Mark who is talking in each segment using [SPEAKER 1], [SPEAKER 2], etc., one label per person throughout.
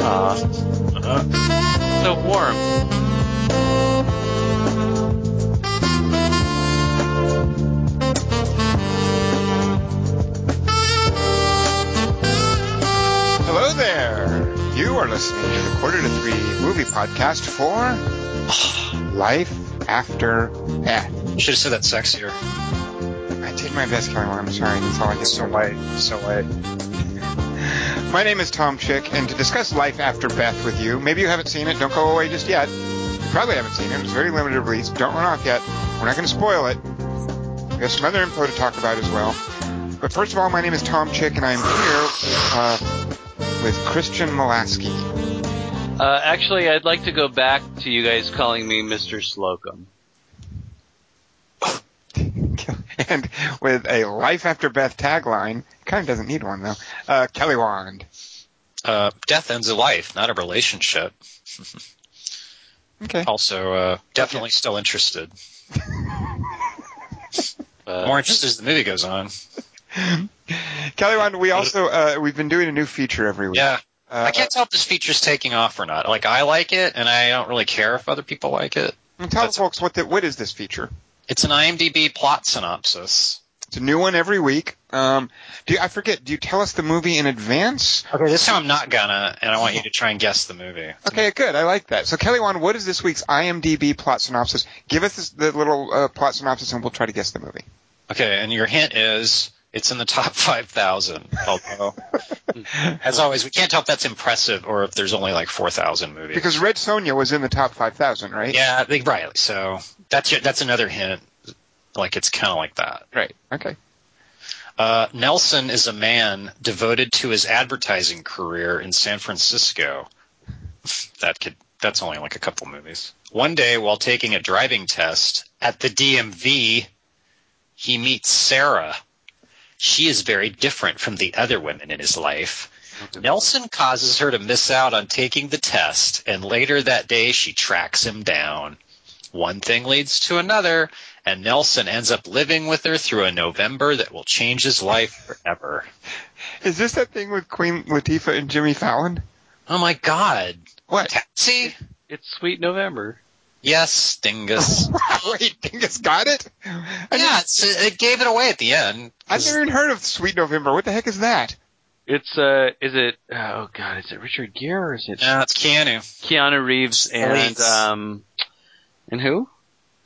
[SPEAKER 1] Uh-huh.
[SPEAKER 2] listening to the Quarter to Three movie podcast for Life After Death.
[SPEAKER 3] Should have said that sexier.
[SPEAKER 2] I did my best, Kelly. Moore. I'm sorry. That's all I can
[SPEAKER 3] It's so
[SPEAKER 2] do.
[SPEAKER 3] white. So white.
[SPEAKER 2] My name is Tom Chick, and to discuss Life After Beth with you, maybe you haven't seen it, don't go away just yet. You probably haven't seen it, it's very limited release, don't run off yet. We're not going to spoil it. We have some other info to talk about as well. But first of all, my name is Tom Chick, and I'm here uh, with Christian Molaski.
[SPEAKER 1] Uh, actually, I'd like to go back to you guys calling me Mr. Slocum.
[SPEAKER 2] And with a Life After Beth tagline, kind of doesn't need one though, uh, Kelly Wand.
[SPEAKER 3] Uh, death ends a life, not a relationship.
[SPEAKER 2] Okay.
[SPEAKER 3] Also, uh, definitely still interested.
[SPEAKER 1] Uh,
[SPEAKER 3] More interested as the movie goes on.
[SPEAKER 2] Kelly Wand, we also, uh, we've been doing a new feature every week.
[SPEAKER 3] Yeah.
[SPEAKER 2] Uh,
[SPEAKER 3] I can't tell if this feature's taking off or not. Like, I like it, and I don't really care if other people like it.
[SPEAKER 2] uh, Tell
[SPEAKER 3] that's-
[SPEAKER 2] folks what the, what is this feature?
[SPEAKER 3] It's an IMDb plot synopsis.
[SPEAKER 2] It's a new one every week. Um, do you, I forget? Do you tell us the movie in advance?
[SPEAKER 3] Okay, this time I'm not gonna, and I want you to try and guess the movie.
[SPEAKER 2] Okay, good. I like that. So, Kelly Wan, what is this week's IMDb plot synopsis? Give us this, the little uh, plot synopsis, and we'll try to guess the movie.
[SPEAKER 3] Okay, and your hint is it's in the top 5,000. Although, as always, we can't tell if that's impressive or if there's only like 4,000 movies.
[SPEAKER 2] Because Red Sonja was in the top five thousand, right?
[SPEAKER 3] yeah, they, right. So that's your, that's another hint. Like it's kind of like that.
[SPEAKER 2] Right. Okay.
[SPEAKER 3] Uh, Nelson is a man devoted to his advertising career in San Francisco. That could that's only like a couple movies. One day, while taking a driving test at the DMV, he meets Sarah. She is very different from the other women in his life. Nelson causes her to miss out on taking the test, and later that day she tracks him down. One thing leads to another, and Nelson ends up living with her through a November that will change his life forever.
[SPEAKER 2] Is this that thing with Queen Latifah and Jimmy Fallon?
[SPEAKER 3] Oh my god.
[SPEAKER 2] What?
[SPEAKER 3] Taxi?
[SPEAKER 1] it's Sweet November.
[SPEAKER 3] Yes, Dingus.
[SPEAKER 2] Wait, Dingus got it. I
[SPEAKER 3] yeah, it's, it gave it away at the end.
[SPEAKER 2] I've never even heard of Sweet November. What the heck is that?
[SPEAKER 1] It's uh, is it? Oh God, is it Richard Gere or is it
[SPEAKER 3] Yeah, it's Keanu.
[SPEAKER 1] Keanu Reeves and
[SPEAKER 3] Charlize.
[SPEAKER 1] um, and who?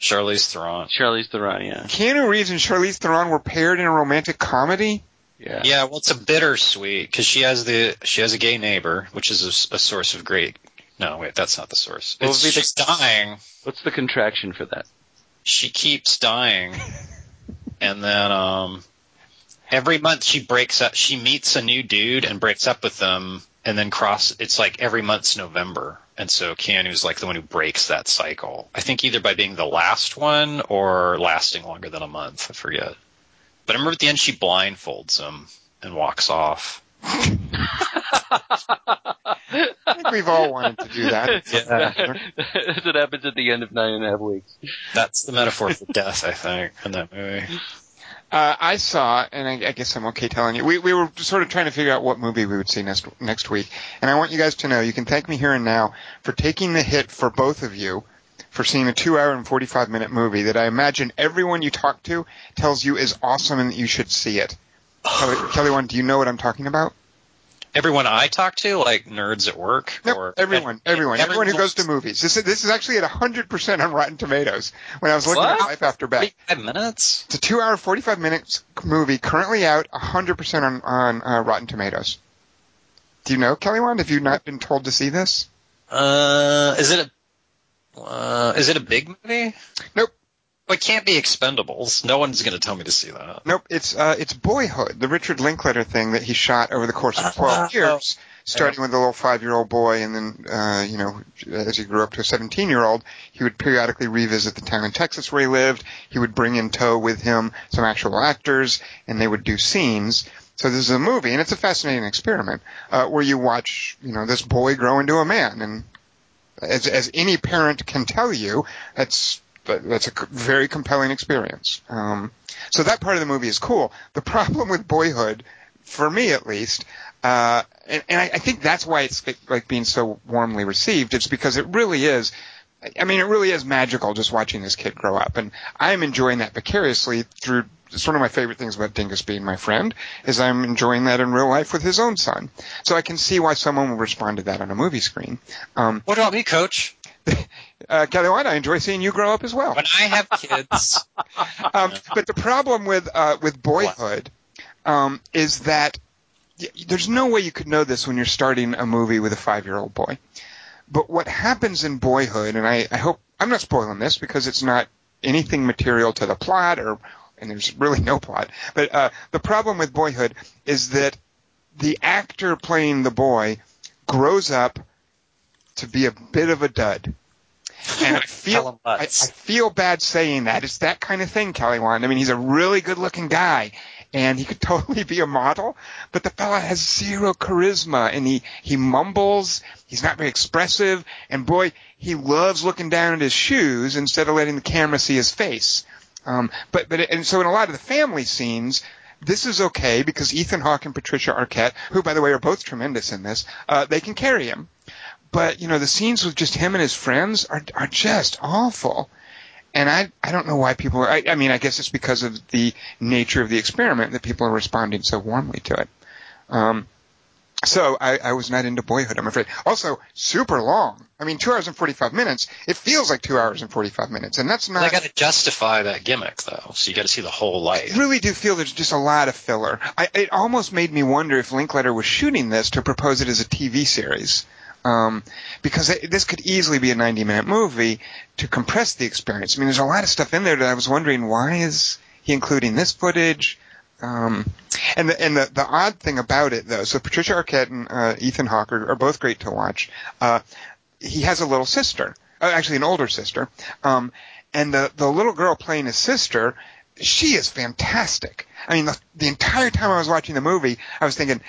[SPEAKER 3] Charlize Theron.
[SPEAKER 1] Charlize Theron. Yeah,
[SPEAKER 2] Keanu Reeves and Charlize Theron were paired in a romantic comedy.
[SPEAKER 1] yeah.
[SPEAKER 3] Yeah, well, it's a bittersweet because she has the she has a gay neighbor, which is a, s- a source of great. No, wait, that's not the source.
[SPEAKER 1] Well,
[SPEAKER 3] It's,
[SPEAKER 1] it'd be the-
[SPEAKER 3] she's dying.
[SPEAKER 1] What's the contraction for that?
[SPEAKER 3] She keeps dying, and then um, every month she breaks up. She meets a new dude and breaks up with them, and then cross. It's like every month's November, and so Keanu's like the one who breaks that cycle. I think either by being the last one or lasting longer than a month. I forget. But I remember at the end she blindfolds him and walks off.
[SPEAKER 2] I think we've all wanted to do that.
[SPEAKER 1] That's what happens at the end of nine and a half weeks.
[SPEAKER 3] That's the metaphor for death, I think, in that movie.
[SPEAKER 2] Uh, I saw, and I, I guess I'm okay telling you. We we were sort of trying to figure out what movie we would see next next week, and I want you guys to know you can thank me here and now for taking the hit for both of you for seeing a two hour and forty five minute movie that I imagine everyone you talk to tells you is awesome and that you should see it. Kelly, Kelly, one, do you know what I'm talking about?
[SPEAKER 3] Everyone I talk to, like nerds at work,
[SPEAKER 2] Nope.
[SPEAKER 3] or
[SPEAKER 2] Everyone, everyone, everyone who goes to movies. This is, this is actually at 100% on Rotten Tomatoes. When I was looking at
[SPEAKER 3] What?
[SPEAKER 2] Life After Beth,
[SPEAKER 3] Five minutes.
[SPEAKER 2] It's a two hour, 45 minutes movie currently out 100% on, on uh, Rotten Tomatoes. Do you know, Kelly Wand? Have you not been told to see this?
[SPEAKER 3] Uh, is it a uh, is it a big movie?
[SPEAKER 2] Nope.
[SPEAKER 3] Well, it can't be Expendables. No one's going to tell me to see that.
[SPEAKER 2] Nope. It's, uh, it's Boyhood, the Richard Linklater thing that he shot over the course of 12
[SPEAKER 3] Uh-oh.
[SPEAKER 2] years, starting with a little five year old boy and then, uh, you know, as he grew up to a 17 year old, he would periodically revisit the town in Texas where he lived. He would bring in tow with him some actual actors and they would do scenes. So this is a movie, and it's a fascinating experiment uh, where you watch, you know, this boy grow into a man, and as as any parent can tell you, that's that- that's a c- very compelling experience. Um, so that part of the movie is cool. The problem with Boyhood, for me at least, uh, and, and I, I think that's why it's like being so warmly received. It's because it really is. I mean, it really is magical just watching this kid grow up, and I'm enjoying that vicariously through it's one of my favorite things about Dingus being my friend is I'm enjoying that in real life with his own son. So I can see why someone would respond to that on a movie screen. Um,
[SPEAKER 3] What about me, Coach?
[SPEAKER 2] uh, Kelly White, I enjoy seeing you grow up as well.
[SPEAKER 3] When I have kids,
[SPEAKER 2] Um, but the problem with uh, with Boyhood um, is that y- there's no way you could know this when you're starting a movie with a five year old boy. But what happens in Boyhood, and I, I hope I'm not spoiling this because it's not anything material to the plot, or and there's really no plot. But uh, the problem with Boyhood is that the actor playing the boy grows up to be a bit of a dud. And I feel
[SPEAKER 3] tell 'em
[SPEAKER 2] I, I
[SPEAKER 3] butts.
[SPEAKER 2] feel bad saying that. It's that kind of thing, Kelly Wand. I mean, he's a really good looking guy, and he could totally be a model, but the fella has zero charisma, and he, he mumbles, he's not very expressive, and boy, he loves looking down at his shoes instead of letting the camera see his face. Um, but, but, and so in a lot of the family scenes, this is okay because Ethan Hawke and Patricia Arquette, who by the way are both tremendous in this, uh, they can carry him but you know the scenes with just him and his friends are are just awful and i i don't know why people are, I, I mean i guess it's because of the nature of the experiment that people are responding so warmly to it um so I, I was not into boyhood, I'm afraid. Also, super long. I mean, two hours and 45 minutes. It feels like two hours and 45 minutes, and that's not.
[SPEAKER 3] they got to justify that gimmick, though. So you got to see the whole life.
[SPEAKER 2] I really do feel there's just a lot of filler. I, it almost made me wonder if Linkletter was shooting this to propose it as a TV series. Um, because it, this could easily be a 90 minute movie to compress the experience. I mean, there's a lot of stuff in there that I was wondering why is he including this footage? Um, and the, and the, the odd thing about it though, so Patricia Arquette and uh, Ethan Hawke are, are both great to watch. Uh, he has a little sister, uh, actually an older sister, um, and the the little girl playing his sister, she is fantastic. I mean, the, the entire time I was watching the movie, I was thinking.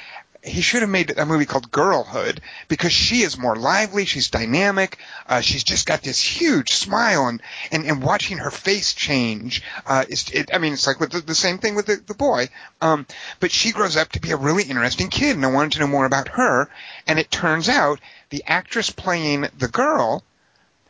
[SPEAKER 2] He should have made a movie called Girlhood because she is more lively, she's dynamic, uh, she's just got this huge smile, and, and, and watching her face change uh, is, it, I mean, it's like with the, the same thing with the, the boy. Um, but she grows up to be a really interesting kid, and I wanted to know more about her. And it turns out the actress playing the girl,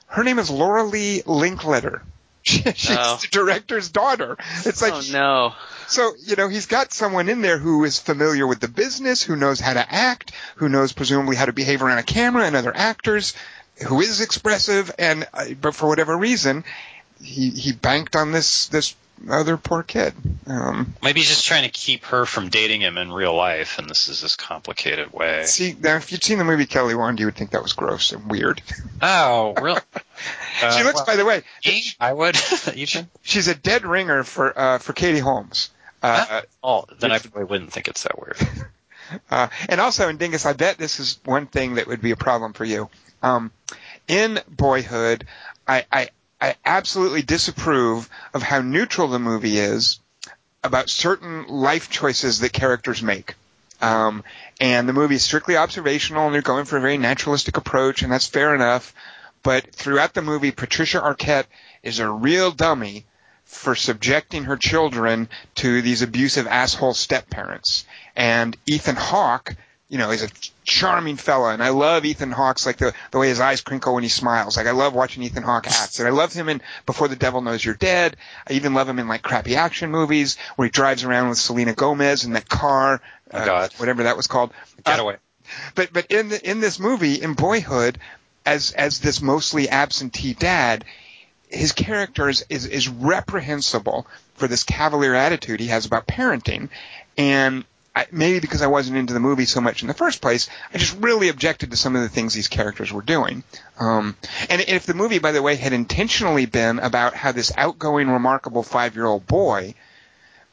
[SPEAKER 2] her name is Laura Lee Linkletter. She, she's
[SPEAKER 1] Oh.
[SPEAKER 2] the director's daughter. It's like
[SPEAKER 1] oh no.
[SPEAKER 2] so you know he's got someone in there who is familiar with the business, who knows how to act, who knows presumably how to behave around a camera and other actors, who is expressive, and uh, but for whatever reason, he he banked on this this other poor kid. Um,
[SPEAKER 3] Maybe he's just trying to keep her from dating him in real life, and this is this complicated way.
[SPEAKER 2] see now if you'd seen the movie Kelly Wand, you would think that was gross and weird.
[SPEAKER 3] Oh, really? Uh,
[SPEAKER 2] she looks,
[SPEAKER 3] well,
[SPEAKER 2] by the way,
[SPEAKER 3] me? I would. you should.
[SPEAKER 2] she's a dead ringer for uh, for Katie Holmes. Uh,
[SPEAKER 3] Huh? Oh, then I probably wouldn't think it's that weird.
[SPEAKER 2] Uh, and also in Dingus, I bet this is one thing that would be a problem for you. Um, in Boyhood, I, I, I absolutely disapprove of how neutral the movie is about certain life choices that characters make. Um, and the movie is strictly observational, and they're going for a very naturalistic approach, and that's fair enough. But throughout the movie, Patricia Arquette is a real dummy for subjecting her children to these abusive asshole step parents. And Ethan Hawke, you know, is a charming fella, and I love Ethan Hawke's like the the way his eyes crinkle when he smiles. Like I love watching Ethan Hawke act, and I love him in Before the Devil Knows You're Dead. I even love him in like crappy action movies where he drives around with Selena Gomez in that car, uh,
[SPEAKER 3] God.
[SPEAKER 2] whatever that was called. Uh,
[SPEAKER 3] Getaway.
[SPEAKER 2] but but in the, in this movie in Boyhood, as as this mostly absentee dad, his character is, is is reprehensible for this cavalier attitude he has about parenting, and I, maybe because I wasn't into the movie so much in the first place, I just really objected to some of the things these characters were doing. Um, and if the movie, by the way, had intentionally been about how this outgoing, remarkable five-year-old boy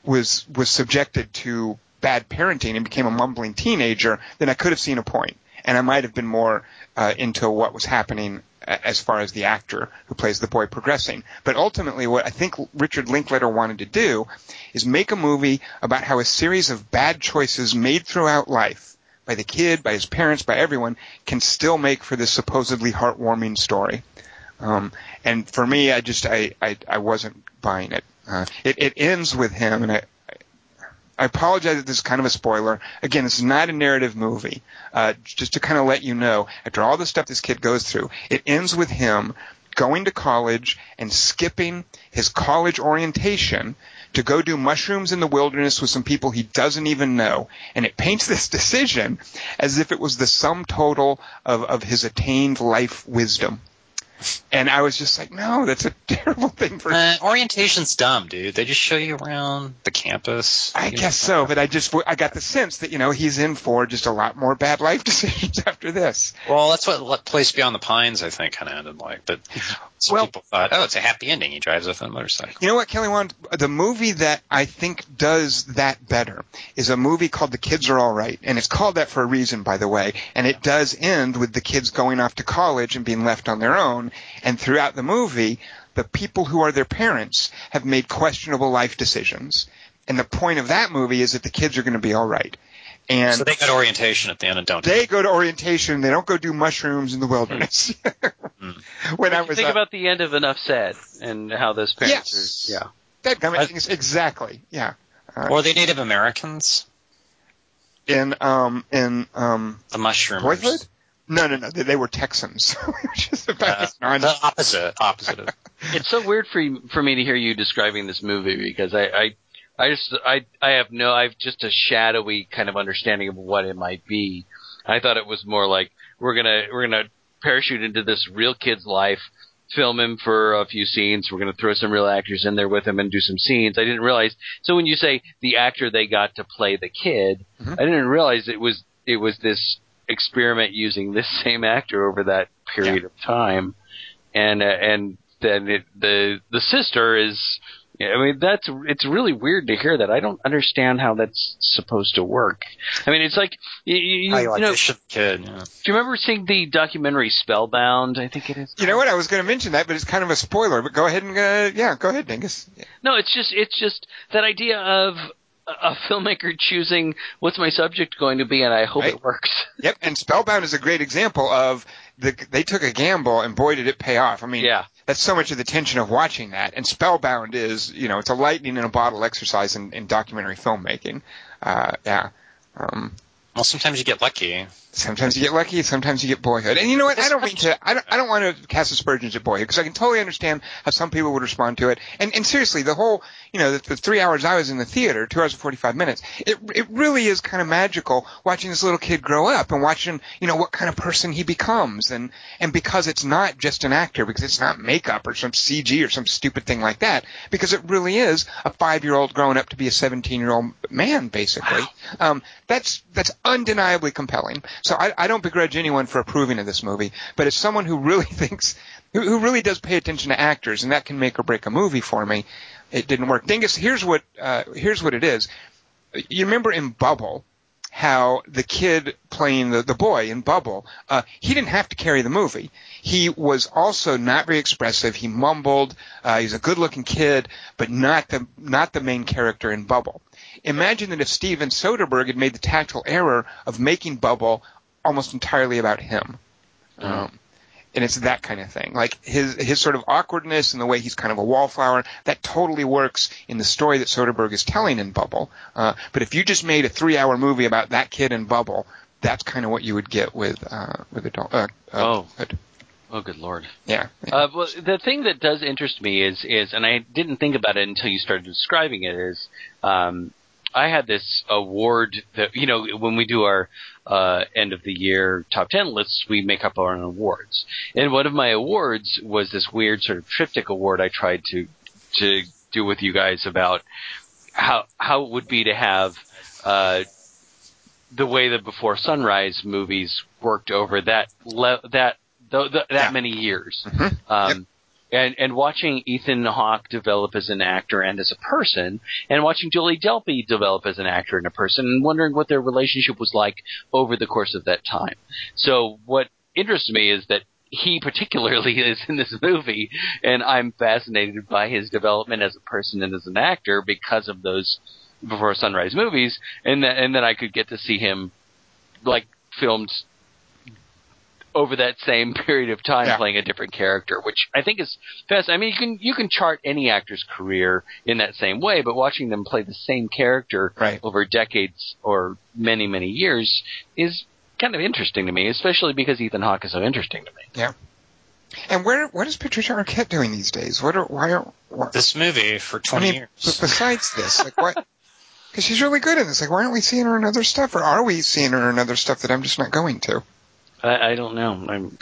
[SPEAKER 2] was was subjected to bad parenting and became a mumbling teenager, then I could have seen a point, and I might have been more uh, into what was happening a- as far as the actor who plays the boy progressing. But ultimately, what I think Richard Linklater wanted to do is make a movie about how a series of bad choices made throughout life by the kid, by his parents, by everyone can still make for this supposedly heartwarming story. Um, and for me, I just I, I, I wasn't buying it. Uh, it. It ends with him, and I I apologize that this is kind of a spoiler. Again, it's not a narrative movie. Uh, just to kind of let you know, after all the stuff this kid goes through, it ends with him going to college and skipping his college orientation to go do mushrooms in the wilderness with some people he doesn't even know. And it paints this decision as if it was the sum total of, of his attained life wisdom. And I was just like, no, that's a terrible thing for.
[SPEAKER 3] Uh, orientation's dumb, dude. They just show you around the campus.
[SPEAKER 2] I
[SPEAKER 3] You know,
[SPEAKER 2] guess so, but I just I got the sense that you know he's in for just a lot more bad life decisions after this.
[SPEAKER 3] Well, that's what Le- Place Beyond the Pines, I think, kind of ended like. But some
[SPEAKER 2] Well-
[SPEAKER 3] people thought, oh, it's a happy ending. He drives off on a motorcycle.
[SPEAKER 2] You know what, Kelly Wand? The movie that I think does that better is a movie called The Kids Are All Right, and it's called that for a reason, by the way. And it does end with the kids going off to college and being left on their own. And throughout the movie, the people who are their parents have made questionable life decisions. And the point of that movie is that the kids are going to be all right. And
[SPEAKER 3] so they got orientation at the end and don't.
[SPEAKER 2] they go to orientation. They don't go do mushrooms in the wilderness. when I was
[SPEAKER 4] Think
[SPEAKER 2] uh,
[SPEAKER 4] about the end of Enough Said and how those parents
[SPEAKER 2] Yes.
[SPEAKER 4] are. Yeah.
[SPEAKER 2] that kind of things. Exactly. Yeah.
[SPEAKER 3] Or they Native Americans?
[SPEAKER 2] In um in um
[SPEAKER 3] The mushroomers.
[SPEAKER 2] boyhood. No, no, no. They, they were Texans. So we were just about
[SPEAKER 3] Uh,
[SPEAKER 2] as non-
[SPEAKER 3] the opposite. Opposite of.
[SPEAKER 4] It's so weird for you- for me to hear you describing this movie because I I, I just I I have no I've just a shadowy kind of understanding of what it might be. I thought it was more like we're gonna we're gonna parachute into this real kid's life, film him for a few scenes. We're gonna throw some real actors in there with him and do some scenes. I didn't realize. So when you say the actor they got to play the kid,
[SPEAKER 3] Mm-hmm.
[SPEAKER 2] Mhm.
[SPEAKER 4] I didn't realize it was it was this experiment using this same actor over that period of time and uh, and then it, the the sister is. I mean, that's it's really weird to hear that. I don't understand how that's supposed to work. I mean, it's like you, you,
[SPEAKER 3] How
[SPEAKER 4] you
[SPEAKER 3] you like
[SPEAKER 4] know.
[SPEAKER 3] this shit kid? Yeah.
[SPEAKER 4] Do you remember seeing the documentary Spellbound? I think it is.
[SPEAKER 2] you know what? I was going to mention that, but it's kind of a spoiler. But go ahead and uh, yeah, go ahead, Dingus.
[SPEAKER 4] No, it's just it's just that idea of a a filmmaker choosing what's my subject going to be, and I hope
[SPEAKER 2] Right.
[SPEAKER 4] it works.
[SPEAKER 2] Yep. And Spellbound is a great example of the they took a gamble and boy did it pay off. I mean,
[SPEAKER 4] yeah.
[SPEAKER 2] that's so much of the tension of watching that. And Spellbound is, you know, it's a lightning in a bottle exercise in, in documentary filmmaking. Uh, yeah. Um,
[SPEAKER 3] Well, sometimes you get lucky.
[SPEAKER 2] sometimes you get lucky, sometimes you get boyhood. And you know what? I don't mean to. I don't. I don't want to cast aspersions at boyhood because I can totally understand how some people would respond to it. And and seriously, the whole, you know, the, the three hours I was in the theater, two hours and forty five minutes, it it really is kind of magical watching this little kid grow up and watching, you know, what kind of person he becomes. And and because it's not just an actor, because it's not makeup or some CG or some stupid thing like that, because it really is a five year old growing up to be a seventeen year old man, basically. Um, that's that's undeniably compelling. So I, I don't begrudge anyone for approving of this movie, but as someone who really thinks, who, who really does pay attention to actors, and that can make or break a movie for me, it didn't work. Dingus, here's what uh, here's what it is. You remember in Bubble how the kid playing the, the boy in Bubble, uh, he didn't have to carry the movie. He was also not very expressive. He mumbled. Uh, he's a good-looking kid, but not the not the main character in Bubble. Imagine that if Steven Soderbergh had made the tactile error of making Bubble almost entirely about him. Um, and it's that kind of thing. Like his his sort of awkwardness and the way he's kind of a wallflower that totally works in the story that Soderbergh is telling in Bubble. Uh, but if you just made a three hour movie about that kid in Bubble, that's kind of what you would get with uh, with adult. Uh, uh,
[SPEAKER 4] Oh. Oh, good lord.
[SPEAKER 2] yeah. yeah.
[SPEAKER 4] Uh, well, the thing that does interest me is is, and I didn't think about it until you started describing it. Is um, I had this award that you know when we do our uh, end of the year top ten lists, we make up our own awards, and one of my awards was this weird sort of triptych award I tried to to do with you guys about how how it would be to have. Uh, the way the Before Sunrise movies worked over that le- that th- th- that
[SPEAKER 2] Yeah.
[SPEAKER 4] many years,
[SPEAKER 2] Mhm.
[SPEAKER 4] um, and and watching Ethan Hawke develop as an actor and as a person, and watching Julie Delpy develop as an actor and a person, and wondering what their relationship was like over the course of that time. So what interests me is that he particularly is in this movie, and I'm fascinated by his development as a person and as an actor because of those Before Sunrise movies, and that, and then I could get to see him like filmed over that same period of time
[SPEAKER 2] Yeah.
[SPEAKER 4] playing a different character, which I think is fascinating. I mean, you can you can chart any actor's career in that same way, but watching them play the same character
[SPEAKER 2] Right.
[SPEAKER 4] over decades or many many years is kind of interesting to me, especially because Ethan Hawke is so interesting to me.
[SPEAKER 2] And where what is Patricia Arquette doing these days? What are why are why,
[SPEAKER 3] This movie for
[SPEAKER 2] I
[SPEAKER 3] 20
[SPEAKER 2] mean b-
[SPEAKER 3] years.
[SPEAKER 2] besides this like what? Because she's really good in this. Like why aren't we seeing her in other stuff, or are we seeing her in other stuff that I'm just not going to?
[SPEAKER 4] I, I don't know. I'm,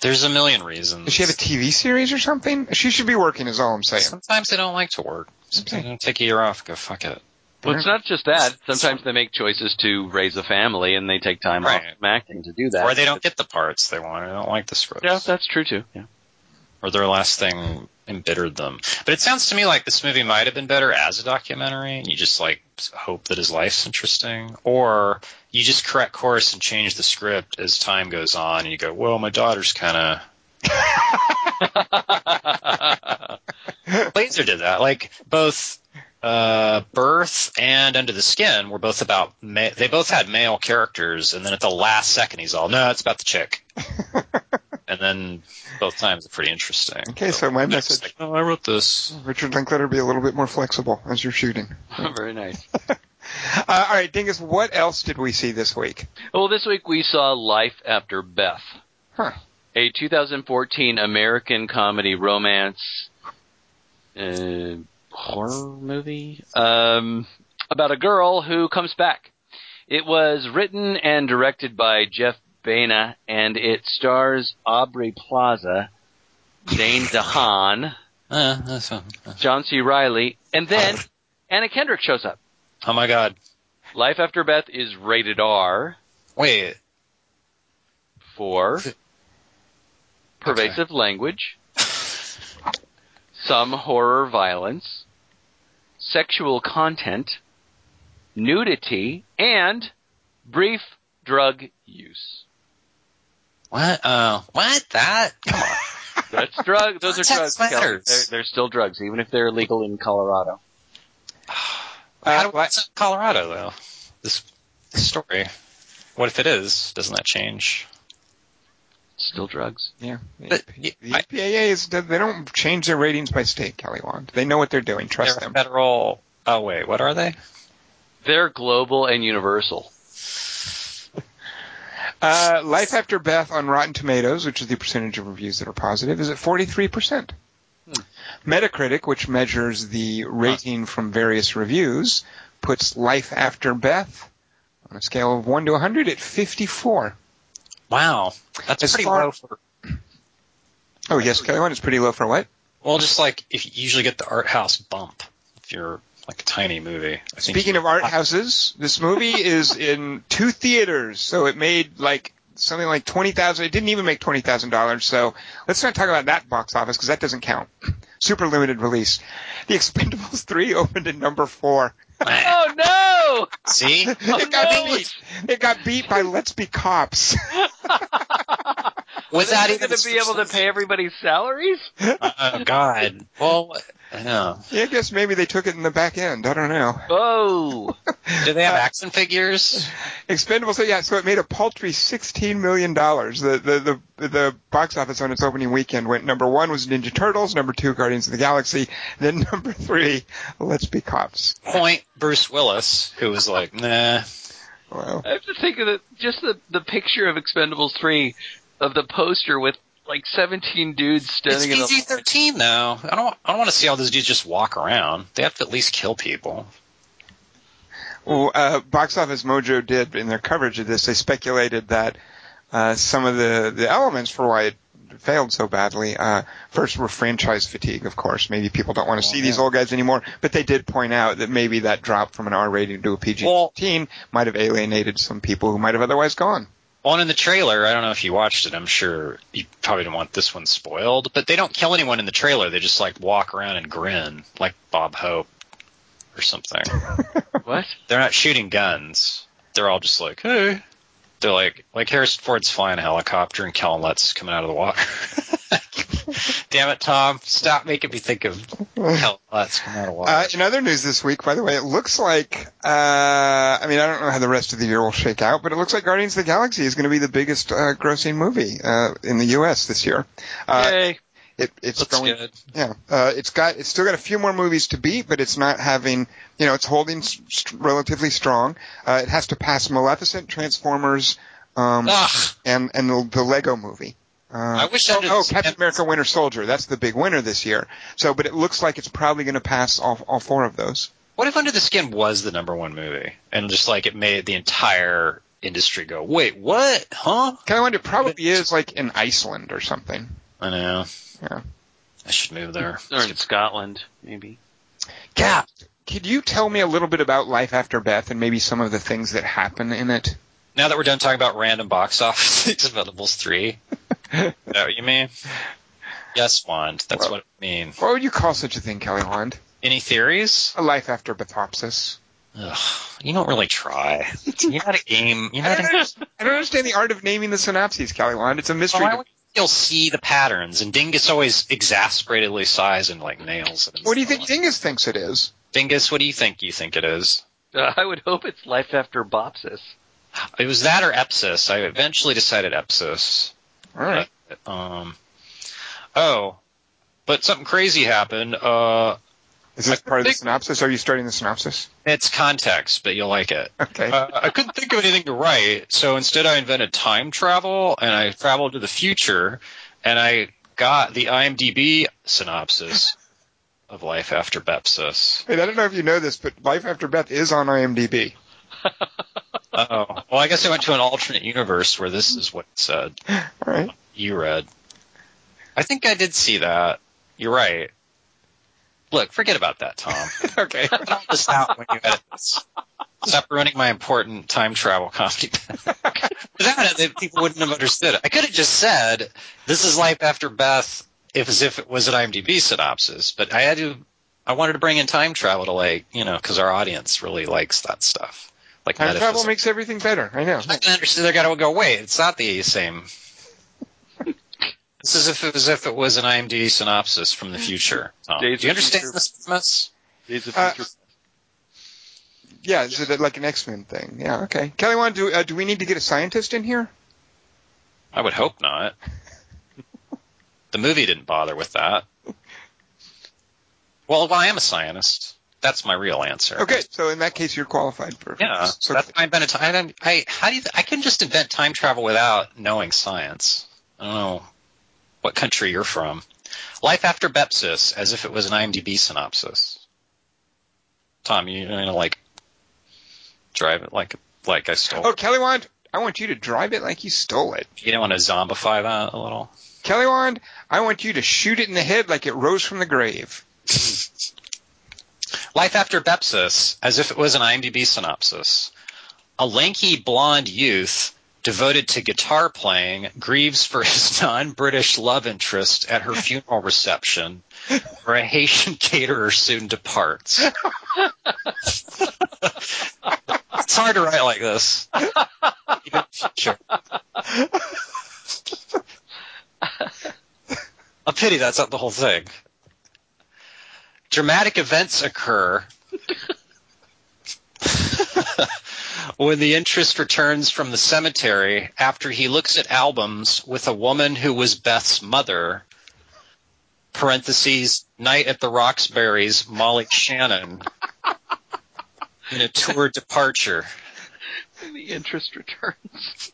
[SPEAKER 3] There's a million reasons.
[SPEAKER 2] Does she have a TV series or something? She should be working. Is all I'm saying.
[SPEAKER 3] Sometimes they don't like to work. Sometimes they don't take a year off. Go fuck it.
[SPEAKER 4] well, it's not just that. Sometimes they make choices to raise a family, and they take time off
[SPEAKER 3] Right.
[SPEAKER 4] from acting to do that.
[SPEAKER 3] Or they don't get the parts they want. They don't like the scripts.
[SPEAKER 4] Yeah, that's true too. Yeah.
[SPEAKER 3] or their last thing embittered them. But it sounds to me like this movie might have been better as a documentary, and you just like hope that his life's interesting, or you just correct course and change the script as time goes on, and you go, "Well, my daughter's kind of." Blazer did that. Like both uh, Birth and Under the Skin were both about. Ma- they both had male characters, and then at the last second, he's all, "No, it's about the chick." and then both times are pretty interesting.
[SPEAKER 2] Okay, so my
[SPEAKER 3] Nick's
[SPEAKER 2] message-
[SPEAKER 3] like, oh, I wrote this.
[SPEAKER 2] Richard Linklater be a little bit more flexible as you're shooting.
[SPEAKER 4] Very nice.
[SPEAKER 2] Uh, all right, Dingus, what else did we see this week?
[SPEAKER 4] Well, this week we saw Life After Beth,
[SPEAKER 2] Huh.
[SPEAKER 4] a 2014 American comedy romance uh, horror movie um, about a girl who comes back. It was written and directed by Jeff Baena, and it stars Aubrey Plaza, Dane DeHaan,
[SPEAKER 3] Uh, that's fun.
[SPEAKER 4] John C. Riley, and then Anna Kendrick shows up.
[SPEAKER 3] Oh my god.
[SPEAKER 4] Life After Beth is rated R.
[SPEAKER 3] Wait.
[SPEAKER 4] for pervasive language, some horror violence, sexual content, nudity, and brief drug use.
[SPEAKER 3] What? Uh, what? That? Come on.
[SPEAKER 4] That's drug. Those are drugs.
[SPEAKER 3] Context
[SPEAKER 4] Kelly.
[SPEAKER 3] matters.
[SPEAKER 4] They're, they're still drugs, even if they're illegal in Colorado.
[SPEAKER 3] How
[SPEAKER 2] Uh,
[SPEAKER 3] do
[SPEAKER 2] la-
[SPEAKER 3] it's in Colorado though? This, this story. What if it is? Doesn't that change?
[SPEAKER 4] Still drugs.
[SPEAKER 2] yeah. The
[SPEAKER 3] But-
[SPEAKER 2] EPA the
[SPEAKER 3] I-
[SPEAKER 2] EPAA is they don't change their ratings by state, Kelly Wand. They know what they're doing. Trust
[SPEAKER 3] They're
[SPEAKER 2] them.
[SPEAKER 3] federal. Oh wait, what are they?
[SPEAKER 4] They're global and universal.
[SPEAKER 2] Uh, Life After Beth on Rotten Tomatoes, which is the percentage of reviews that are positive, is at 43%. Metacritic, which measures the rating from various reviews, puts Life After Beth on a scale of 1 to 100 at 54.
[SPEAKER 3] Wow, that's
[SPEAKER 2] As
[SPEAKER 3] pretty
[SPEAKER 2] far-
[SPEAKER 3] low for.
[SPEAKER 2] Oh, yes, Kelly Wand, it's pretty low for what?
[SPEAKER 3] Well, just like if you usually get the art house bump if you're like a tiny movie. I think
[SPEAKER 2] Speaking
[SPEAKER 3] you-
[SPEAKER 2] of art houses, this movie is in two theaters, so it made like something like twenty thousand. It didn't even make twenty thousand dollars. So let's not talk about that box office because that doesn't count. Super limited release. The Expendables three opened at number four.
[SPEAKER 4] Oh no!
[SPEAKER 3] see,
[SPEAKER 2] it, got
[SPEAKER 4] Oh, no!
[SPEAKER 2] beat, it got beat by Let's Be Cops.
[SPEAKER 4] Are
[SPEAKER 3] without
[SPEAKER 4] they
[SPEAKER 3] even
[SPEAKER 4] going to be able to pay everybody's salaries?
[SPEAKER 3] Oh God. Well, yeah.
[SPEAKER 2] Yeah, I guess maybe they took it in the back end. I don't know.
[SPEAKER 4] Oh,
[SPEAKER 3] Do they have action figures?
[SPEAKER 2] Expendables, so yeah, so it made a paltry sixteen million dollars. The, the the the box office on its opening weekend went number one was Ninja Turtles, number two Guardians of the Galaxy, then number three Let's Be Cops.
[SPEAKER 3] Point Bruce Willis, who was like, nah.
[SPEAKER 2] Wow.
[SPEAKER 4] I have to think of the, just the the picture of Expendables three, of the poster with like seventeen dudes
[SPEAKER 3] It's
[SPEAKER 4] standing in
[SPEAKER 3] PG
[SPEAKER 4] the.
[SPEAKER 3] thirteen though. I don't. I don't want to see all those dudes just walk around. They have to at least kill people.
[SPEAKER 2] Well, uh, Box Office Mojo did in their coverage of this. They speculated that uh, some of the the elements for why it failed so badly uh, first were franchise fatigue, of course. Maybe people don't want to see these old guys anymore. But they did point out that maybe that drop from an R rating to a PG-13 might have alienated some people who might have otherwise gone.
[SPEAKER 3] Well, and in the trailer, I don't know if you watched it. I'm sure you probably didn't want this one spoiled, but they don't kill anyone in the trailer. They just like walk around and grin, like Bob Hope or something.
[SPEAKER 4] What?
[SPEAKER 3] They're not shooting guns. They're all just like, hey. They're like, like Harrison Ford's flying a helicopter and Kellen Lutz is coming out of the water. Damn it, Tom! Stop making me think of Kellen Lutz coming out of water.
[SPEAKER 2] Uh, in other news this week, by the way, it looks like, uh, I mean, I don't know how the rest of the year will shake out, but it looks like Guardians of the Galaxy is going to be the biggest uh, grossing movie uh, in the U.S. this year. Uh,
[SPEAKER 4] Yay!
[SPEAKER 2] it, it's
[SPEAKER 3] Looks
[SPEAKER 2] going,
[SPEAKER 3] good.
[SPEAKER 2] yeah, uh, it's got, it's still got a few more movies to beat, but it's not having, you know, it's holding s- st- relatively strong. Uh, it has to pass Maleficent, Transformers, um,
[SPEAKER 3] Ugh.
[SPEAKER 2] and and the, the Lego Movie.
[SPEAKER 3] Ah. I wish I
[SPEAKER 2] oh,
[SPEAKER 3] did-
[SPEAKER 2] oh, Captain America: Winter Soldier. That's the big winner this year. So, but it looks like it's probably going to pass all, all four of those.
[SPEAKER 3] What if Under the Skin was the number one movie, and just like it made the entire industry go, "Wait, what? Huh?"
[SPEAKER 2] Kind of wonder. It probably is like in Iceland or something.
[SPEAKER 3] I know.
[SPEAKER 2] Yeah.
[SPEAKER 3] I should move there.
[SPEAKER 1] Or in Scotland, maybe.
[SPEAKER 2] Yeah. Could you tell me a little bit about Life After Beth and maybe some of the things that happen in it?
[SPEAKER 3] Now that we're done talking about random box office Expendables three, is that what you mean? Yes, Wand. That's what I mean.
[SPEAKER 2] What would you call such a thing, Kelly Wand?
[SPEAKER 3] Any theories?
[SPEAKER 2] A life after Bethopsis.
[SPEAKER 3] Ugh, you don't really try. You're not a game. You're
[SPEAKER 2] I
[SPEAKER 3] not
[SPEAKER 2] don't,
[SPEAKER 3] a.
[SPEAKER 2] understand, I don't understand the art of naming the synopses, Kelly Wand. It's a mystery.
[SPEAKER 3] Why
[SPEAKER 2] to-
[SPEAKER 3] would you'll see the patterns, and Dingus always exasperatedly sighs and like nails. It and
[SPEAKER 2] what do you
[SPEAKER 3] stuff
[SPEAKER 2] think
[SPEAKER 3] like-
[SPEAKER 2] Dingus thinks it is?
[SPEAKER 3] Dingus? What do you think? You think it is?
[SPEAKER 1] Uh, I would hope it's life after Bopsis.
[SPEAKER 3] It was that or Epsis. I eventually decided Epsis.
[SPEAKER 2] All right.
[SPEAKER 3] Um, oh, but something crazy happened. Uh,
[SPEAKER 2] Is this
[SPEAKER 3] I
[SPEAKER 2] part of the
[SPEAKER 3] think-
[SPEAKER 2] synopsis? Are you starting the synopsis?
[SPEAKER 3] it's context, but you'll like it.
[SPEAKER 2] Okay.
[SPEAKER 3] Uh, I couldn't think of anything to write, so instead I invented time travel, and I traveled to the future, and I got the IMDb synopsis of life after Bepsis.
[SPEAKER 2] Wait, I don't know if you know this, but Life After Beth is on IMDb.
[SPEAKER 3] Oh, well, I guess I went to an alternate universe where this is what it said.
[SPEAKER 2] All right.
[SPEAKER 3] you read. I think I did see that. You're right. Look, forget about that, Tom.
[SPEAKER 2] okay.
[SPEAKER 3] Cut all this out when you edit this. Stop ruining my important time travel comedy. Without it, the people wouldn't have understood it. I could have just said, "This is life after Beth," if as if it was an IMDb synopsis. But I had to. I wanted to bring in time travel to like you know because our audience really likes that stuff. Like
[SPEAKER 2] Time
[SPEAKER 3] metaphysics.
[SPEAKER 2] travel makes everything better. I know.
[SPEAKER 3] I can understand they're gonna go, wait, it's not the same. this is if it was if it was an IMDb synopsis from the future. Tom. Do
[SPEAKER 1] Days
[SPEAKER 3] you
[SPEAKER 1] of
[SPEAKER 3] understand
[SPEAKER 1] Future-
[SPEAKER 3] this premise?
[SPEAKER 1] Days of
[SPEAKER 2] Uh,
[SPEAKER 1] Future.
[SPEAKER 2] Yeah, is it like an X Men thing? Yeah. Okay. Kelly, Wand, do uh, do we need to get a scientist in here?
[SPEAKER 3] I would hope not. the movie didn't bother with that. Well, I am a scientist. That's my real answer.
[SPEAKER 2] Okay. So in that case, you're qualified for.
[SPEAKER 3] Yeah,
[SPEAKER 2] So
[SPEAKER 3] that's why I invented time. I, I how do you, I can just invent time travel without knowing science. I don't know what country you're from. Life after Bepsis, as if it was an IMDb synopsis. Tom, you gonna like drive it like like I stole?
[SPEAKER 2] oh, Kelly Wand, I want you to drive it like you stole it.
[SPEAKER 3] You don't want to zombify that a little?
[SPEAKER 2] Kelly Wand, I want you to shoot it in the head like it rose from the grave.
[SPEAKER 3] Life After Bepsis, as if it was an IMDb synopsis. A lanky blonde youth devoted to guitar playing grieves for his non British love interest at her funeral reception, where a Haitian caterer soon departs. it's hard to write like this. Even in the future. A pity that's not the whole thing dramatic events occur when the interest returns from the cemetery after he looks at albums with a woman who was Beth's mother. Parentheses, night at the Roxbury's, Molly Shannon. In a tour departure.
[SPEAKER 1] the interest returns.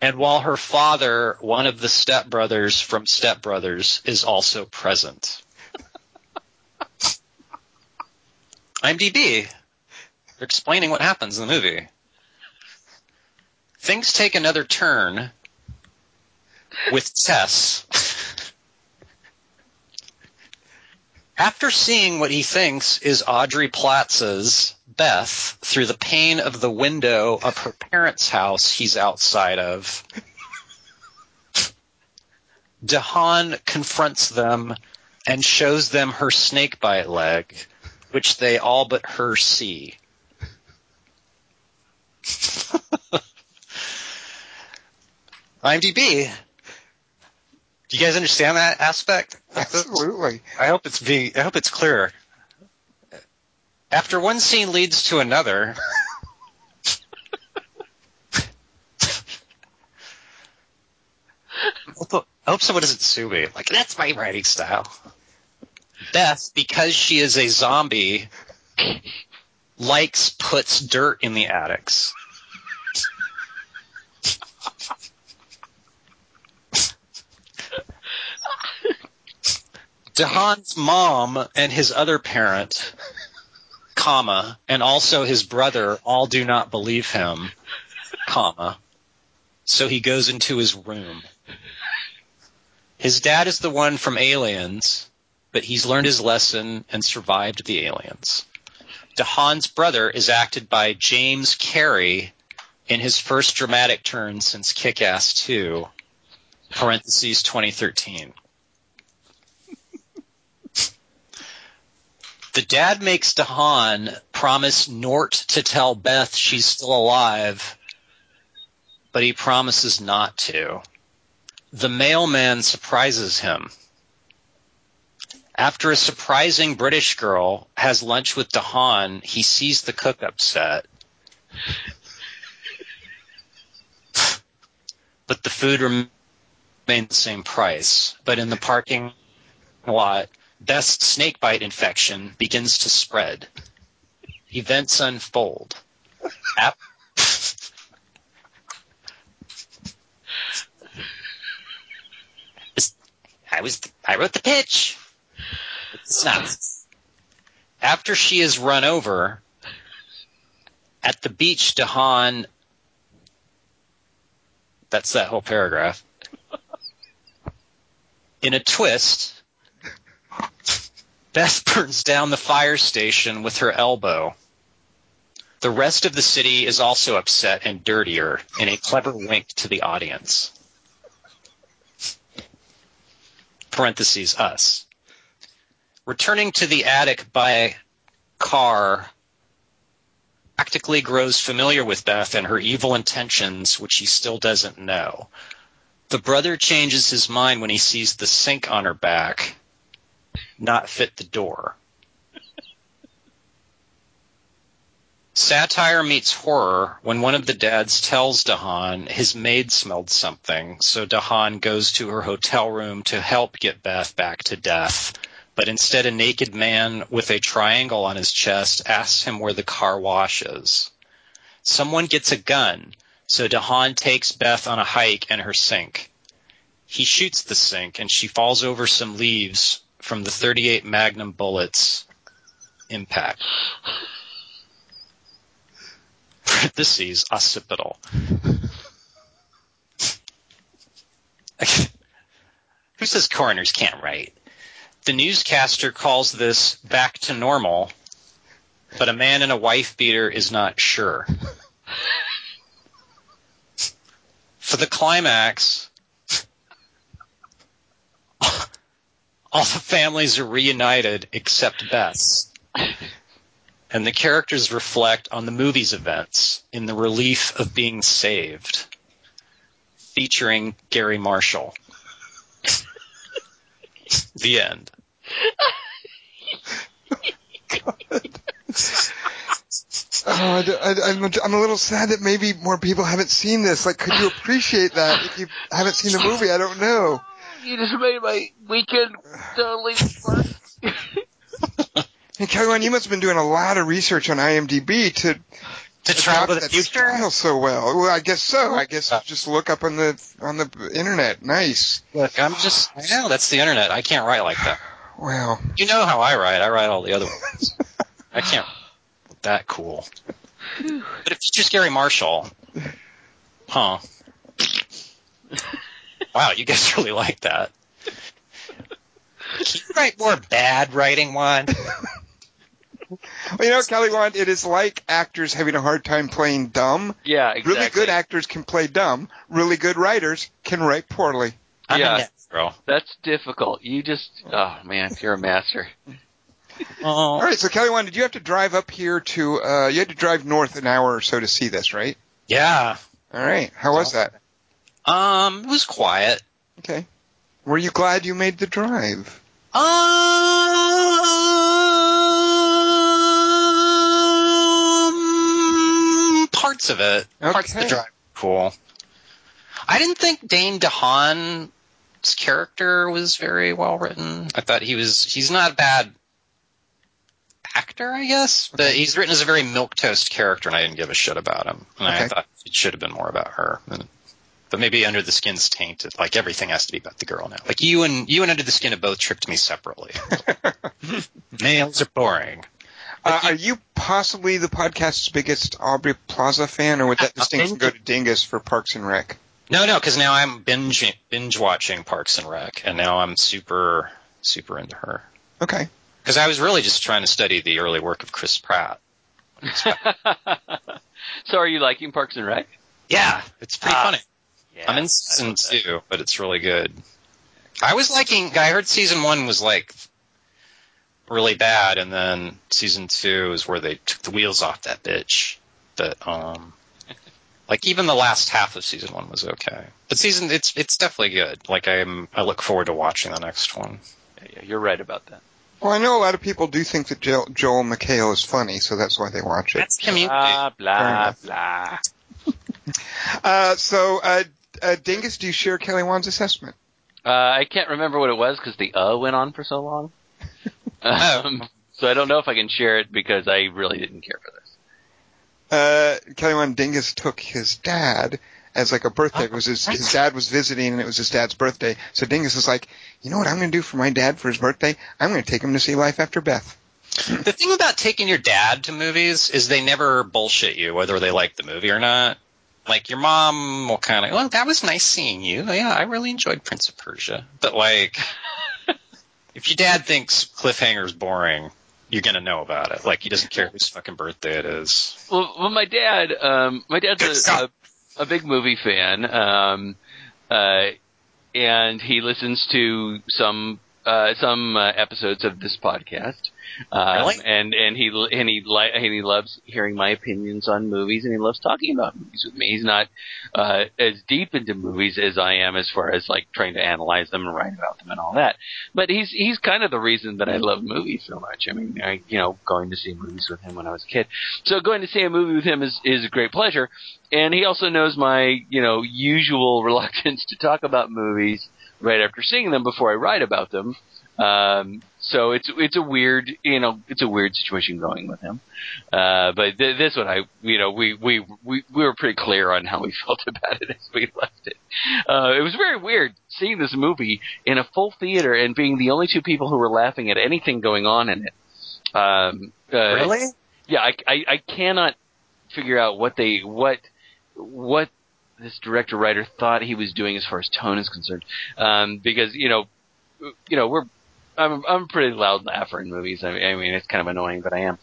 [SPEAKER 3] And while her father, one of the stepbrothers from Stepbrothers, is also present. IMDb. They're explaining what happens in the movie. Things take another turn with Tess. After seeing what he thinks is Audrey Platz's Beth through the pane of the window of her parents' house he's outside of, Dahan confronts them and shows them her snakebite leg, which they all but her see. IMDb. Do you guys understand that aspect?
[SPEAKER 2] Absolutely.
[SPEAKER 3] I hope it's being. I hope it's clear. After one scene leads to another. I hope someone doesn't sue me. Like that's my writing style. Beth, because she is a zombie, likes puts dirt in the attics. DeHaan's mom and his other parent, comma, and also his brother all do not believe him, comma. So he goes into his room. His dad is the one from Aliens, but he's learned his lesson and survived the aliens. DeHaan's brother is acted by James Carey in his first dramatic turn since Kick Ass 2, parentheses 2013. the dad makes DeHaan promise Nort to tell Beth she's still alive, but he promises not to. The mailman surprises him. After a surprising British girl has lunch with DeHaan, he sees the cook upset. but the food remains the same price. But in the parking lot, Beth's snakebite infection begins to spread. Events unfold. Ap- I was I wrote the pitch. It's not. After she is run over at the beach, Dahan. That's that whole paragraph. In a twist, Beth burns down the fire station with her elbow. The rest of the city is also upset and dirtier in a clever wink to the audience. Parentheses, us. Returning to the attic by car practically grows familiar with Beth and her evil intentions, which he still doesn't know. The brother changes his mind when he sees the sink on her back not fit the door. Satire meets horror when one of the dads tells Dahan his maid smelled something, so Dahan goes to her hotel room to help get Beth back to death. But instead, a naked man with a triangle on his chest asks him where the car wash is. Someone gets a gun, so Dahan takes Beth on a hike and her sink. He shoots the sink, and she falls over some leaves from the 38 Magnum bullets impact. Parentheses, occipital. Who says coroners can't write? The newscaster calls this back to normal, but a man in a wife beater is not sure. For the climax, all the families are reunited except Beth's. And the characters reflect on the movie's events in the relief of being saved, featuring Gary Marshall. the end.
[SPEAKER 2] Oh, I, do- I, I'm, a- I'm a little sad that maybe more people haven't seen this. Like, could you appreciate that if you haven't seen the movie? I don't know.
[SPEAKER 5] You just made my weekend totally work.
[SPEAKER 2] And Caroline, you must have been doing a lot of research on IMDb to
[SPEAKER 3] To travel to
[SPEAKER 2] adopt
[SPEAKER 3] the
[SPEAKER 2] that
[SPEAKER 3] future?
[SPEAKER 2] style so well. Well, I guess so. I guess just look up on the on the internet. Nice.
[SPEAKER 3] Look, I'm just, I know, that's the internet. I can't write like that.
[SPEAKER 2] Wow.
[SPEAKER 3] You know how I write. I write all the other ones. I can't. That cool. But if it's just Gary Marshall, huh? Wow, you guys really like that. Can you write more bad writing one?
[SPEAKER 2] Well, you know, Kelly Wand, it is like actors having a hard time playing dumb.
[SPEAKER 1] Yeah, exactly.
[SPEAKER 2] Really good actors can play dumb. Really good writers can write poorly.
[SPEAKER 3] I'm
[SPEAKER 1] Yeah.
[SPEAKER 3] a net girl.
[SPEAKER 1] That's difficult. You just, oh man, you're a master.
[SPEAKER 2] All
[SPEAKER 3] Oh,
[SPEAKER 2] right, so Kelly Wand, did you have to drive up here to? Uh, you had to drive north an hour or so to see this, right?
[SPEAKER 3] Yeah.
[SPEAKER 2] All right. How was that?
[SPEAKER 3] Um, it was quiet.
[SPEAKER 2] Okay. Were you glad you made the drive?
[SPEAKER 3] Um, parts of it. Parts of the
[SPEAKER 2] Okay.
[SPEAKER 3] drive. Cool. I didn't think Dane DeHaan's character was very well written. I thought he was. He's not a bad actor, I guess, but he's written as a very milquetoast character, and I didn't give a shit about him. And I
[SPEAKER 2] Okay.
[SPEAKER 3] thought it should have been more about her. And But maybe Under the Skin's tainted. Like everything has to be about the girl now. Like you and you and Under the Skin have both tripped me separately. Males are boring.
[SPEAKER 2] Uh, are you possibly the podcast's biggest Aubrey Plaza fan, or would that distinction go to Dingus for Parks and Rec?
[SPEAKER 3] No, no, because now I'm binge binge watching Parks and Rec, and now I'm super super into her.
[SPEAKER 2] Okay.
[SPEAKER 3] Because I was really just trying to study the early work of Chris Pratt.
[SPEAKER 4] so are you liking Parks and Rec?
[SPEAKER 3] Yeah, it's pretty
[SPEAKER 6] Ah,
[SPEAKER 3] funny.
[SPEAKER 6] Yeah,
[SPEAKER 3] I'm in
[SPEAKER 6] I
[SPEAKER 3] season
[SPEAKER 6] love that.
[SPEAKER 3] two, but it's really good. I was liking. I heard season one was like really bad, and then season two is where they took the wheels off that bitch. That um, like even the last half of season one was okay, but season it's it's definitely good. Like I'm I look forward to watching the next one.
[SPEAKER 6] Yeah, you're right about that.
[SPEAKER 2] Well, I know a lot of people do think that jo- Joel McHale is funny, so that's why they watch it.
[SPEAKER 3] That's community.
[SPEAKER 6] Blah
[SPEAKER 2] Fair
[SPEAKER 6] blah
[SPEAKER 2] enough.
[SPEAKER 6] blah.
[SPEAKER 2] Uh, so, uh, uh, Dingus, do you share Kelly Wan's assessment?
[SPEAKER 4] Uh, I can't remember what it was because the uh went on for so long. um, so I don't know if I can share it because I really didn't care for this.
[SPEAKER 2] Uh, Kelly Wan Dingus took his dad as like a birthday. It was his, his dad was visiting, and it was his dad's birthday. So Dingus was like, you know what I'm going to do for my dad for his birthday? I'm going to take him to see Life After Beth.
[SPEAKER 3] The thing about taking your dad to movies is they never bullshit you whether they like the movie or not. Like your mom will kind of, well, that was nice seeing you. Oh, Yeah, I really enjoyed Prince of Persia. But like, if your dad thinks Cliffhanger's boring, you're gonna know about it. Like he doesn't care whose fucking birthday it is.
[SPEAKER 4] Well, well my dad, um, my dad's a, a, a big movie fan, um, uh, and he listens to some uh, some uh, episodes of this podcast. Um,
[SPEAKER 3] Really?
[SPEAKER 4] And and he l- and he li- and he loves hearing my opinions on movies, and he loves talking about movies with me. He's not uh, as deep into movies as I am, as far as like trying to analyze them and write about them and all that. But he's he's kind of the reason that I love movies so much. I mean, I, you know, going to see movies with him when I was a kid. So going to see a movie with him is is a great pleasure, and he also knows my you know usual reluctance to talk about movies right after seeing them before I write about them. Um, so it's it's a weird you know it's a weird situation going with him. Uh, but th- this one I you know we, we we we were pretty clear on how we felt about it as we left it. Uh, it was very weird seeing this movie in a full theater and being the only two people who were laughing at anything going on in it. Um, uh, yeah, I, I, I cannot figure out what they what what this director writer thought he was doing as far as tone is concerned, um, because you know, you know we're I'm I'm a pretty loud laugher in movies. I mean, I mean it's kind of annoying, but I am.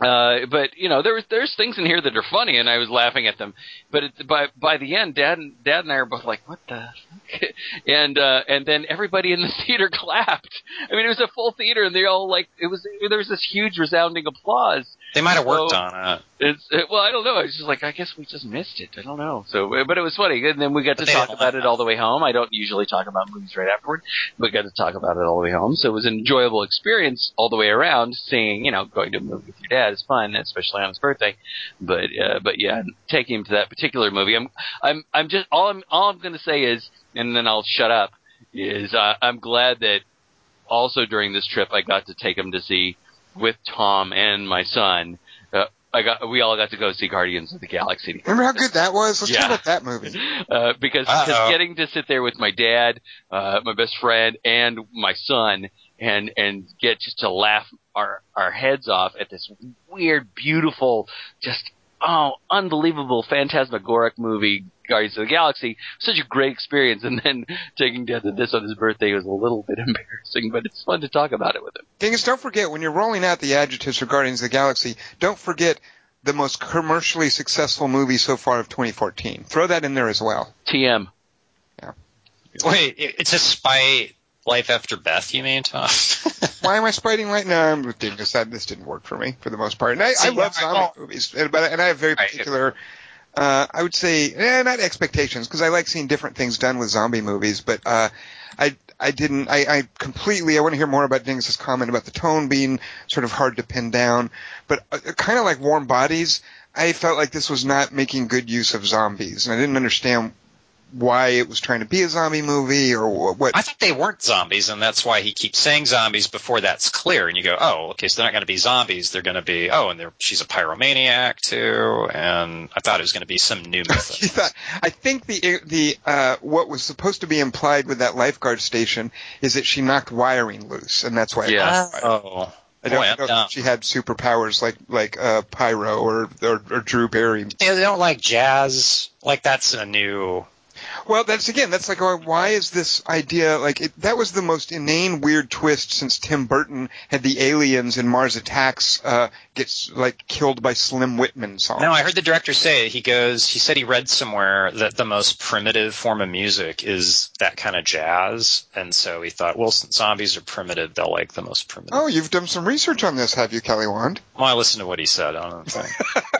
[SPEAKER 4] Uh, but you know, there was there's things in here that are funny, and I was laughing at them. But it, by by the end, Dad and Dad and I are both like, "What the?" Fuck? And uh, and then everybody in the theater clapped. I mean, it was a full theater, and they all like it was. There was this huge resounding applause,
[SPEAKER 3] They might have worked
[SPEAKER 4] So-
[SPEAKER 3] on it.
[SPEAKER 4] it's it, well, I don't know. I was just like, I guess we just missed it. I don't know. So, uh, but it was funny, and then we got to
[SPEAKER 3] They
[SPEAKER 4] talk
[SPEAKER 3] don't
[SPEAKER 4] about
[SPEAKER 3] like
[SPEAKER 4] it all the way home. I don't usually talk about movies right afterward, but got to talk about it all the way home. So it was an enjoyable experience all the way around. Seeing, you know, going to a movie with your dad is fun, especially on his birthday. But, uh, but yeah, taking him to that particular movie, I'm, I'm, I'm just all I'm all I'm going to say is, and then I'll shut up. Is uh, I'm glad that also during this trip I got to take him to see with Tom and my son. Uh, I got we all got to go see Guardians of the Galaxy
[SPEAKER 2] Remember how good that was? Let's
[SPEAKER 4] Yeah.
[SPEAKER 2] talk about that movie.
[SPEAKER 4] uh, because
[SPEAKER 3] Uh-oh.
[SPEAKER 4] because getting to sit there with my dad, uh, my best friend, and my son, and and get just to laugh our our heads off at this weird, beautiful, just oh unbelievable, phantasmagoric movie. Guardians of the Galaxy, such a great experience, and then taking Dad to this on his birthday was a little bit embarrassing, but it's fun to talk about it with him.
[SPEAKER 2] Dingus, don't forget when you're rolling out the adjectives for Guardians of the Galaxy, don't forget the most commercially successful movie so far of 2014. Throw that in there as well.
[SPEAKER 4] TM,
[SPEAKER 3] Wait, it- it's a spy life after Beth. You mean Tom?
[SPEAKER 2] Why am I spiting right now? I'm with Dingus. That, this didn't work for me for the most part. And I, I
[SPEAKER 3] See,
[SPEAKER 2] love
[SPEAKER 3] I-
[SPEAKER 2] zombie
[SPEAKER 3] well-
[SPEAKER 2] movies, and- but and I have very
[SPEAKER 3] Right.
[SPEAKER 2] particular. Uh, I would say eh, not expectations because I like seeing different things done with zombie movies, but uh, I I didn't I, I completely I want to hear more about Dingus's comment about the tone being sort of hard to pin down, but uh, kind of like Warm Bodies, I felt like this was not making good use of zombies, and I didn't understand why it was trying to be a zombie movie or wh- what.
[SPEAKER 3] I thought they weren't zombies, and that's why he keeps saying zombies before that's clear. And you go, oh, okay, so they're not going to be zombies. They're going to be, oh, and they're, she's a pyromaniac too. And I thought it was going to be some new
[SPEAKER 2] He
[SPEAKER 3] method.
[SPEAKER 2] thought, I think the the uh, what was supposed to be implied with that lifeguard station is that she knocked wiring loose, and that's why. it
[SPEAKER 4] Yeah.
[SPEAKER 2] caught fire.
[SPEAKER 3] oh,
[SPEAKER 2] I don't
[SPEAKER 3] boy, I'm
[SPEAKER 2] know if
[SPEAKER 3] dumb.
[SPEAKER 2] she had superpowers like like uh, Pyro or, or or Drew Barry.
[SPEAKER 3] Yeah, they don't like jazz. Like that's a new.
[SPEAKER 2] Well, that's again, that's like why- why is this idea like it, that was the most inane weird twist since Tim Burton had the aliens in Mars Attacks uh, gets like killed by Slim Whitman song.
[SPEAKER 3] No, I heard the director say he goes. He said he read somewhere that the most primitive form of music is that kind of jazz, and so he thought, well, since zombies are primitive, they'll like the most primitive.
[SPEAKER 2] Oh, you've done some research on this, have you, Kelly Wand?
[SPEAKER 3] Well, I listened to what he said. I don't think.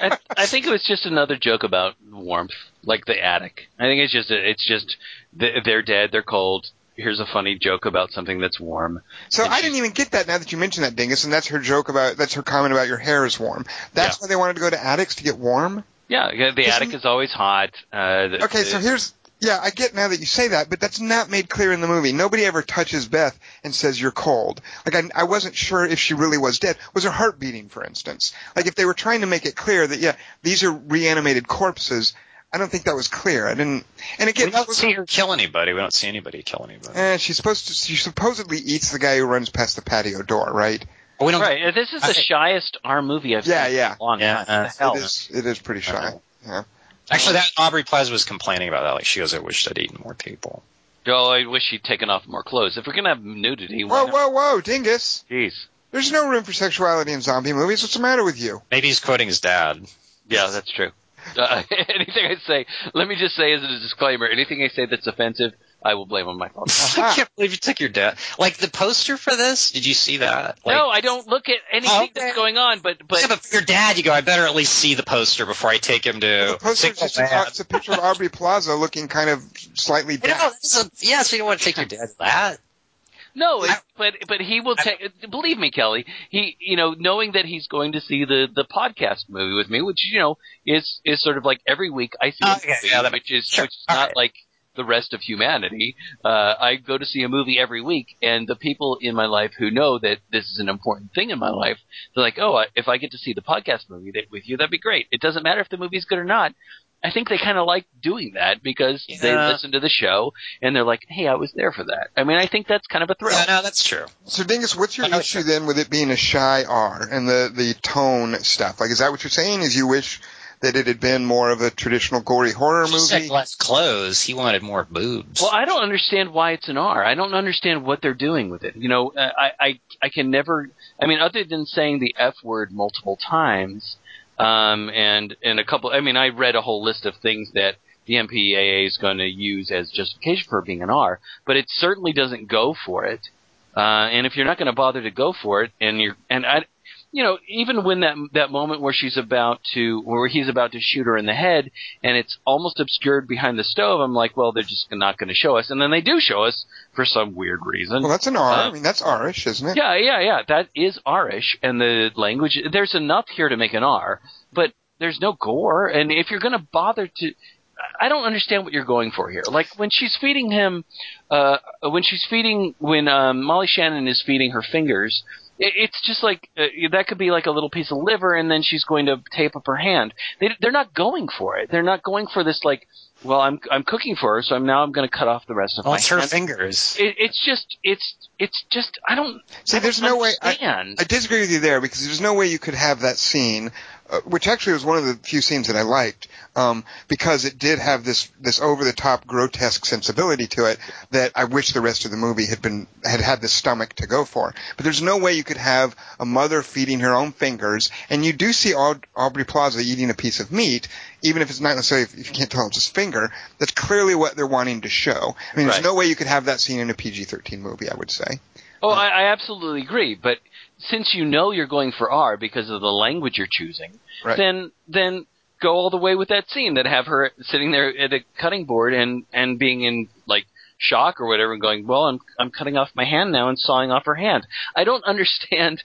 [SPEAKER 4] I, I think it was
[SPEAKER 7] just another joke about warmth, like the attic.
[SPEAKER 4] I think it's just it's just th- they're dead, they're cold. Here's a funny joke about something that's warm.
[SPEAKER 2] So
[SPEAKER 4] Did
[SPEAKER 2] I
[SPEAKER 4] she-
[SPEAKER 2] didn't even get that now that you mentioned that, Dingus, and that's her joke about that's her comment about your hair is warm. That's why they wanted to go to attics to get warm.
[SPEAKER 4] Yeah, yeah, the
[SPEAKER 2] Isn't-
[SPEAKER 4] attic is always hot. Uh, the,
[SPEAKER 2] Okay, so
[SPEAKER 4] the-
[SPEAKER 2] here's yeah, I get now that you say that, but that's not made clear in the movie. Nobody ever touches Beth and says you're cold. Like I, I wasn't sure if she really was dead. Was her heart beating, for instance? Like if they were trying to make it clear that yeah, these are reanimated corpses. I don't think that was clear. I didn't. And again,
[SPEAKER 3] we
[SPEAKER 2] this
[SPEAKER 3] don't
[SPEAKER 2] was-
[SPEAKER 3] see her kill anybody. We don't see anybody kill anybody.
[SPEAKER 2] eh, she's supposed to. She supposedly eats the guy who runs past the patio door, right?
[SPEAKER 3] we don't.
[SPEAKER 4] right. and This is the
[SPEAKER 3] I-
[SPEAKER 4] shyest R movie I've
[SPEAKER 2] Yeah,
[SPEAKER 4] seen
[SPEAKER 2] yeah.
[SPEAKER 4] in a long
[SPEAKER 3] Yeah,
[SPEAKER 4] time. What
[SPEAKER 3] uh,
[SPEAKER 4] the hell?
[SPEAKER 2] It is. It is pretty shy.
[SPEAKER 3] Uh-huh.
[SPEAKER 2] Yeah.
[SPEAKER 3] Actually, that Aubrey Plaza was complaining about that. Like she goes, "I wish I'd eaten more people."
[SPEAKER 4] Oh, I wish she'd taken off more clothes. If we're gonna have nudity, why
[SPEAKER 2] Whoa,
[SPEAKER 4] not?
[SPEAKER 2] whoa, whoa, Dingus!
[SPEAKER 4] Jeez.
[SPEAKER 2] There's no room for sexuality in zombie movies. What's the matter with you?
[SPEAKER 3] Maybe he's quoting his dad.
[SPEAKER 4] Yeah, that's true. Uh, anything I say, let me just say as a disclaimer, anything I say that's offensive, I will blame on my father.
[SPEAKER 2] Aha.
[SPEAKER 3] I can't believe you took your dad. Like the poster for this. Did you see that? Like,
[SPEAKER 4] no, I don't look at anything
[SPEAKER 3] Oh, okay.
[SPEAKER 4] that's going on, but but
[SPEAKER 3] yeah, but for your dad, you go. I better at least see the poster before I take him to.
[SPEAKER 2] The poster's
[SPEAKER 3] Sickle
[SPEAKER 2] just a,
[SPEAKER 3] Man."
[SPEAKER 2] it's a picture of Aubrey Plaza looking kind of slightly
[SPEAKER 3] I know,
[SPEAKER 2] down.
[SPEAKER 3] this is a- yeah, so you don't want to take your dad to that.
[SPEAKER 4] No,
[SPEAKER 3] I-
[SPEAKER 4] it, but but he will
[SPEAKER 3] I-
[SPEAKER 4] take. Believe me, Kelly. He, you know, knowing that he's going to see the the podcast movie with me, which you know is is sort of like every week I see a
[SPEAKER 3] Okay,
[SPEAKER 4] movie,
[SPEAKER 3] yeah, that
[SPEAKER 4] which is
[SPEAKER 3] sure,
[SPEAKER 4] which is
[SPEAKER 3] all
[SPEAKER 4] not
[SPEAKER 3] right.
[SPEAKER 4] like the rest of humanity. Uh, I go to see a movie every week, and the people in my life who know that this is an important thing in my life, they're like, "Oh, I- if I get to see the podcast movie that, with you, that'd be great." It doesn't matter if the movie's good or not. I think they kind of like doing that because they
[SPEAKER 3] Yeah.
[SPEAKER 4] listen to the show and they're like, "Hey, I was there for that." I mean, I think that's kind of a thrill.
[SPEAKER 3] Yeah, no, that's true.
[SPEAKER 2] So, Dingus, what's your
[SPEAKER 3] I know,
[SPEAKER 2] issue then with it being a shy R and the, the tone stuff? Like, is that what you're saying? Is you wish that it had been more of a traditional gory horror
[SPEAKER 3] She said
[SPEAKER 2] movie?
[SPEAKER 3] less clothes. He wanted more boobs.
[SPEAKER 4] Well, I don't understand why it's an R. I don't understand what they're doing with it. You know, uh, I I, I can never. I mean, other than saying the F word multiple times, um, and and a couple. I mean, I read a whole list of things that the MPAA is going to use as justification for being an R, but it certainly doesn't go for it. Uh, and if you're not going to bother to go for it, and you're and I. You know, even when that that moment where she's about to, where he's about to shoot her in the head, and it's almost obscured behind the stove. I'm like, well, they're just not going to show us, and then they do show us for some weird reason.
[SPEAKER 2] Well, that's an R. I
[SPEAKER 4] Uh,
[SPEAKER 2] mean, that's R-ish, isn't it?
[SPEAKER 4] yeah, yeah, yeah. That is Arish, and the language. There's enough here to make an R, but there's no gore. And if you're going to bother to, I don't understand what you're going for here. Like when she's feeding him, uh, when she's feeding, when um, Molly Shannon is feeding her fingers. i- It's just like uh, that could be like a little piece of liver, and then she's going to tape up her hand. They, they're not going for it. They're not going for this. Like, well, I'm I'm cooking for her, so I'm now I'm going to cut off the rest of
[SPEAKER 3] Well,
[SPEAKER 4] my
[SPEAKER 3] it's her
[SPEAKER 4] hand.
[SPEAKER 3] fingers.
[SPEAKER 4] It, it's just it's it's just I don't
[SPEAKER 2] See,
[SPEAKER 4] I
[SPEAKER 2] there's
[SPEAKER 4] don't
[SPEAKER 2] no way. I,
[SPEAKER 4] understand.
[SPEAKER 2] I disagree with you there because there's no way you could have that scene, uh, which actually was one of the few scenes that I liked, um, because it did have this this over the top grotesque sensibility to it that I wish the rest of the movie had been had had the stomach to go for. But there's no way you could have a mother feeding her own fingers, and you do see Au- Aubrey Plaza eating a piece of meat, even if it's not necessarily if you can't tell it's his finger. That's clearly what they're wanting to show. I mean,
[SPEAKER 4] Right.
[SPEAKER 2] there's no way you could have that scene in a PG-13 movie. I would say.
[SPEAKER 4] Oh, I, I absolutely agree. But since you know you're going for R because of the language you're choosing,
[SPEAKER 2] Right.
[SPEAKER 4] then then go all the way with that scene that have her sitting there at a cutting board and and being in like shock or whatever and going, well, I'm I'm cutting off my hand now and sawing off her hand. I don't understand.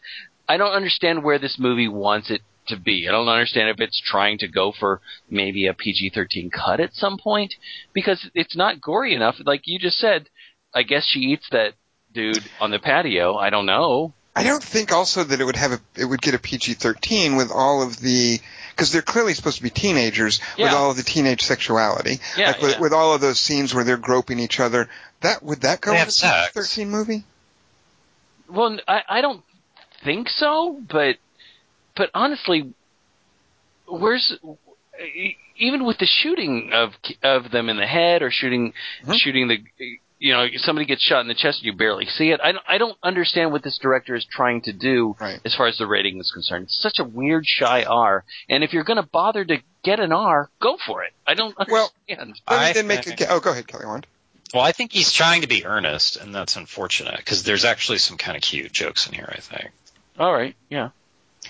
[SPEAKER 4] I don't understand where this movie wants it to be. I don't understand if it's trying to go for maybe a PG-13 cut at some point because it's not gory enough. Like you just said, I guess she eats that dude on the patio. I don't know.
[SPEAKER 2] I don't think also that it would have a it would get a PG-13 with all of the because they're clearly supposed to be teenagers with
[SPEAKER 4] Yeah.
[SPEAKER 2] all of the teenage sexuality.
[SPEAKER 4] Yeah,
[SPEAKER 2] like with,
[SPEAKER 4] yeah.
[SPEAKER 2] with all of those scenes where they're groping each other. That would that go
[SPEAKER 3] They
[SPEAKER 2] with
[SPEAKER 3] have
[SPEAKER 2] a
[SPEAKER 3] sex.
[SPEAKER 2] PG-13 movie?
[SPEAKER 4] Well, I, I don't think so, but but honestly, where's e- even with the shooting of of them in the head or shooting
[SPEAKER 2] Mhm.
[SPEAKER 4] shooting the you know somebody gets shot in the chest and you barely see it. I don't, I don't understand what this director is trying to do
[SPEAKER 2] Right.
[SPEAKER 4] as far as the rating is concerned. It's such a weird shy R, and if you're going to bother to get an R, go for it. I don't
[SPEAKER 2] Well,
[SPEAKER 4] understand.
[SPEAKER 2] Let me
[SPEAKER 3] I
[SPEAKER 2] then make a
[SPEAKER 3] think-
[SPEAKER 2] ca- oh go ahead Kelly Wand.
[SPEAKER 3] Well, I think he's trying to be earnest, and that's unfortunate because there's actually some kind of cute jokes in here. I think.
[SPEAKER 4] All right, yeah.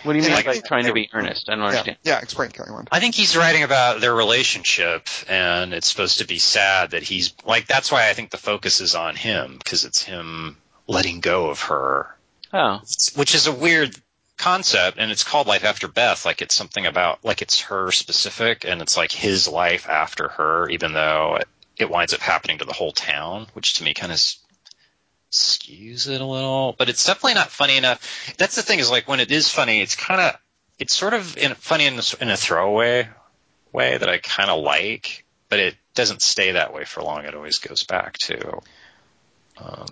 [SPEAKER 4] What do you
[SPEAKER 2] And
[SPEAKER 4] mean
[SPEAKER 2] I
[SPEAKER 4] by
[SPEAKER 2] think-
[SPEAKER 4] trying to be earnest? I don't
[SPEAKER 2] Yeah,
[SPEAKER 4] understand.
[SPEAKER 2] yeah, explain Kelly Wand.
[SPEAKER 3] I think he's writing about their relationship, and it's supposed to be sad that he's like. That's why I think the focus is on him because it's him letting go of her,
[SPEAKER 4] Oh,
[SPEAKER 3] which is a weird concept, and it's called Life After Beth. Like it's something about like it's her specific, and it's like his life after her, even though it, it winds up happening to the whole town, which to me kind of skews it a little. But it's definitely not funny enough. That's the thing is like when it is funny, it's kind of it's sort of in, funny in, this, in a throwaway way that I kind of like, but it doesn't stay that way for long. It always goes back to um,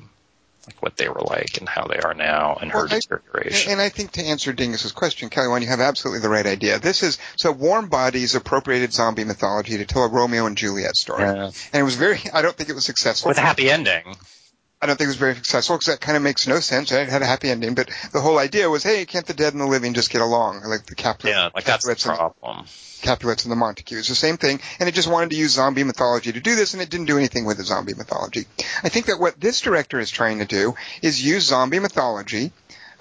[SPEAKER 3] like what they were like and how they are now and her
[SPEAKER 2] Well, I- And,
[SPEAKER 3] deterioration.
[SPEAKER 2] and I think to answer Dingus's question, Kelly Wand, you have absolutely the right idea. This is so warm bodies appropriated zombie mythology to tell a Romeo and Juliet story,
[SPEAKER 3] Yeah.
[SPEAKER 2] and it was very. I don't think it was successful.
[SPEAKER 3] With a happy ending.
[SPEAKER 2] I don't think it was very successful because that kind of makes no sense. It had a happy ending, but the whole idea was, hey, can't the dead and the living just get along? Like the Capulet,
[SPEAKER 3] Yeah, like that's the
[SPEAKER 2] Capulets, and,
[SPEAKER 3] problem.
[SPEAKER 2] Capulets and the Montagues, the same thing. And it just wanted to use zombie mythology to do this, and it didn't do anything with the zombie mythology. I think that what this director is trying to do is use zombie mythology,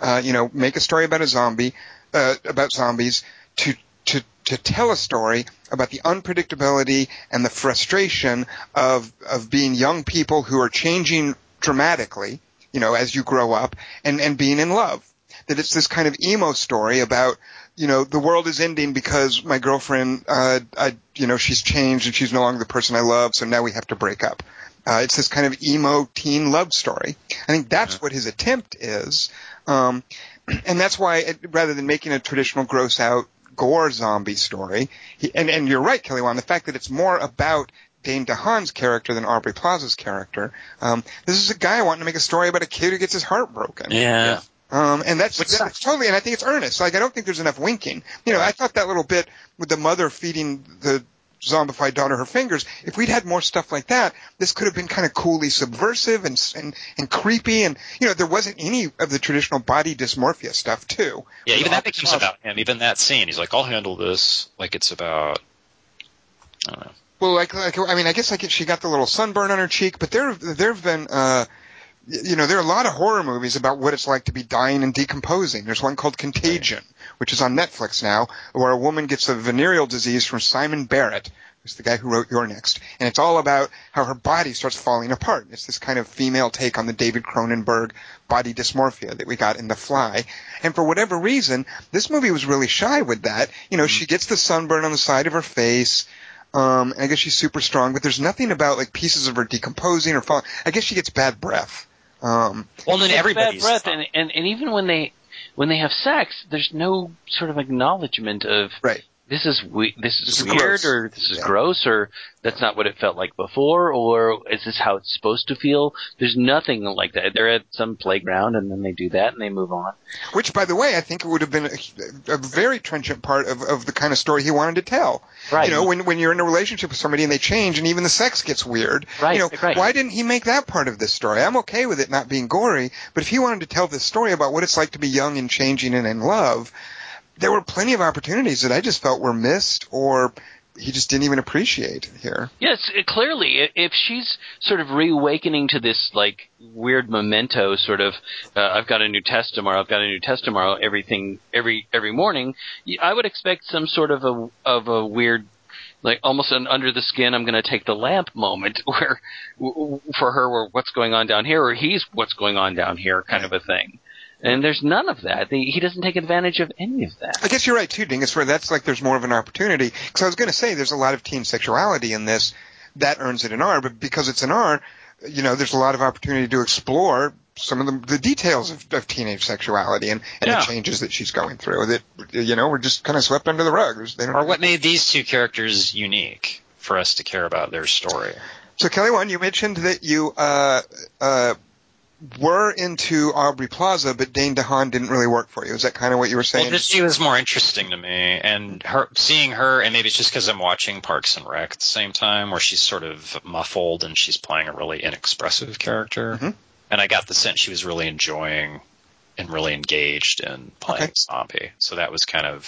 [SPEAKER 2] uh, you know, make a story about a zombie, uh, about zombies, to to to tell a story about the unpredictability and the frustration of of being young people who are changing dramatically, you know, as you grow up, and and being in love. That it's this kind of emo story about. You know, the world is ending because my girlfriend, uh, I, you know, she's changed and she's no longer the person I love, so now we have to break up. Uh, it's this kind of emo teen love story. I think that's what his attempt is, um, and that's why it, rather than making a traditional gross out gore zombie story, he, and and you're right, Kelly Wan, the fact that it's more about Dane DeHaan's character than Aubrey Plaza's character. Um, this is a guy wanting to make a story about a kid who gets his heart broken.
[SPEAKER 3] Yeah.
[SPEAKER 2] Um, and that's,
[SPEAKER 3] Which
[SPEAKER 2] that's
[SPEAKER 3] sucks.
[SPEAKER 2] totally, and I think it's earnest. Like, I don't think there's enough winking. You know, I thought that little bit with the mother feeding the zombified daughter her fingers, if we'd had more stuff like that, this could have been kind of coolly subversive and, s- and, and creepy. And, you know, there wasn't any of the traditional body dysmorphia stuff, too.
[SPEAKER 3] Yeah, even that becomes
[SPEAKER 2] Awesome.
[SPEAKER 3] about him. Even that scene, he's like, "I'll handle this." Like it's about, I don't know.
[SPEAKER 2] Well, like, like I mean, I guess like she got the little sunburn on her cheek, but there there have been uh, y- you know there are a lot of horror movies about what it's like to be dying and decomposing. There's one called Contagion, which is on Netflix now, where a woman gets a venereal disease from Simon Barrett. who's the guy who wrote Your Next, and it's all about how her body starts falling apart. It's this kind of female take on the David Cronenberg body dysmorphia that we got in The Fly. And for whatever reason, this movie was really shy with that. You know, she gets the sunburn on the side of her face. Um, and I guess she's super strong, but there's nothing about like pieces of her decomposing or falling. I guess she gets bad breath. Um,
[SPEAKER 3] Well, then
[SPEAKER 4] It's
[SPEAKER 3] everybody's
[SPEAKER 4] bad breath, and, and and even when they when they have sex, there's no sort of acknowledgement of
[SPEAKER 2] Right.
[SPEAKER 4] This is we- this is
[SPEAKER 2] This is
[SPEAKER 4] weird,
[SPEAKER 2] gross.
[SPEAKER 4] or this is
[SPEAKER 2] Yeah.
[SPEAKER 4] gross, or that's not what it felt like before, or is this how it's supposed to feel? There's nothing like that. They're at some playground, and then they do that, and they move on.
[SPEAKER 2] which, by the way, I think would have been a, a very trenchant part of, of the kind of story he wanted to tell.
[SPEAKER 4] Right.
[SPEAKER 2] You know, when when you're in a relationship with somebody and they change, and even the sex gets weird.
[SPEAKER 4] Right,
[SPEAKER 2] You know,
[SPEAKER 4] right.
[SPEAKER 2] why didn't he make that part of this story? I'm okay with it not being gory, but if he wanted to tell this story about what it's like to be young and changing and in love, there were plenty of opportunities that I just felt were missed or he just didn't even appreciate here.
[SPEAKER 4] Yes, it, clearly, i- if she's sort of reawakening to this like weird memento, sort of, uh, I've got a new test tomorrow, I've got a new test tomorrow, everything every every morning, y- I would expect some sort of a of a weird, like almost an under the skin, I'm going to take the lamp moment, where w- w- for her, where what's going on down here, or he's what's going on down here, kind of a thing. And there's none of that. The, he doesn't take advantage of any of that.
[SPEAKER 2] I guess you're right too, Dingus. Where that's like there's more of an opportunity because I was going to say there's a lot of teen sexuality in this that earns it an R, but because it's an R, you know, there's a lot of opportunity to explore some of the, the details of, of teenage sexuality and, and
[SPEAKER 3] Yeah.
[SPEAKER 2] the changes that she's going through that you know were just kind of swept under the rug. There's- They don't
[SPEAKER 3] Or what made these two characters unique for us to care about their story?
[SPEAKER 2] So Kelly, one, you mentioned that you uh, uh, were into Aubrey Plaza, but Dane DeHaan didn't really work for you. Is that kind of what you were saying?
[SPEAKER 3] Well, just she was more interesting to me, and her seeing her, and maybe it's just because I'm watching Parks and Rec at the same time, where she's sort of muffled and she's playing a really inexpressive character,
[SPEAKER 2] Mhm.
[SPEAKER 3] and I got the sense she was really enjoying and really engaged in playing
[SPEAKER 2] Okay.
[SPEAKER 3] zombie. So that was kind of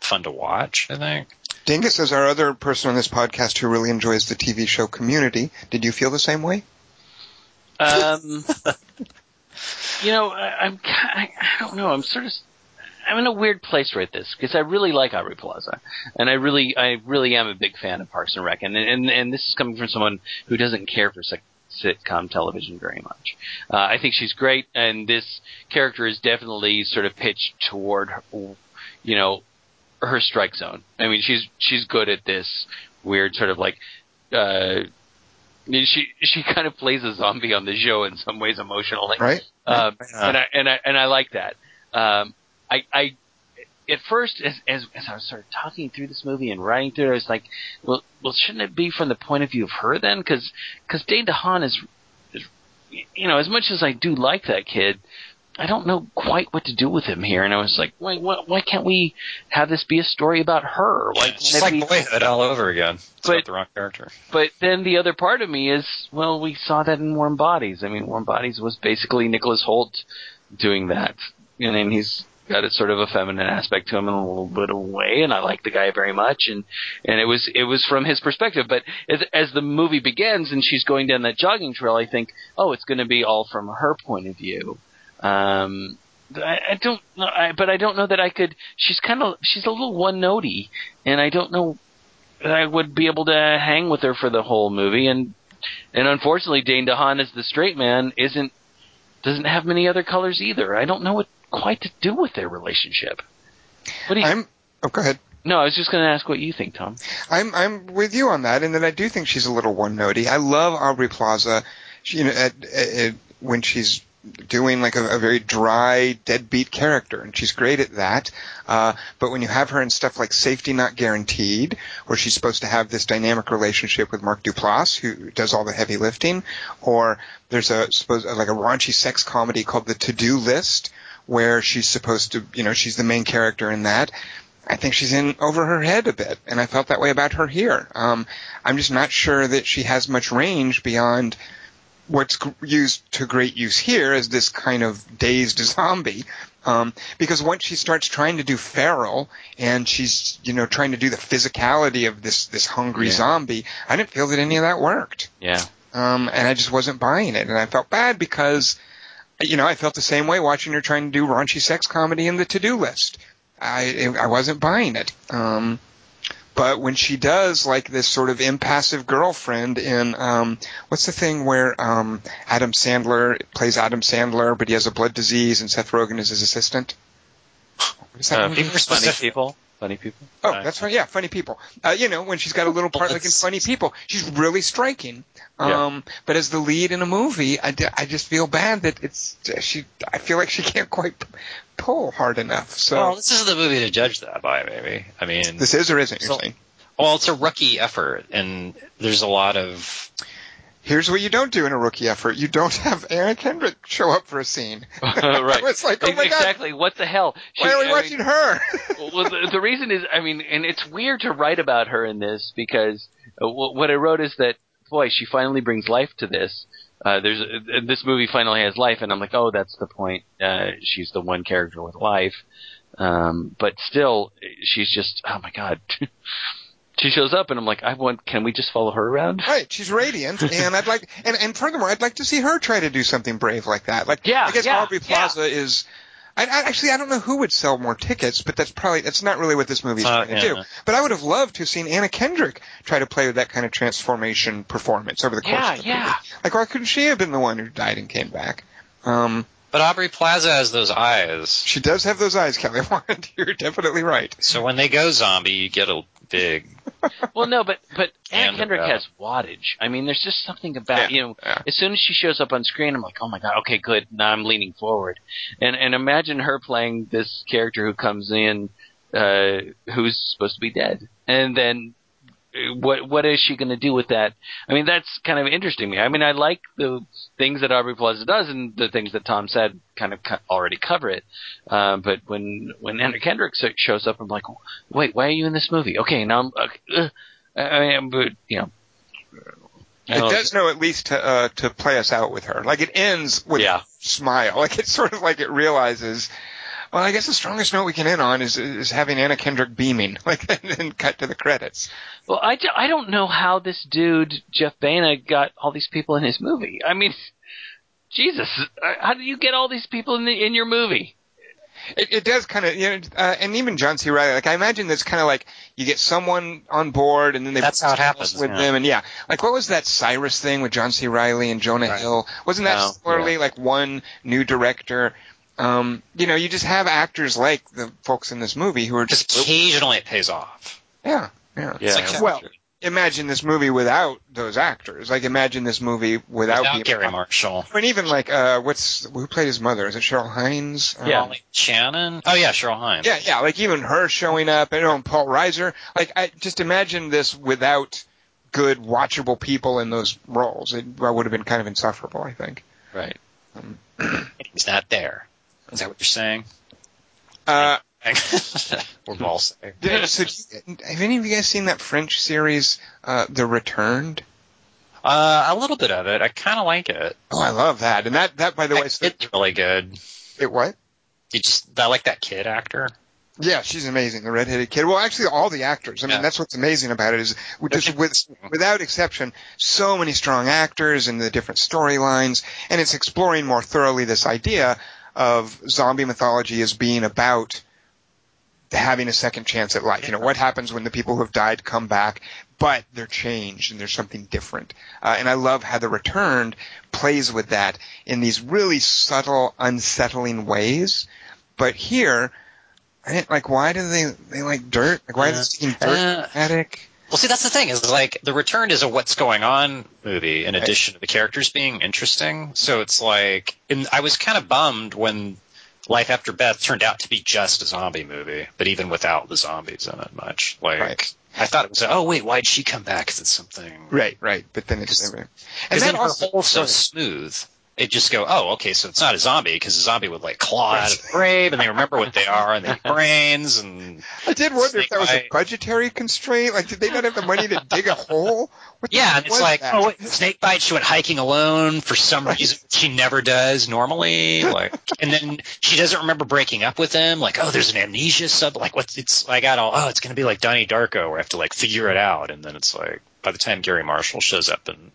[SPEAKER 3] fun to watch. I think.
[SPEAKER 2] Dingus is our other person on this podcast who really enjoys the TV show Community. Did you feel the same way?
[SPEAKER 4] Um, you know, I, I'm ki- I, I don't know. I'm sort of I'm in a weird place right this because I really like Aubrey Plaza, and I really I really am a big fan of Parks and Rec, and and and this is coming from someone who doesn't care for sec- sitcom television very much. Uh, I think she's great, and this character is definitely sort of pitched toward you know her strike zone. I mean, she's she's good at this weird sort of like. Uh, I mean, she she kind of plays a zombie on the show in some ways emotionally,
[SPEAKER 2] Right?
[SPEAKER 4] um,
[SPEAKER 3] Yeah.
[SPEAKER 4] and I and I and I like that. Um, I I at first as, as as I was sort of talking through this movie and writing through it, I was like, well, well, shouldn't it be from the point of view of her then? Because because Dane DeHaan is, is, you know, as much as I do like that kid. I don't know quite what to do with him here, and I was like, why, why, why can't we have this be a story about her? Why can't
[SPEAKER 3] It's
[SPEAKER 4] it
[SPEAKER 3] just like
[SPEAKER 4] be-
[SPEAKER 3] Boyhood all over again. It's
[SPEAKER 4] But-
[SPEAKER 3] about the wrong character.
[SPEAKER 4] but then the other part of me is, well, we saw that in Warm Bodies. I mean, Warm Bodies was basically Nicholas Holt doing that, and then he's got a sort of a feminine aspect to him in a little bit of a way. And I like the guy very much, and and it was it was from his perspective. But as as the movie begins and she's going down that jogging trail, I think, oh, it's going to be all from her point of view. Um, I, I don't know, I, but I don't know that I could. She's kind of she's a little one notey, and I don't know that I would be able to hang with her for the whole movie. And and unfortunately, Dane DeHaan as the straight man isn't doesn't have many other colors either. I don't know what quite to do with their relationship. What do you?
[SPEAKER 2] I'm. Oh, go ahead.
[SPEAKER 4] no, I was just going to ask what you think, Tom.
[SPEAKER 2] I'm I'm with you on that, and that I do think she's a little one notey. I love Aubrey Plaza, she, you know, at, at, at, when she's doing like a, a very dry, deadbeat character, and she's great at that. Uh, but when you have her in stuff like Safety Not Guaranteed, where she's supposed to have this dynamic relationship with Mark Duplass, who does all the heavy lifting, or there's a suppose like a raunchy sex comedy called The To Do List, where she's supposed to, you know, she's the main character in that. I think she's in over her head a bit, and I felt that way about her here. Um, I'm just not sure that she has much range beyond what's g- used to great use here as this kind of dazed zombie. Um, because once she starts trying to do feral and she's you know trying to do the physicality of this this hungry
[SPEAKER 4] Yeah.
[SPEAKER 2] zombie, I didn't feel that any of that worked
[SPEAKER 4] Yeah.
[SPEAKER 2] um, and I just wasn't buying it, and I felt bad because, you know, I felt the same way watching her trying to do raunchy sex comedy in the To Do List. I I wasn't buying it. Um, but when she does like this sort of impassive girlfriend in um, what's the thing where um, Adam Sandler plays Adam Sandler, but he has a blood disease, and Seth Rogen is his assistant. What is that
[SPEAKER 3] Uh,
[SPEAKER 2] movie?
[SPEAKER 3] be more
[SPEAKER 8] Funny
[SPEAKER 3] specific.
[SPEAKER 8] people. Funny people.
[SPEAKER 2] Oh,
[SPEAKER 3] Uh,
[SPEAKER 2] that's right. Yeah, funny people. Uh, you know, when she's got a little part like in
[SPEAKER 3] That's-
[SPEAKER 2] Funny People, she's really striking. Um, But as the lead in a movie, I, d- I just feel bad that it's she. I feel like she can't quite p- pull hard enough. So
[SPEAKER 3] Well, this is the movie to judge that by, maybe. I mean,
[SPEAKER 2] this is or isn't. You're
[SPEAKER 3] So-
[SPEAKER 2] saying.
[SPEAKER 3] well, it's a rookie effort, and there's a lot of
[SPEAKER 2] Here's what you don't do in a rookie effort. You don't have Anna Kendrick show up for a scene.
[SPEAKER 4] right.
[SPEAKER 2] I was like, oh my god,
[SPEAKER 4] exactly. What the hell?
[SPEAKER 2] why are
[SPEAKER 4] I
[SPEAKER 2] we
[SPEAKER 4] mean-
[SPEAKER 2] watching her?
[SPEAKER 4] well, the, the reason is, I mean, and it's weird to write about her in this because uh, wh- what I wrote is that boy, she finally brings life to this. Uh, there's uh, this movie finally has life, and I'm like, oh, that's the point. Uh, she's the one character with life, um, but still, she's just oh my god. she shows up, and I'm like, I want. Can we just follow her around?
[SPEAKER 2] Right, she's radiant, and I'd like, and, and furthermore, I'd like to see her try to do something brave like that. Like,
[SPEAKER 4] Yeah,
[SPEAKER 2] I guess
[SPEAKER 4] yeah,
[SPEAKER 2] Aubrey
[SPEAKER 4] yeah.
[SPEAKER 2] Plaza is. I, I actually I don't know who would sell more tickets, but that's probably that's not really what this movie is
[SPEAKER 3] Uh,
[SPEAKER 2] trying to do.
[SPEAKER 3] yeah.
[SPEAKER 2] But I would have loved to have seen Anna Kendrick try to play with that kind of transformation performance over the course
[SPEAKER 4] Yeah,
[SPEAKER 2] of the
[SPEAKER 4] yeah.
[SPEAKER 2] movie. Like, why couldn't she have been the one who died and came back? Um,
[SPEAKER 3] But Aubrey Plaza has those eyes,
[SPEAKER 2] She does have those eyes, Kelly Warren. You're definitely right.
[SPEAKER 3] so when they go zombie, you get a big.
[SPEAKER 4] Well, no, but but Anna
[SPEAKER 3] And
[SPEAKER 4] Kendrick
[SPEAKER 3] about-
[SPEAKER 4] has wattage. I mean, there's just something about
[SPEAKER 2] Yeah,
[SPEAKER 4] you know.
[SPEAKER 2] yeah.
[SPEAKER 4] As soon as she shows up on screen, I'm like, oh my god, okay, good. Now I'm leaning forward, and and imagine her playing this character who comes in, uh, who's supposed to be dead, and then uh, what what is she going to do with that? I mean, that's kind of interesting to me. I mean, I like the things that Aubrey Plaza does and the things that Tom said kind of co- already cover it. Um, but when when Anna Kendrick so- shows up, I'm like, wait, why are you in this movie? Okay, now I'm. Uh, uh, I mean, I'm- but you know,
[SPEAKER 2] It does know at least to uh, to play us out with her. Like it ends with
[SPEAKER 3] Yeah.
[SPEAKER 2] a smile. Like it's sort of like it realizes. Well, I guess the strongest note we can end on is is having Anna Kendrick beaming, like and then cut to the credits.
[SPEAKER 4] well, I, do, I don't know how this dude Jeff Bana got all these people in his movie. I mean, Jesus, uh, how do you get all these people in the, in your movie?
[SPEAKER 2] It, it does kind of, you know, uh, and even John C. Riley. Like I imagine that's kind of like you get someone on board, and then they
[SPEAKER 3] That's how it happens,
[SPEAKER 2] with
[SPEAKER 3] yeah.
[SPEAKER 2] them, and yeah, like what was that Cyrus thing with John C. Riley and Jonah
[SPEAKER 3] Right.
[SPEAKER 2] Hill? Wasn't that
[SPEAKER 3] Oh,
[SPEAKER 2] similarly like one new director? Um, you know, you just have actors like the folks in this movie who are
[SPEAKER 3] Because
[SPEAKER 2] just
[SPEAKER 3] occasionally it pays off.
[SPEAKER 2] yeah, yeah.
[SPEAKER 9] Yeah.
[SPEAKER 3] It's like
[SPEAKER 2] Well, imagine this movie without those actors. Like imagine this movie without,
[SPEAKER 3] without
[SPEAKER 2] people-
[SPEAKER 3] Gary Marshall.
[SPEAKER 2] I mean, even like uh, what's who played his mother? Is it Cheryl Hines? Um,
[SPEAKER 3] Molly Shannon. Oh yeah, Cheryl Hines.
[SPEAKER 2] Yeah, yeah, like even her showing up and on Paul Reiser. Like I just imagine this without good watchable people in those roles. It would have been kind of insufferable, I think.
[SPEAKER 4] Right.
[SPEAKER 3] He's not there. Is that what you're saying?
[SPEAKER 2] Uh,
[SPEAKER 3] We're all saying.
[SPEAKER 2] did, so do you- have any of you guys seen that French series, uh, The Returned?
[SPEAKER 3] Uh, a little bit of it. I kind of like it.
[SPEAKER 2] Oh, I love that. And that, that by the
[SPEAKER 3] That
[SPEAKER 2] way, so,
[SPEAKER 3] kid's really good.
[SPEAKER 2] it what?
[SPEAKER 3] You just I like that kid actor.
[SPEAKER 2] Yeah, she's amazing. The redheaded kid. Well, actually, all the actors. I mean,
[SPEAKER 3] Yeah.
[SPEAKER 2] that's what's amazing about it is we just with without exception, so many strong actors and the different storylines, and it's exploring more thoroughly this idea of zombie mythology as being about having a second chance at life. You know, what happens when the people who have died come back, but they're changed and there's something different. Uh, and I love how The Returned plays with that in these really subtle, unsettling ways. But here, I didn't, like, why do they, they like dirt? Like, why are they
[SPEAKER 3] Yeah.
[SPEAKER 2] sticking dirt in
[SPEAKER 3] Uh,
[SPEAKER 2] the attic?
[SPEAKER 3] Well, see, that's the thing is like the return is a what's going on movie in
[SPEAKER 2] Right.
[SPEAKER 3] addition to the characters being interesting. So it's like, and I was kind of bummed when Life After Beth turned out to be just a zombie movie, but even without the zombies in it much. Like,
[SPEAKER 2] Right.
[SPEAKER 3] I thought it was, oh wait, why'd she come back? Is it something?
[SPEAKER 2] Right, right. But then it's
[SPEAKER 3] Because-
[SPEAKER 2] and
[SPEAKER 3] And
[SPEAKER 2] that
[SPEAKER 3] then her
[SPEAKER 2] also-
[SPEAKER 3] whole so smooth. It just go, oh, okay, so it's not a zombie because a zombie would like claw out of the grave and they remember what they are and they have brains and
[SPEAKER 2] I did wonder if
[SPEAKER 3] snake
[SPEAKER 2] that was a
[SPEAKER 3] bite.
[SPEAKER 2] budgetary constraint. Like, did they not have the money to dig a hole? What the
[SPEAKER 3] Yeah,
[SPEAKER 2] heck
[SPEAKER 3] and it's
[SPEAKER 2] was
[SPEAKER 3] like,
[SPEAKER 2] that?
[SPEAKER 3] oh, wait, snake bite. She went hiking alone for some reason she never does normally. Like, and then she doesn't remember breaking up with him. Like, oh, there's an amnesia sub. Like, what's it's? I got all. Oh, it's gonna be like Donnie Darko, where I have to like figure it out. And then it's like, by the time Gary Marshall shows up and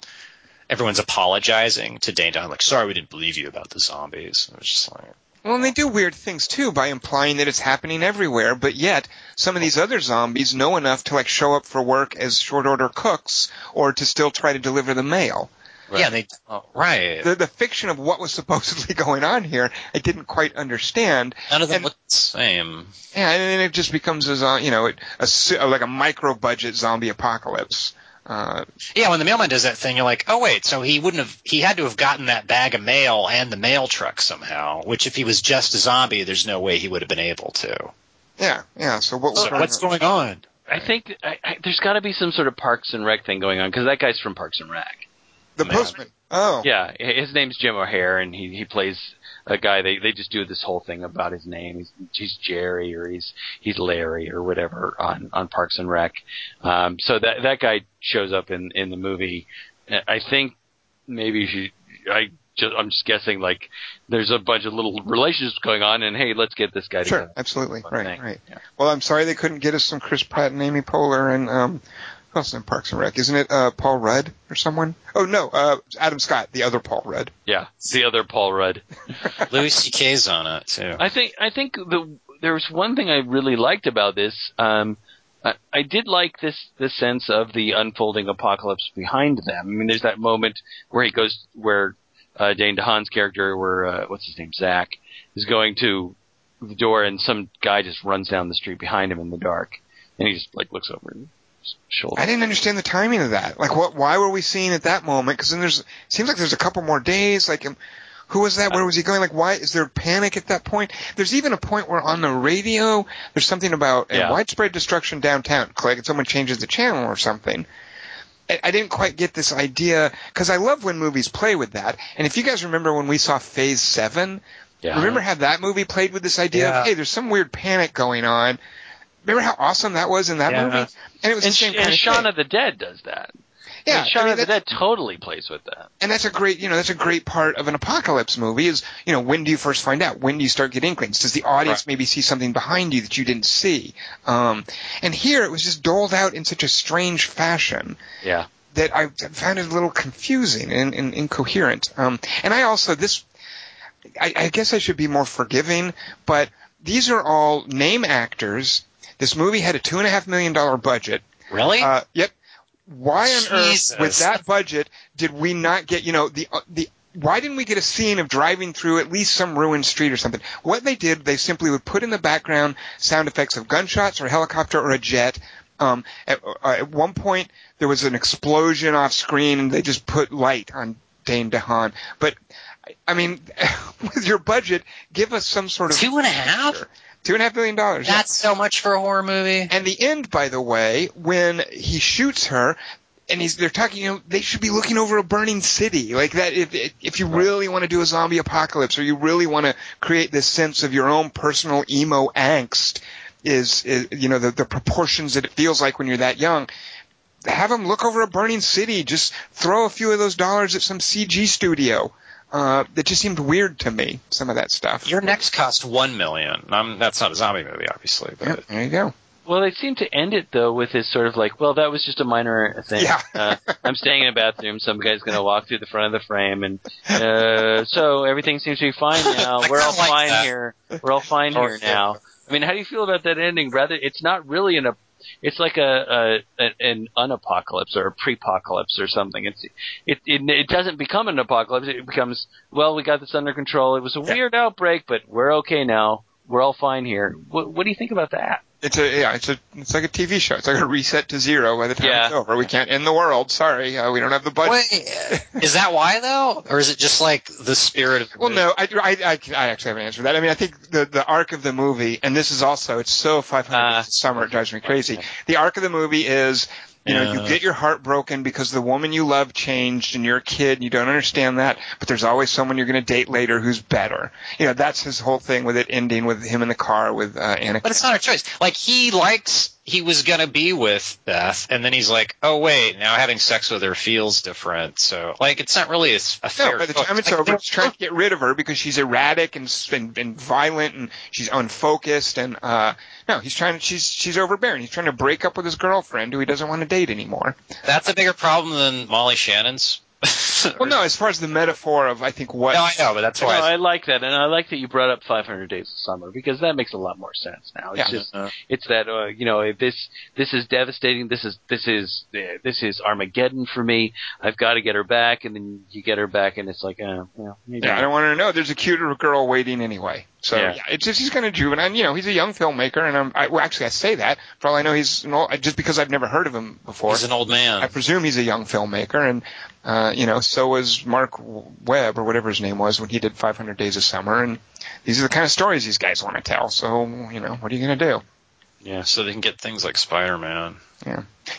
[SPEAKER 3] everyone's apologizing to Dane, Don, like, sorry, we didn't believe you about the zombies. And it was just like,
[SPEAKER 2] Well, and they do weird things too by implying that it's happening everywhere. But yet, some of these other zombies know enough to like show up for work as short order cooks or to still try to deliver the mail.
[SPEAKER 3] yeah, and they oh, right.
[SPEAKER 2] The, the fiction of what was supposedly going on here, I didn't quite understand.
[SPEAKER 3] None of them
[SPEAKER 2] and-
[SPEAKER 3] look the same.
[SPEAKER 2] Yeah, and then it just becomes a zo- you know it- a, su- like a micro budget zombie apocalypse. Uh,
[SPEAKER 3] Yeah, when the mailman does that thing, you're like, oh wait, so he wouldn't have. He had to have gotten that bag of mail and the mail truck somehow. Which, if he was just a zombie, there's no way he would have been able to.
[SPEAKER 2] yeah, yeah. So what was
[SPEAKER 3] So
[SPEAKER 2] going
[SPEAKER 3] what's
[SPEAKER 2] on?
[SPEAKER 3] going on?
[SPEAKER 4] I think I, I, there's got to be some sort of Parks and Rec thing going on because that guy's from Parks and Rec.
[SPEAKER 2] The
[SPEAKER 3] Man.
[SPEAKER 2] postman. Oh.
[SPEAKER 4] Yeah, hi- his name's Jim O'Hare, and he he plays a guy. They they just do this whole thing about his name. He's, he's Jerry or he's he's Larry or whatever on on Parks and Rec. Um, so that that guy shows up in in the movie. Uh, I think maybe she. I just I'm just guessing. Like there's a bunch of little relationships going on, and hey, let's get this guy to
[SPEAKER 2] Sure,
[SPEAKER 4] go.
[SPEAKER 2] absolutely.
[SPEAKER 4] Fun
[SPEAKER 2] Right,
[SPEAKER 4] thing.
[SPEAKER 2] right.
[SPEAKER 4] Yeah.
[SPEAKER 2] Well, I'm sorry they couldn't get us some Chris Pratt and Amy Poehler and um, who else in Parks and Rec? Isn't it uh, Paul Rudd or someone? Oh no, uh, Adam Scott, the other Paul Rudd.
[SPEAKER 4] Yeah, the other Paul Rudd.
[SPEAKER 3] Louis C.K.'s on it too.
[SPEAKER 4] I think I think the there was one thing I really liked about this. Um, I, I did like this the sense of the unfolding apocalypse behind them. I mean, there's that moment where he goes where uh, Dane DeHaan's character, where uh, what's his name, Zach, is going to the door, and some guy just runs down the street behind him in the dark, and he just like looks over and s- shoulder.
[SPEAKER 2] I didn't understand the timing of that. Like, what? Why were we seeing at that moment? Because then there's seems like there's a couple more days. Like, um, who was that? Where was he going? Like, why is there panic at that point? There's even a point where on the radio there's something about uh,
[SPEAKER 4] Yeah.
[SPEAKER 2] widespread destruction downtown. Like, someone changes the channel or something. I, I didn't quite get this idea because I love when movies play with that. And if you guys remember when we saw Phase Seven,
[SPEAKER 4] Yeah.
[SPEAKER 2] remember how that movie played with this idea
[SPEAKER 3] Yeah.
[SPEAKER 2] of hey, there's some weird panic going on. Remember how awesome that was in that
[SPEAKER 3] Yeah.
[SPEAKER 2] movie? And it was
[SPEAKER 4] and,
[SPEAKER 2] the
[SPEAKER 4] Sh-
[SPEAKER 2] same
[SPEAKER 4] and
[SPEAKER 2] kind of
[SPEAKER 4] Shaun
[SPEAKER 2] thing.
[SPEAKER 4] of the Dead does that.
[SPEAKER 2] Yeah,
[SPEAKER 4] and Shaun
[SPEAKER 2] I mean,
[SPEAKER 4] of the
[SPEAKER 2] that's-
[SPEAKER 4] Dead totally plays with that.
[SPEAKER 2] and that's a great, you know, that's a great part of an apocalypse movie is, you know, when do you first find out? When do you start getting inklings? Does the audience maybe see something behind you that you didn't see? Um, and here it was just doled out in such a strange fashion
[SPEAKER 4] Yeah.
[SPEAKER 2] that I found it a little confusing and, and incoherent. Um, and I also this, I, I guess I should be more forgiving, but these are all name actors. This movie had a two and a half million dollar budget.
[SPEAKER 3] Really?
[SPEAKER 2] Uh, yep. Why on
[SPEAKER 3] Jesus.
[SPEAKER 2] earth, with that budget, did we not get you know the uh, the why didn't we get a scene of driving through at least some ruined street or something? What they did, they simply would put in the background sound effects of gunshots or a helicopter or a jet. Um, at, uh, at one point, there was an explosion off screen, and they just put light on Dane DeHaan. But I- I mean, with your budget, give us some sort of
[SPEAKER 3] Two and a half?
[SPEAKER 2] two and a half million dollars. yeah.
[SPEAKER 3] That's so much for a horror movie.
[SPEAKER 2] And the end, by the way, when he shoots her, and he's they're talking, you know, they should be looking over a burning city like that. If if you really want to do a zombie apocalypse, or you really want to create this sense of your own personal emo angst, is, is you know the, the proportions that it feels like when you're that young. Have them look over a burning city. Just throw a few of those dollars at some CG studio. Uh, that just seemed weird to me. Some of that stuff.
[SPEAKER 3] Your next cost one million. Um, that's not a zombie movie, obviously. But
[SPEAKER 2] Yeah, there you go.
[SPEAKER 4] Well, they seem to end it though with this sort of like, well, that was just a minor thing.
[SPEAKER 2] Yeah.
[SPEAKER 4] uh, I'm staying in a bathroom. Some guy's going to walk through the front of the frame, and uh, so everything seems to be fine now.
[SPEAKER 3] I
[SPEAKER 4] We're all
[SPEAKER 3] kinda like
[SPEAKER 4] fine
[SPEAKER 3] that.
[SPEAKER 4] here. We're all fine
[SPEAKER 3] Or-
[SPEAKER 4] here now. I mean, how do you feel about that ending? Rather, it's not really an. It's like a, a, a an unapocalypse or a pre-apocalypse or something. It's it, it it doesn't become an apocalypse. It becomes well, we got this under control. It was a weird outbreak, but we're okay now. We're all fine here. What, what do you think about that?
[SPEAKER 2] It's a yeah, it's a it's like a TV show. It's like a reset to zero by the time
[SPEAKER 4] Yeah.
[SPEAKER 2] it's over. We can't end the world. Sorry, uh, we don't have the budget.
[SPEAKER 3] Wait, is that why though, or is it just like the spirit of? the
[SPEAKER 2] Well,
[SPEAKER 3] movie?
[SPEAKER 2] no, I, I, I, I actually haven't answered that. I mean, I think the, the arc of the movie, and this is also, it's so 500
[SPEAKER 4] Uh,
[SPEAKER 2] Days of summer, it drives me crazy. The arc of the movie is, you know, you
[SPEAKER 3] Yeah.
[SPEAKER 2] get your heart broken because the woman you love changed and you're a kid and you don't understand that, but there's always someone you're going to date later who's better. You know, that's his whole thing with it ending with him in the car with uh, Anakin.
[SPEAKER 3] But it's not a choice. Like he likes he was gonna be with Beth, and then he's like, oh wait, now having sex with her feels different. So like, it's not really a, s- a fair.
[SPEAKER 2] No, by the
[SPEAKER 3] choice.
[SPEAKER 2] time it's
[SPEAKER 3] Like,
[SPEAKER 2] over,
[SPEAKER 3] they-
[SPEAKER 2] he's trying to get rid of her because she's erratic and s- and, and violent and she's unfocused and uh no, he's trying to she's she's overbearing. He's trying to break up with his girlfriend who he doesn't want to date anymore.
[SPEAKER 3] That's a bigger problem than Molly Shannon's.
[SPEAKER 2] Well, no, as far as the metaphor of I think what
[SPEAKER 3] No, I know, but that's why.
[SPEAKER 4] No, I like that, and I like that you brought up 500 Days of Summer because that makes a lot more sense now. It's
[SPEAKER 2] Yeah.
[SPEAKER 4] just it's that uh, you know if this this is devastating. This is this is uh, this is Armageddon for me. I've got to get her back, and then you get her back, and it's like, uh, well, maybe
[SPEAKER 2] yeah, I don't want her to know. There's a cuter girl waiting anyway. So yeah,
[SPEAKER 4] Yeah.
[SPEAKER 2] it's just he's kind of juvenile. And, You know, he's a young filmmaker, and I'm I, well, actually I say that for all I know he's an old, just because I've never heard of him before.
[SPEAKER 3] He's an old man.
[SPEAKER 2] I presume he's a young filmmaker, and uh, you know, so was Mark Webb or whatever his name was when he did 500 Days of Summer. And these are the kind of stories these guys want to tell. So you know, what are you going to do?
[SPEAKER 3] yeah, so they can get things like Spider Man.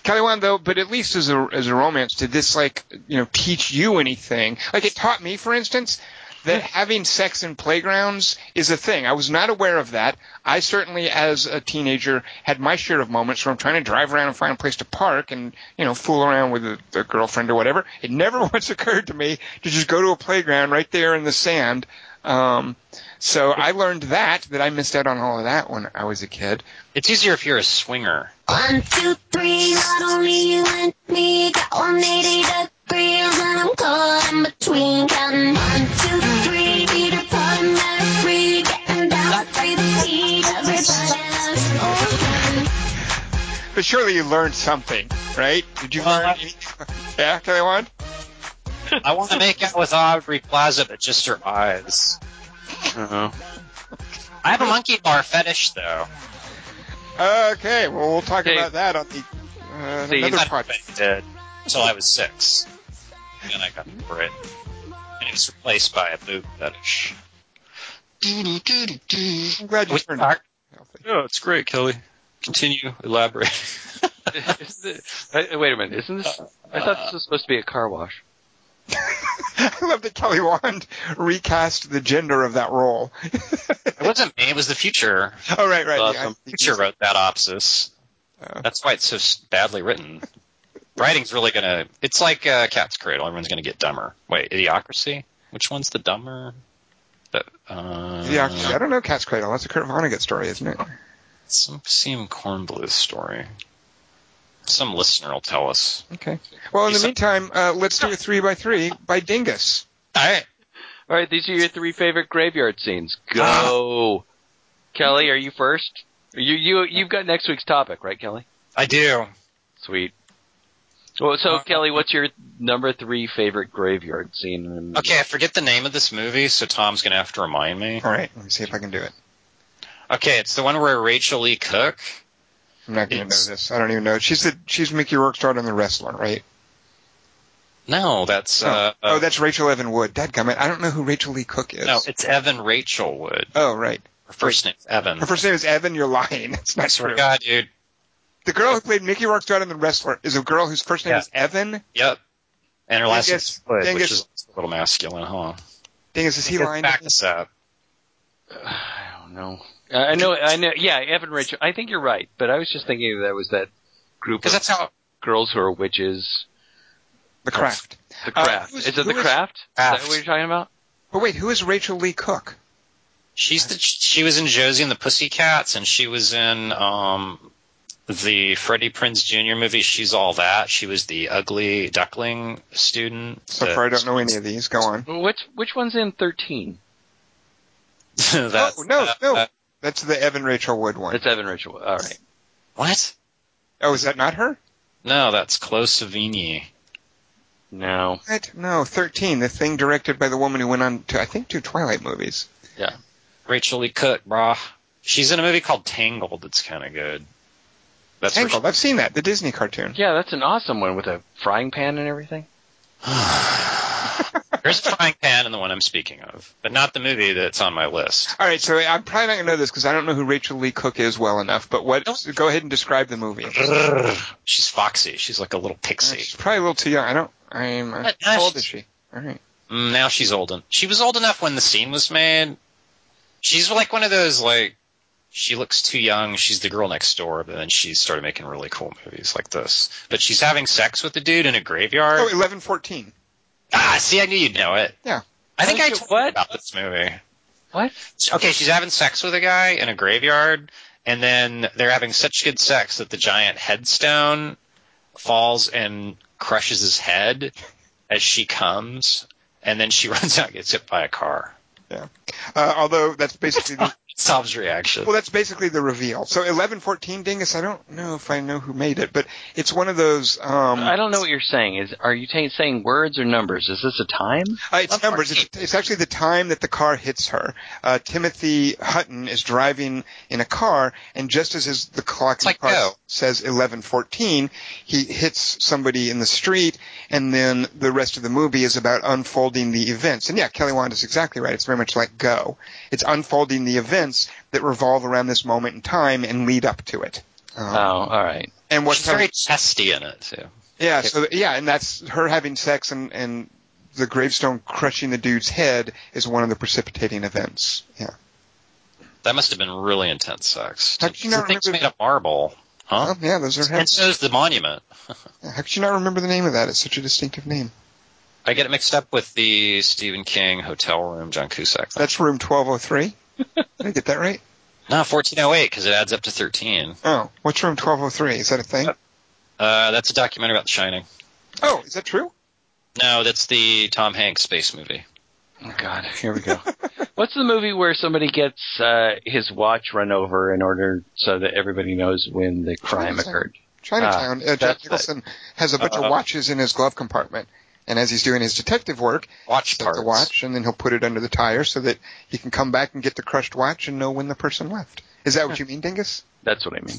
[SPEAKER 2] Caliwan, though, but at least as a as a romance, did this like you know teach you anything? Like it taught me, for instance, that having sex in playgrounds is a thing. I was not aware of that. I certainly, as a teenager, had my share of moments where I'm trying to drive around and find a place to park and you know fool around with a, a girlfriend or whatever. It never once occurred to me to just go to a playground right there in the sand. Um, so I learned that that I missed out on all of that when I was a kid.
[SPEAKER 3] It's easier if you're a swinger.
[SPEAKER 10] One, two, three, not only you and me, got 180 degrees, and I'm caught in between. Counting one, two, three, beat upon my free, getting down by three feet, everybody loves open.
[SPEAKER 2] But surely you learned something, right? Did you
[SPEAKER 3] Well,
[SPEAKER 2] learn?
[SPEAKER 3] I-
[SPEAKER 2] Any- yeah, Kelly Wand?
[SPEAKER 3] I want to make out with Aubrey Plaza, but just her eyes.
[SPEAKER 4] Uh-huh.
[SPEAKER 3] I have a monkey bar fetish, though.
[SPEAKER 2] Okay, well, we'll talk
[SPEAKER 4] Hey.
[SPEAKER 2] about that on the uh,
[SPEAKER 4] See,
[SPEAKER 2] another
[SPEAKER 3] I
[SPEAKER 2] project.
[SPEAKER 3] did until I was six. Then I got over it. And it was replaced by a boob fetish.
[SPEAKER 2] I'm glad you
[SPEAKER 3] We-
[SPEAKER 2] turned out healthy.
[SPEAKER 3] No, Oh, it's great, Kelly. Continue, elaborate.
[SPEAKER 4] Isn't it- wait- wait a minute. Isn't this? I thought this was supposed to be a car wash.
[SPEAKER 2] I love that Kelly Wand recast the gender of that role.
[SPEAKER 3] It wasn't me, it was the future.
[SPEAKER 2] oh, right, right.
[SPEAKER 4] Awesome.
[SPEAKER 2] yeah.
[SPEAKER 3] Future wrote that opsis.
[SPEAKER 2] Uh,
[SPEAKER 3] That's why it's so s- badly written. Writing's really gonna. It's like uh, Cat's Cradle. Everyone's gonna get dumber. Wait, Idiocracy? Which one's the dumber? The, uh,
[SPEAKER 2] yeah, I don't know Cat's Cradle. That's a Kurt Vonnegut story, isn't it?
[SPEAKER 3] Some CM Cornbluth story. Some listener will tell us.
[SPEAKER 2] Okay. Well, in the
[SPEAKER 3] He's a-
[SPEAKER 2] meantime, uh, let's do a three by three by Dingus.
[SPEAKER 3] All right.
[SPEAKER 1] All right, these are your three favorite graveyard scenes. Go,
[SPEAKER 2] Ah.
[SPEAKER 1] Kelly. Are you first? You you you've got next week's topic, right, Kelly?
[SPEAKER 3] I do.
[SPEAKER 1] Sweet. Well, so Kelly, what's your number three favorite graveyard scene? in-
[SPEAKER 3] Okay, I forget the name of this movie, so Tom's gonna have to remind me.
[SPEAKER 2] All right, let me see if I can do it.
[SPEAKER 3] Okay, it's the one where Rachel E. Cook.
[SPEAKER 2] I'm not going to
[SPEAKER 3] It's-
[SPEAKER 2] know this. I don't even know. She's the she's Mickey Rourke starred in The Wrestler, right?
[SPEAKER 3] No, that's uh,
[SPEAKER 2] oh, that's Rachel Evan Wood. Dadgummit, I don't know who Rachel Lee Cook is.
[SPEAKER 3] no, it's Evan Rachel Wood.
[SPEAKER 2] Oh, right.
[SPEAKER 3] Her first name's Evan.
[SPEAKER 2] Her first name is Evan. You're lying. It's
[SPEAKER 3] Mm-hmm. I
[SPEAKER 2] not
[SPEAKER 3] swear to
[SPEAKER 2] true.
[SPEAKER 3] God, dude.
[SPEAKER 2] The girl who played Mickey Rourke starred in The Wrestler is a girl whose first name
[SPEAKER 3] Yeah.
[SPEAKER 2] is Evan.
[SPEAKER 3] Yep. And her last
[SPEAKER 2] Dingus,
[SPEAKER 3] name's Wood, which
[SPEAKER 2] Dingus.
[SPEAKER 3] is a little masculine, huh?
[SPEAKER 2] Dingus, is he lying?
[SPEAKER 3] Back this up.
[SPEAKER 1] I don't know. Uh, I know. I know. Yeah, Evan Rachel. I think you're right, but I was just thinking that was that group of
[SPEAKER 3] Because that's how
[SPEAKER 1] girls who are witches.
[SPEAKER 2] The Craft.
[SPEAKER 1] The
[SPEAKER 2] Uh,
[SPEAKER 1] craft.
[SPEAKER 2] who's-
[SPEAKER 1] is it
[SPEAKER 2] who
[SPEAKER 1] the
[SPEAKER 2] is-
[SPEAKER 1] craft? Is that
[SPEAKER 3] Craft.
[SPEAKER 1] what you're talking about?
[SPEAKER 2] But wait, who is Rachel Lee Cook?
[SPEAKER 3] she's the she was in Josie and the Pussycats, and she was in um the Freddie Prinz Jr. movie. She's all that. She was the ugly duckling student.
[SPEAKER 2] So
[SPEAKER 3] that-
[SPEAKER 2] far, I don't know any of these. Go on.
[SPEAKER 1] Which which one's in thirteen?
[SPEAKER 3] that-
[SPEAKER 2] oh, no,
[SPEAKER 3] uh,
[SPEAKER 2] no.
[SPEAKER 3] uh,
[SPEAKER 2] That's the Evan Rachel Wood one.
[SPEAKER 1] That's Evan Rachel. All right.
[SPEAKER 3] what?
[SPEAKER 2] Oh, is that not her?
[SPEAKER 3] No, that's Chloe Savini.
[SPEAKER 1] No.
[SPEAKER 2] What? No, 13, the thing directed by the woman who went on to, I think, two Twilight movies.
[SPEAKER 3] Rachel Lee Cook, brah. She's in a movie called Tangled. That's kind of good. That's where
[SPEAKER 2] Tangled. I've seen that, the Disney cartoon.
[SPEAKER 1] Yeah, that's an awesome one with a frying pan and everything.
[SPEAKER 3] she- There's a frying pan in the one I'm speaking of, but not the movie that's on my list.
[SPEAKER 2] All right, so I'm probably not going to know this because I don't know who Rachel Lee Cook is well enough, but what,
[SPEAKER 3] Don't-
[SPEAKER 2] go ahead and describe the movie.
[SPEAKER 3] She's foxy. She's like a little pixie.
[SPEAKER 2] She's probably a little too young. I don't, I'm, uh,
[SPEAKER 3] But, uh,
[SPEAKER 2] how old is she? All right.
[SPEAKER 3] Mm, now she's old. En- she was old enough when the scene was made. She's like one of those like she looks too young. She's the girl next door, but then she started making really cool movies like this. But she's having sex with the dude in a graveyard.
[SPEAKER 2] Oh, 11, 14.
[SPEAKER 3] ah, see, I knew you'd know it.
[SPEAKER 2] Yeah.
[SPEAKER 3] I think
[SPEAKER 1] Wait,
[SPEAKER 3] I
[SPEAKER 1] so
[SPEAKER 3] told
[SPEAKER 1] what?
[SPEAKER 3] you about this movie.
[SPEAKER 1] What?
[SPEAKER 3] Okay, she's having sex with a guy in a graveyard, and then they're having such good sex that the giant headstone falls and crushes his head as she comes, and then she runs out and gets hit by a car.
[SPEAKER 2] Uh, although that's basically the,
[SPEAKER 3] Tom's reaction.
[SPEAKER 2] well, that's basically the reveal. So 11, 14, Dingus. I don't know if I know who made it, but it's one of those. Um,
[SPEAKER 1] I don't know what you're saying. Is are you ta saying words or numbers? Is this a time?
[SPEAKER 2] Uh, it's numbers. It's, it's actually the time that the car hits her. Uh, Timothy Hutton is driving in a car, and just as his, the clock in
[SPEAKER 3] like
[SPEAKER 2] the car
[SPEAKER 3] go.
[SPEAKER 2] says 11:14, he hits somebody in the street, and then the rest of the movie is about unfolding the events. And yeah, Kelly Wand is exactly right. It's very much like Go. It's unfolding the events that revolve around this moment in time and lead up to it. Um,
[SPEAKER 1] Oh, all right.
[SPEAKER 2] and what
[SPEAKER 3] She's
[SPEAKER 2] kind of-
[SPEAKER 3] very testy in it too.
[SPEAKER 2] yeah, so yeah, and that's her having sex and and the gravestone crushing the dude's head is one of the precipitating events. Yeah.
[SPEAKER 3] That must have been really intense sex.
[SPEAKER 2] How could you not
[SPEAKER 3] The thing's
[SPEAKER 2] remember-
[SPEAKER 3] made of marble, huh?
[SPEAKER 2] Oh, yeah, those are
[SPEAKER 3] and
[SPEAKER 2] heads.
[SPEAKER 3] so is the monument.
[SPEAKER 2] How could you not remember the name of that? It's such a distinctive name.
[SPEAKER 3] I get it mixed up with the Stephen King hotel room, John Cusack.
[SPEAKER 2] That's room 1203. Did I get that right?
[SPEAKER 3] No, 1408 because it adds up to 13.
[SPEAKER 2] Oh, what's room 1203? Is that a thing?
[SPEAKER 3] Uh, that's a documentary about The Shining.
[SPEAKER 2] Oh, is that true?
[SPEAKER 3] No, that's the Tom Hanks space movie.
[SPEAKER 1] Oh God, here we go. What's the movie where somebody gets uh, his watch run over in order so that everybody knows when the crime
[SPEAKER 2] Chinatown.
[SPEAKER 1] occurred?
[SPEAKER 2] Chinatown. uh, Jack
[SPEAKER 1] that's it.
[SPEAKER 2] Nicholson has a bunch
[SPEAKER 3] Uh-oh.
[SPEAKER 2] of watches in his glove compartment. And as he's doing his detective work,
[SPEAKER 3] Watch
[SPEAKER 2] he'll take
[SPEAKER 3] parts.
[SPEAKER 2] the watch, and then he'll put it under the tire so that he can come back and get the crushed watch and know when the person left. Is that what you mean, Dingus?
[SPEAKER 4] That's what I mean.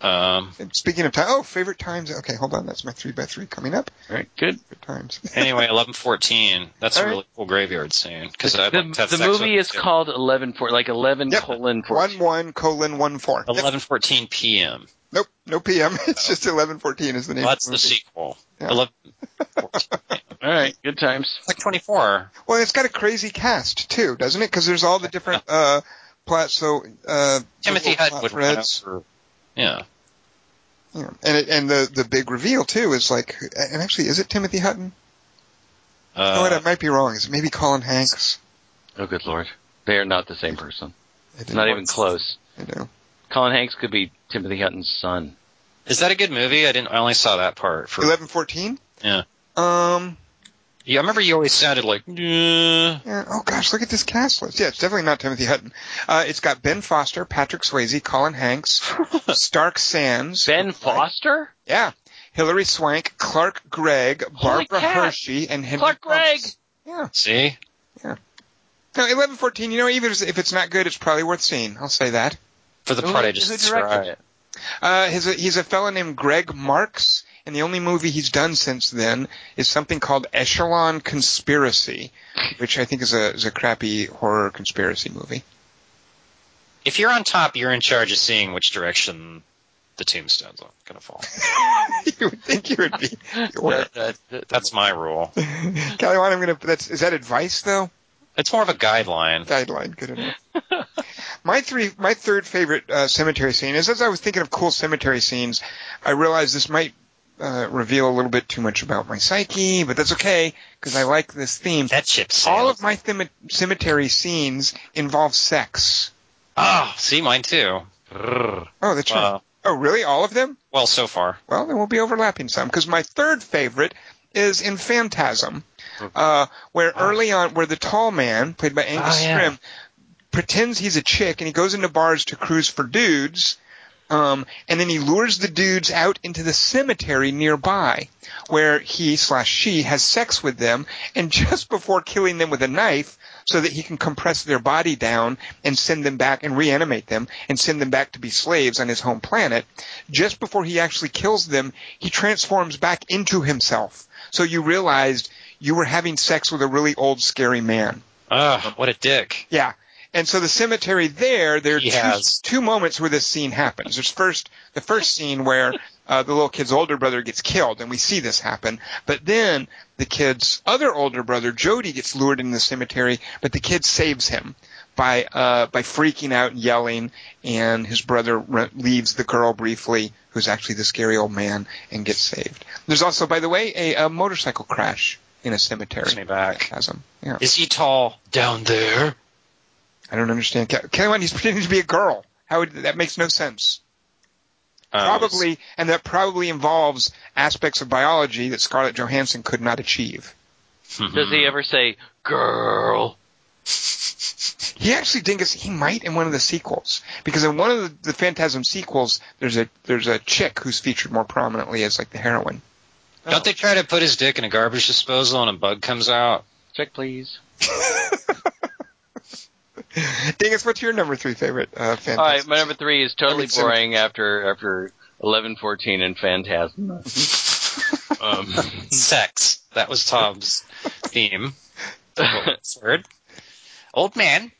[SPEAKER 3] Um,
[SPEAKER 2] And speaking of time, oh, favorite times. Okay, hold on, that's my three by three coming up.
[SPEAKER 4] All right, good.
[SPEAKER 2] Favorite times.
[SPEAKER 3] anyway, eleven fourteen. That's a
[SPEAKER 2] All right.
[SPEAKER 3] really cool graveyard scene because
[SPEAKER 1] The-
[SPEAKER 3] I like to have
[SPEAKER 1] the
[SPEAKER 3] sex
[SPEAKER 1] movie
[SPEAKER 3] with
[SPEAKER 1] is called Eleven Four, like Eleven
[SPEAKER 2] Yep.
[SPEAKER 1] colon Four.
[SPEAKER 2] one one colon one four. Yep.
[SPEAKER 3] eleven fourteen p.m.
[SPEAKER 2] Nope, no PM. It's just eleven fourteen is the name.
[SPEAKER 3] Well, that's
[SPEAKER 2] of
[SPEAKER 3] the
[SPEAKER 2] the movie.
[SPEAKER 3] sequel.
[SPEAKER 2] Yeah.
[SPEAKER 3] Eleven
[SPEAKER 4] All right, good times.
[SPEAKER 3] like twenty four.
[SPEAKER 2] Well, it's got a crazy cast too, doesn't it? Because there's all the different uh, plots. So uh,
[SPEAKER 3] Timothy
[SPEAKER 2] the
[SPEAKER 3] Hutton would run
[SPEAKER 2] threads.
[SPEAKER 3] over. Yeah,
[SPEAKER 2] Yeah. And it, and the the big reveal too is like, and actually, is it Timothy Hutton? you know what? I
[SPEAKER 3] uh,
[SPEAKER 2] might be wrong. Is it maybe Colin Hanks?
[SPEAKER 4] Oh, good lord, they are not the same person.
[SPEAKER 2] I didn't
[SPEAKER 4] Not
[SPEAKER 2] know.
[SPEAKER 4] even close.
[SPEAKER 2] I know.
[SPEAKER 4] Colin Hanks could be Timothy Hutton's son.
[SPEAKER 3] is that a good movie? I didn't. I only saw that part. For
[SPEAKER 2] Eleven fourteen.
[SPEAKER 3] Yeah.
[SPEAKER 2] Um.
[SPEAKER 3] yeah, I remember you always sounded like. "Yeah."
[SPEAKER 2] Yeah. Oh gosh, look at this cast list. Yeah, it's definitely not Timothy Hutton. Uh, it's got Ben Foster, Patrick Swayze, Colin Hanks, Stark Sands.
[SPEAKER 1] Ben Foster,
[SPEAKER 2] Yeah. Hillary Swank, Clark Gregg,
[SPEAKER 1] Holy
[SPEAKER 2] Barbara
[SPEAKER 1] cow.
[SPEAKER 2] Hershey, and Henry
[SPEAKER 1] Clark
[SPEAKER 2] Thomas.
[SPEAKER 1] Gregg.
[SPEAKER 2] Yeah.
[SPEAKER 3] See,
[SPEAKER 2] No, eleven fourteen. You know, even if it's not good, it's probably worth seeing. I'll say that.
[SPEAKER 3] for the
[SPEAKER 4] Who-
[SPEAKER 3] part I just
[SPEAKER 4] who
[SPEAKER 3] described.
[SPEAKER 4] directed it?
[SPEAKER 2] Uh, his, he's a fellow named Greg Marks, and the only movie he's done since then is something called Echelon Conspiracy, which I think is a is a crappy horror conspiracy movie.
[SPEAKER 3] If you're on top, you're in charge of seeing which direction the tombstone's are gonna fall.
[SPEAKER 2] you would think you would be aware.
[SPEAKER 3] That's my rule.
[SPEAKER 2] Kelly, what I'm gonna that's is that advice though?
[SPEAKER 3] It's more of a guideline.
[SPEAKER 2] guideline good enough. my three, my third favorite uh, cemetery scene is as I was thinking of cool cemetery scenes, I realized this might uh, reveal a little bit too much about my psyche, but that's okay because I like this theme.
[SPEAKER 3] That ship sailed.
[SPEAKER 2] All of my thim- cemetery scenes involve sex.
[SPEAKER 3] Oh, see, mine too.
[SPEAKER 2] Oh, that's right.
[SPEAKER 3] Uh,
[SPEAKER 2] oh, really? All of them?
[SPEAKER 3] well, so far.
[SPEAKER 2] Well, then we'll be overlapping some because my third favorite is in Phantasm, uh, where early on, where the tall man played by Angus
[SPEAKER 3] yeah.
[SPEAKER 2] Scrimm pretends he's a chick and he goes into bars to cruise for dudes. Um, and then he lures the dudes out into the cemetery nearby, where he slash she has sex with them, and just before killing them with a knife, so that he can compress their body down and send them back and reanimate them and send them back to be slaves on his home planet. Just before he actually kills them, he transforms back into himself. So you realized you were having sex with a really old, scary man.
[SPEAKER 3] Ugh, Ah, what a dick.
[SPEAKER 2] Yeah. And so the cemetery there, there are
[SPEAKER 3] He
[SPEAKER 2] two,
[SPEAKER 3] has.
[SPEAKER 2] two moments where this scene happens. There's first the first scene where uh, the little kid's older brother gets killed, and we see this happen. But then the kid's other older brother, Jody, gets lured into the cemetery, but the kid saves him by uh, by freaking out and yelling, and his brother re- leaves the girl briefly, who's actually the scary old man, and gets saved. There's also, by the way, a, a motorcycle crash in a cemetery.
[SPEAKER 3] Brings me back.
[SPEAKER 2] Chasm. Yeah.
[SPEAKER 3] Is he tall down there?
[SPEAKER 2] I don't understand. Ke- Kelly Wand, he's pretending to be a girl. How would, that makes no sense.
[SPEAKER 3] Um,
[SPEAKER 2] probably, and that probably involves aspects of biology that Scarlett Johansson could not achieve.
[SPEAKER 3] mhm.
[SPEAKER 1] does
[SPEAKER 4] Hmm.
[SPEAKER 1] he ever say girl?
[SPEAKER 2] He actually, Dingus, he might in one of the sequels because in one of the, the Phantasm sequels, there's a there's a chick who's featured more prominently as like the heroine.
[SPEAKER 3] Don't they try to put his dick in a garbage disposal and a bug comes out?
[SPEAKER 4] Check, please.
[SPEAKER 2] Dingus, what's your number three favorite uh, Phantasm?
[SPEAKER 4] All right, my number three is
[SPEAKER 2] I
[SPEAKER 4] totally
[SPEAKER 2] mean, cemetery.
[SPEAKER 4] boring after after eleven fourteen and Phantasm. um,
[SPEAKER 3] Sex. That was Tom's theme. That's weird. Old man.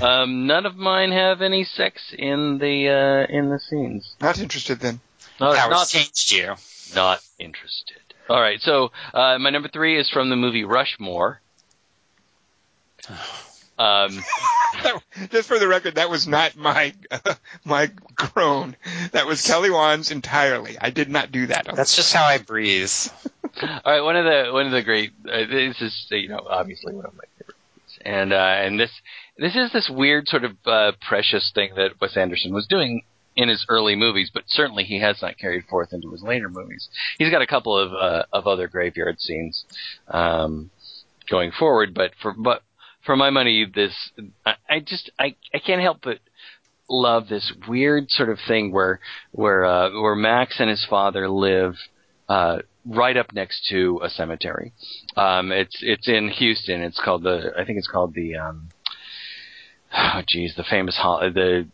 [SPEAKER 4] um, none of mine have any sex in the uh, in the scenes.
[SPEAKER 2] Not interested then.
[SPEAKER 4] Not,
[SPEAKER 3] Powers
[SPEAKER 4] Uh, not
[SPEAKER 3] changed you.
[SPEAKER 4] not interested. All right, so uh, my number three is from the movie Rushmore. Um,
[SPEAKER 2] Just for the record, that was not my my groan. That was Kelly Wands entirely. I did not do that.
[SPEAKER 3] That's just how I breathe.
[SPEAKER 4] all right, one of the one of the great. Uh, this is you know obviously one of my favorite movies, and uh, and this this is this weird sort of uh, precious thing that Wes Anderson was doing in his early movies, but certainly he has not carried forth into his later movies. He's got a couple of uh, of other graveyard scenes um, going forward, but for but for my money, this I, I just I I can't help but love this weird sort of thing where where uh, where Max and his father live uh, right up next to a cemetery. Um, it's it's in Houston. It's called the I think it's called the um, oh geez the famous Hol- the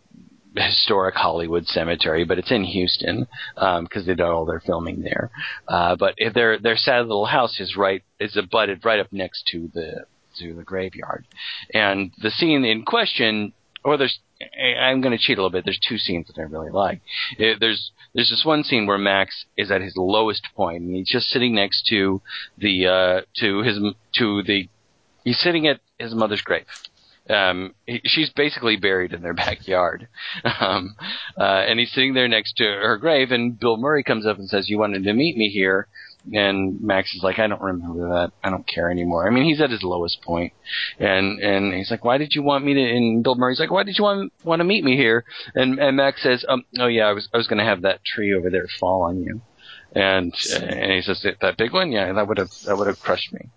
[SPEAKER 4] historic Hollywood Cemetery, but it's in Houston because they did all their filming there. Uh, but if their their sad little house is right is abutted right up next to the to the graveyard, and the scene in question, or there's I- I'm going to cheat a little bit. There's two scenes that I really like. Eh, there's there's this one scene where Max is at his lowest point, and he's just sitting next to the uh, to his to the he's sitting at his mother's grave. Um, he, she's basically buried in their backyard, um, uh, and he's sitting there next to her grave. And Bill Murray comes up and says, "You wanted to meet me here." And Max is like, "I don't remember that. I don't care anymore." I mean, he's at his lowest point, and and he's like, "Why did you want me to?" And Bill Murray's like, "Why did you want want to meet me here?" And and Max says, "Um, oh yeah, I was I was going to have that tree over there fall on you," and and he says, "That big one, yeah, that would have that would have crushed me."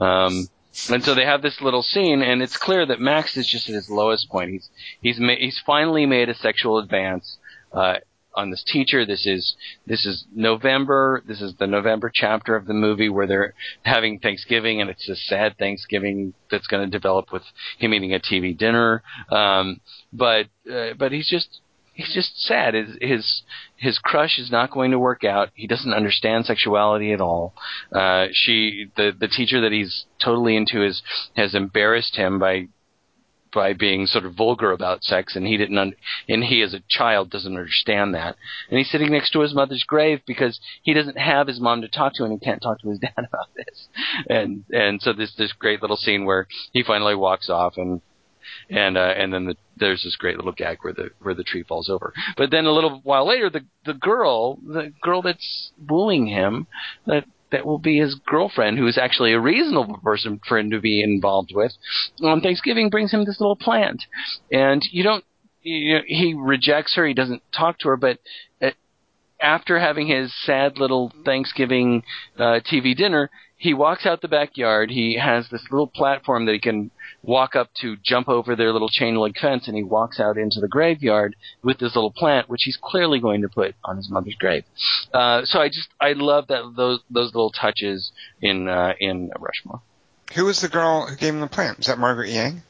[SPEAKER 4] Um, and so they have this little scene, and it's clear that Max is just at his lowest point. He's he's ma- he's finally made a sexual advance uh, on this teacher. This is this is November. This is the November chapter of the movie where they're having Thanksgiving, and it's this sad Thanksgiving that's going to develop with him eating a TV dinner. Um, but uh, but he's just he's just sad. His, his his crush is not going to work out. He doesn't understand sexuality at all. Uh, she the the teacher that he's totally into is has embarrassed him by by being sort of vulgar about sex, and he didn't un- and he as a child doesn't understand that. And he's sitting next to his mother's grave because he doesn't have his mom to talk to, and he can't talk to his dad about this. And and so there's this great little scene where he finally walks off and and uh, and then the, there's this great little gag where the where the tree falls over. But then a little while later, the the girl, the girl that's wooing him, that that will be his girlfriend, who is actually a reasonable person for him to be involved with. On Thanksgiving, brings him this little plant, and you don't. You, he rejects her. He doesn't talk to her, but. uh, After having his sad little Thanksgiving uh, TV dinner, he walks out the backyard. He has this little platform that he can walk up to jump over their little chain link fence and he walks out into the graveyard with this little plant which he's clearly going to put on his mother's grave uh, so i just i love that those those little touches in uh, in rushmore
[SPEAKER 2] Who was the girl who gave him the plant? Is that Margaret Yang?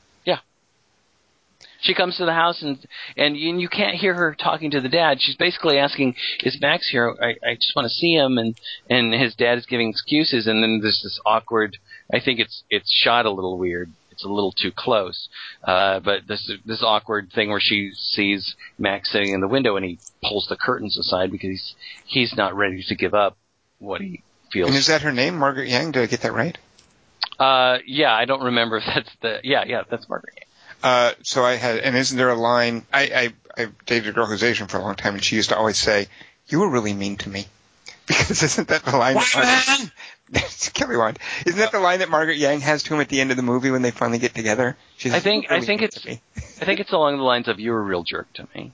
[SPEAKER 4] she comes to the house and and you, and you can't hear her talking to the dad. She's basically asking, "Is Max here? I, I just want to see him." And and his dad is giving excuses, and then there's this awkward. I think it's it's shot a little weird. It's a little too close. Uh, but this this awkward thing where she sees Max sitting in the window and he pulls the curtains aside because he's he's not ready to give up what he feels.
[SPEAKER 2] And is that her name, Margaret Yang? Did I get that right?
[SPEAKER 4] uh, yeah, I don't remember if that's the yeah yeah that's Margaret.
[SPEAKER 2] Uh, so I had, and isn't there a line? I, I, I dated a girl who's Asian for a long time, and she used to always say, "You were really mean to me," because isn't that the line? that Margaret- That's Kelly Wand. Isn't that the line that Margaret Yang has to him at the end of the movie when they finally get together? She says,
[SPEAKER 4] I think-
[SPEAKER 2] "You were
[SPEAKER 4] I think
[SPEAKER 2] mean
[SPEAKER 4] it's-
[SPEAKER 2] to me."
[SPEAKER 4] I think it's along the lines of "You're a real jerk to me."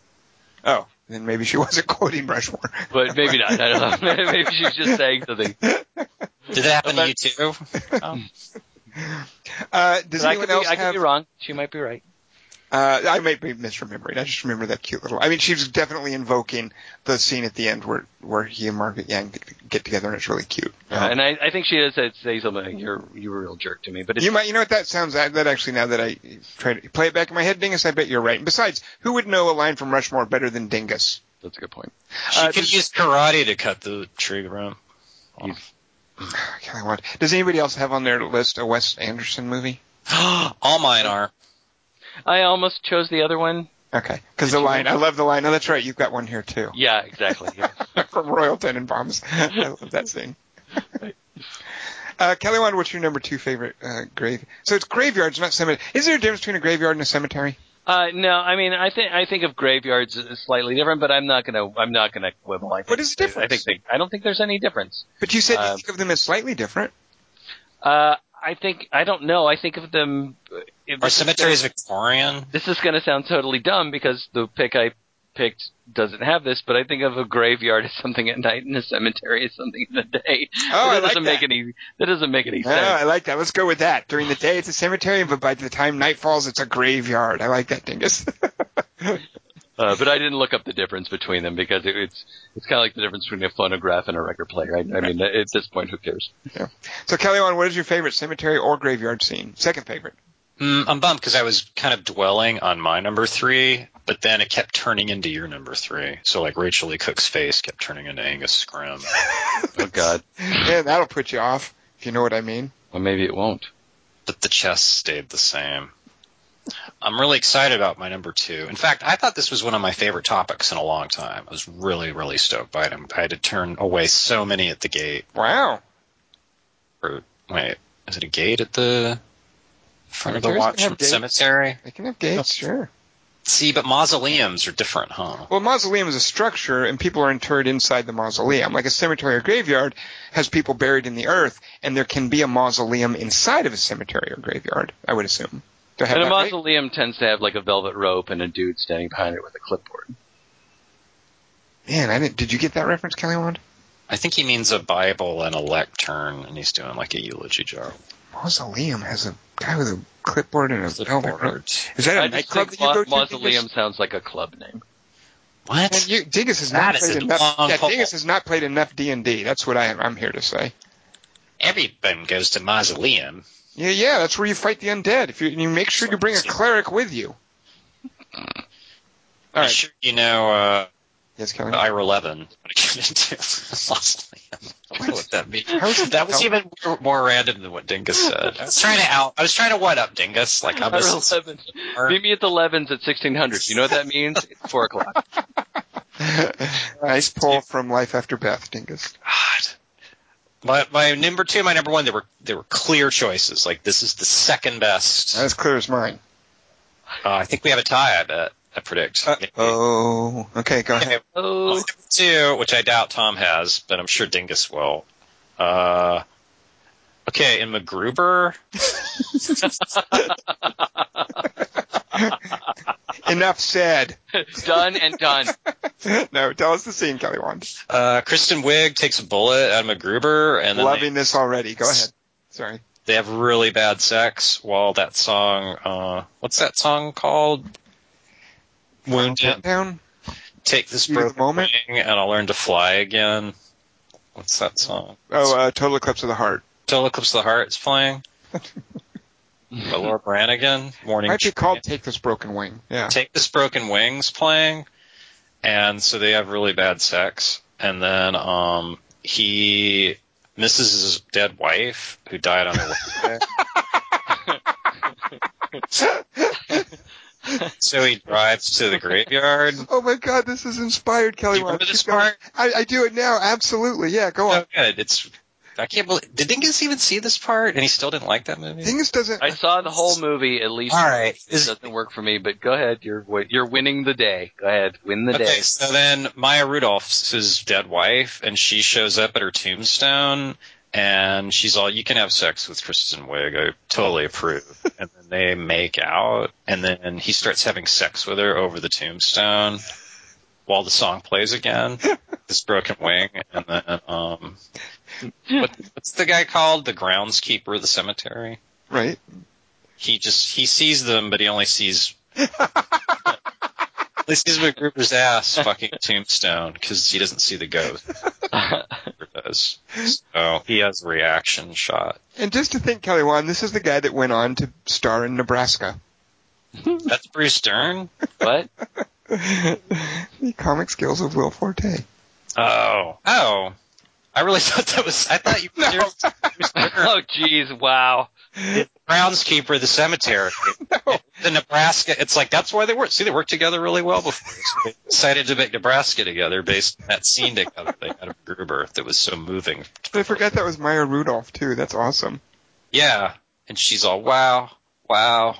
[SPEAKER 2] Oh, then maybe she wasn't quoting Rushmore.
[SPEAKER 4] but maybe not. I don't know. maybe she's just saying something.
[SPEAKER 3] Did that happen to you too?
[SPEAKER 2] Uh, Um, does
[SPEAKER 4] But I could,
[SPEAKER 2] anyone
[SPEAKER 4] be,
[SPEAKER 2] else
[SPEAKER 4] I could
[SPEAKER 2] have?
[SPEAKER 4] be wrong. She might be right.
[SPEAKER 2] Uh, I might be misremembering. I just remember that cute little. I mean, she was definitely invoking the scene at the end where where he and Margaret Yang get- get together, and it's really cute. Um,
[SPEAKER 4] And I, I think she does say- say something like, "You're you're a real jerk to me." But it's,
[SPEAKER 2] you might, you know what that sounds like. That actually, now that I try to play it back in my head, Dingus, I bet you're right. And besides, who would know a line from Rushmore better than Dingus?
[SPEAKER 4] that's a good point.
[SPEAKER 3] She
[SPEAKER 2] Uh,
[SPEAKER 3] could
[SPEAKER 2] does-
[SPEAKER 3] use karate to cut the tree root.
[SPEAKER 2] God, I want. Does anybody else have on their list a Wes Anderson movie?
[SPEAKER 3] All mine are.
[SPEAKER 4] I almost chose the other one.
[SPEAKER 2] Okay, because the line, I love the line. Oh, that's right, you've got one here too
[SPEAKER 4] Yeah, exactly. Yeah.
[SPEAKER 2] from Royal Tenenbaums. I love that scene. Uh, Kelly, Wand, what's your number two favorite uh, grave? So it's graveyards, not cemetery. Is there a difference between a graveyard and a cemetery?
[SPEAKER 4] uh, no, I mean, I think I think of graveyards as slightly different, but I'm not gonna I'm not gonna quibble. I think,
[SPEAKER 2] What is the
[SPEAKER 4] I think
[SPEAKER 2] difference?
[SPEAKER 4] they, I don't think there's any difference.
[SPEAKER 2] But you said you
[SPEAKER 4] Uh,
[SPEAKER 2] think of them as slightly different.
[SPEAKER 4] Uh, I think I don't know. I think of them. uh, if this is
[SPEAKER 3] Are
[SPEAKER 4] gonna-
[SPEAKER 3] cemeteries Victorian?
[SPEAKER 4] this is going to sound totally dumb because the pick I picked doesn't have this, but I think of a graveyard as something at night and a cemetery as something in the day.
[SPEAKER 2] Oh, I
[SPEAKER 4] that
[SPEAKER 2] like
[SPEAKER 4] doesn't make
[SPEAKER 2] that.
[SPEAKER 4] any that doesn't make any
[SPEAKER 2] Oh,
[SPEAKER 4] sense.
[SPEAKER 2] I like that. Let's go with that. During the day, it's a cemetery, but by the time night falls, it's a graveyard. I like that, Dingus.
[SPEAKER 4] Uh, but I didn't look up the difference between them because it, it's it's kind of like the difference between a phonograph and a record player. I, I mean, at this point, who cares?
[SPEAKER 2] So, Kelly, on what is your favorite cemetery or graveyard scene? Second favorite.
[SPEAKER 3] Mm, I'm bummed because I was kind of dwelling on my number three, but then it kept turning into your number three. So like Rachel Lee Cook's face kept turning into Angus Scrim.
[SPEAKER 4] Oh God,
[SPEAKER 2] Yeah, that'll put you off if you know what I mean.
[SPEAKER 4] well maybe it won't.
[SPEAKER 3] but the chest stayed the same. I'm really excited about my number two. In fact, I thought this was one of my favorite topics in a long time. I was really, really stoked by it. I'm- I had to turn away so many at the gate.
[SPEAKER 2] Wow.
[SPEAKER 3] Or, wait, is it a gate at the front of the
[SPEAKER 2] Cemeteries can
[SPEAKER 3] Watchman
[SPEAKER 2] have gates.
[SPEAKER 3] Cemetery?
[SPEAKER 2] They can have gates, sure.
[SPEAKER 3] See, but mausoleums are different, huh?
[SPEAKER 2] Well, a mausoleum is a structure, and people are interred inside the mausoleum. Like a cemetery or graveyard has people buried in the earth, and there can be a mausoleum inside of a cemetery or graveyard. I would assume. Do I have
[SPEAKER 4] And a
[SPEAKER 2] that right?
[SPEAKER 4] mausoleum tends to have like a velvet rope and a dude standing behind it with a clipboard.
[SPEAKER 2] Man, I didn't, did you get that reference, Kelly Wand?
[SPEAKER 3] I think he means a Bible and a lectern, and he's doing like a eulogy jar.
[SPEAKER 2] Mausoleum has a guy with a clipboard and a velvet rope.
[SPEAKER 3] Clipboard.
[SPEAKER 2] Is that a
[SPEAKER 4] I just
[SPEAKER 2] nightclub that
[SPEAKER 4] think
[SPEAKER 2] you
[SPEAKER 4] ma-
[SPEAKER 2] go to?
[SPEAKER 4] mausoleum sounds like a club name.
[SPEAKER 2] Diggis?
[SPEAKER 3] What?
[SPEAKER 2] Man, you, Diggis has
[SPEAKER 3] That
[SPEAKER 2] not
[SPEAKER 3] is
[SPEAKER 2] played
[SPEAKER 3] a
[SPEAKER 2] enough.
[SPEAKER 3] long
[SPEAKER 2] Yeah,
[SPEAKER 3] poll.
[SPEAKER 2] Diggis has not played enough D and D. That's what I, I'm here to say.
[SPEAKER 3] Everyone goes to mausoleum.
[SPEAKER 2] Yeah, yeah, that's where you fight the undead. If you, you make sure you bring a cleric with you. All
[SPEAKER 3] I'm
[SPEAKER 2] right.
[SPEAKER 3] sure you know uh,
[SPEAKER 2] Yes, Kelly.
[SPEAKER 3] Ira Levin. When it came into mausoleum. I don't know what that means.
[SPEAKER 2] How is it-
[SPEAKER 3] That was
[SPEAKER 2] how-
[SPEAKER 3] even more, more random than what Dingus said. I was trying to out. I was trying to what up Dingus. Like I was.
[SPEAKER 4] Eleven. Meet me at the Levens at sixteen hundred. You know what that means? It's four o'clock.
[SPEAKER 2] nice pull from Life After Beth, Dingus.
[SPEAKER 3] God. My, my number two, my number one, there were there were clear choices. Like this is the second best.
[SPEAKER 2] Not as clear as mine.
[SPEAKER 3] Uh, I think we have a tie. I bet. I predict.
[SPEAKER 2] Oh, okay, go ahead.
[SPEAKER 3] Okay, well, number two, which I doubt Tom has, but I'm sure Dingus will. Uh, okay, in MacGruber,
[SPEAKER 2] Enough said.
[SPEAKER 4] done and done.
[SPEAKER 2] no, tell us the scene, Kelly Wand.
[SPEAKER 3] uh, Kristen Wiig takes a bullet out of MacGruber, and then they,
[SPEAKER 2] Loving this already. Go ahead. Sorry.
[SPEAKER 3] they have really bad sex while that song, uh, what's that song called? Wounded.
[SPEAKER 2] Down.
[SPEAKER 3] Take this
[SPEAKER 2] Heat of the
[SPEAKER 3] broken
[SPEAKER 2] moment?
[SPEAKER 3] wing, and I'll learn to fly again. What's that song?
[SPEAKER 2] Oh, uh, Total Eclipse of the Heart.
[SPEAKER 3] Total Eclipse of the Heart is playing. By Laura Branigan. Morning.
[SPEAKER 2] Might be
[SPEAKER 3] Train.
[SPEAKER 2] called Take This Broken Wing. Yeah.
[SPEAKER 3] Take This Broken Wings playing, and so they have really bad sex, and then um, he misses his dead wife who died on her way. so he drives to the graveyard.
[SPEAKER 2] Oh my God, this is inspired, Kelly.
[SPEAKER 3] You remember
[SPEAKER 2] Wand.
[SPEAKER 3] this
[SPEAKER 2] Keep going.
[SPEAKER 3] part?
[SPEAKER 2] I, I do it now. Absolutely. Yeah, go on.
[SPEAKER 3] Oh, good. It's I can't believe did Dingus even see this part, and he still didn't like that movie.
[SPEAKER 2] Dingus doesn't.
[SPEAKER 4] I saw the whole movie at least.
[SPEAKER 3] All right.
[SPEAKER 4] This doesn't work for me, but go ahead. You're wi- you're winning the day. Go ahead, win the
[SPEAKER 3] Okay,
[SPEAKER 4] day.
[SPEAKER 3] so then Maya Rudolph's his dead wife, and she shows up at her tombstone, and she's all, "You can have sex with Kristen Wiig. I totally approve." and then they make out, and then he starts having sex with her over the tombstone while the song plays again, this broken wing, and then um, what, what's the guy called? The groundskeeper of the cemetery.
[SPEAKER 2] right.
[SPEAKER 3] He just he sees them, but he only sees. At least he's MacGruber's ass fucking tombstone because he doesn't see the ghost. MacGruber does. So he has a reaction shot.
[SPEAKER 2] And just to think, Kelly Wan, this is the guy that went on to star in Nebraska.
[SPEAKER 3] That's Bruce Dern.
[SPEAKER 4] What?
[SPEAKER 2] the comic skills of Will Forte.
[SPEAKER 3] Oh, oh! I really thought that was. I thought you were
[SPEAKER 4] oh, jeez! Wow.
[SPEAKER 3] groundskeeper of the cemetery. The Nebraska. It's like that's why they work. See, they worked together really well before. So they decided to make Nebraska together based on that scene together they had of Gruber that was so moving
[SPEAKER 2] I forgot that was Maya Rudolph too. That's awesome.
[SPEAKER 3] Yeah. And she's all, wow, wow,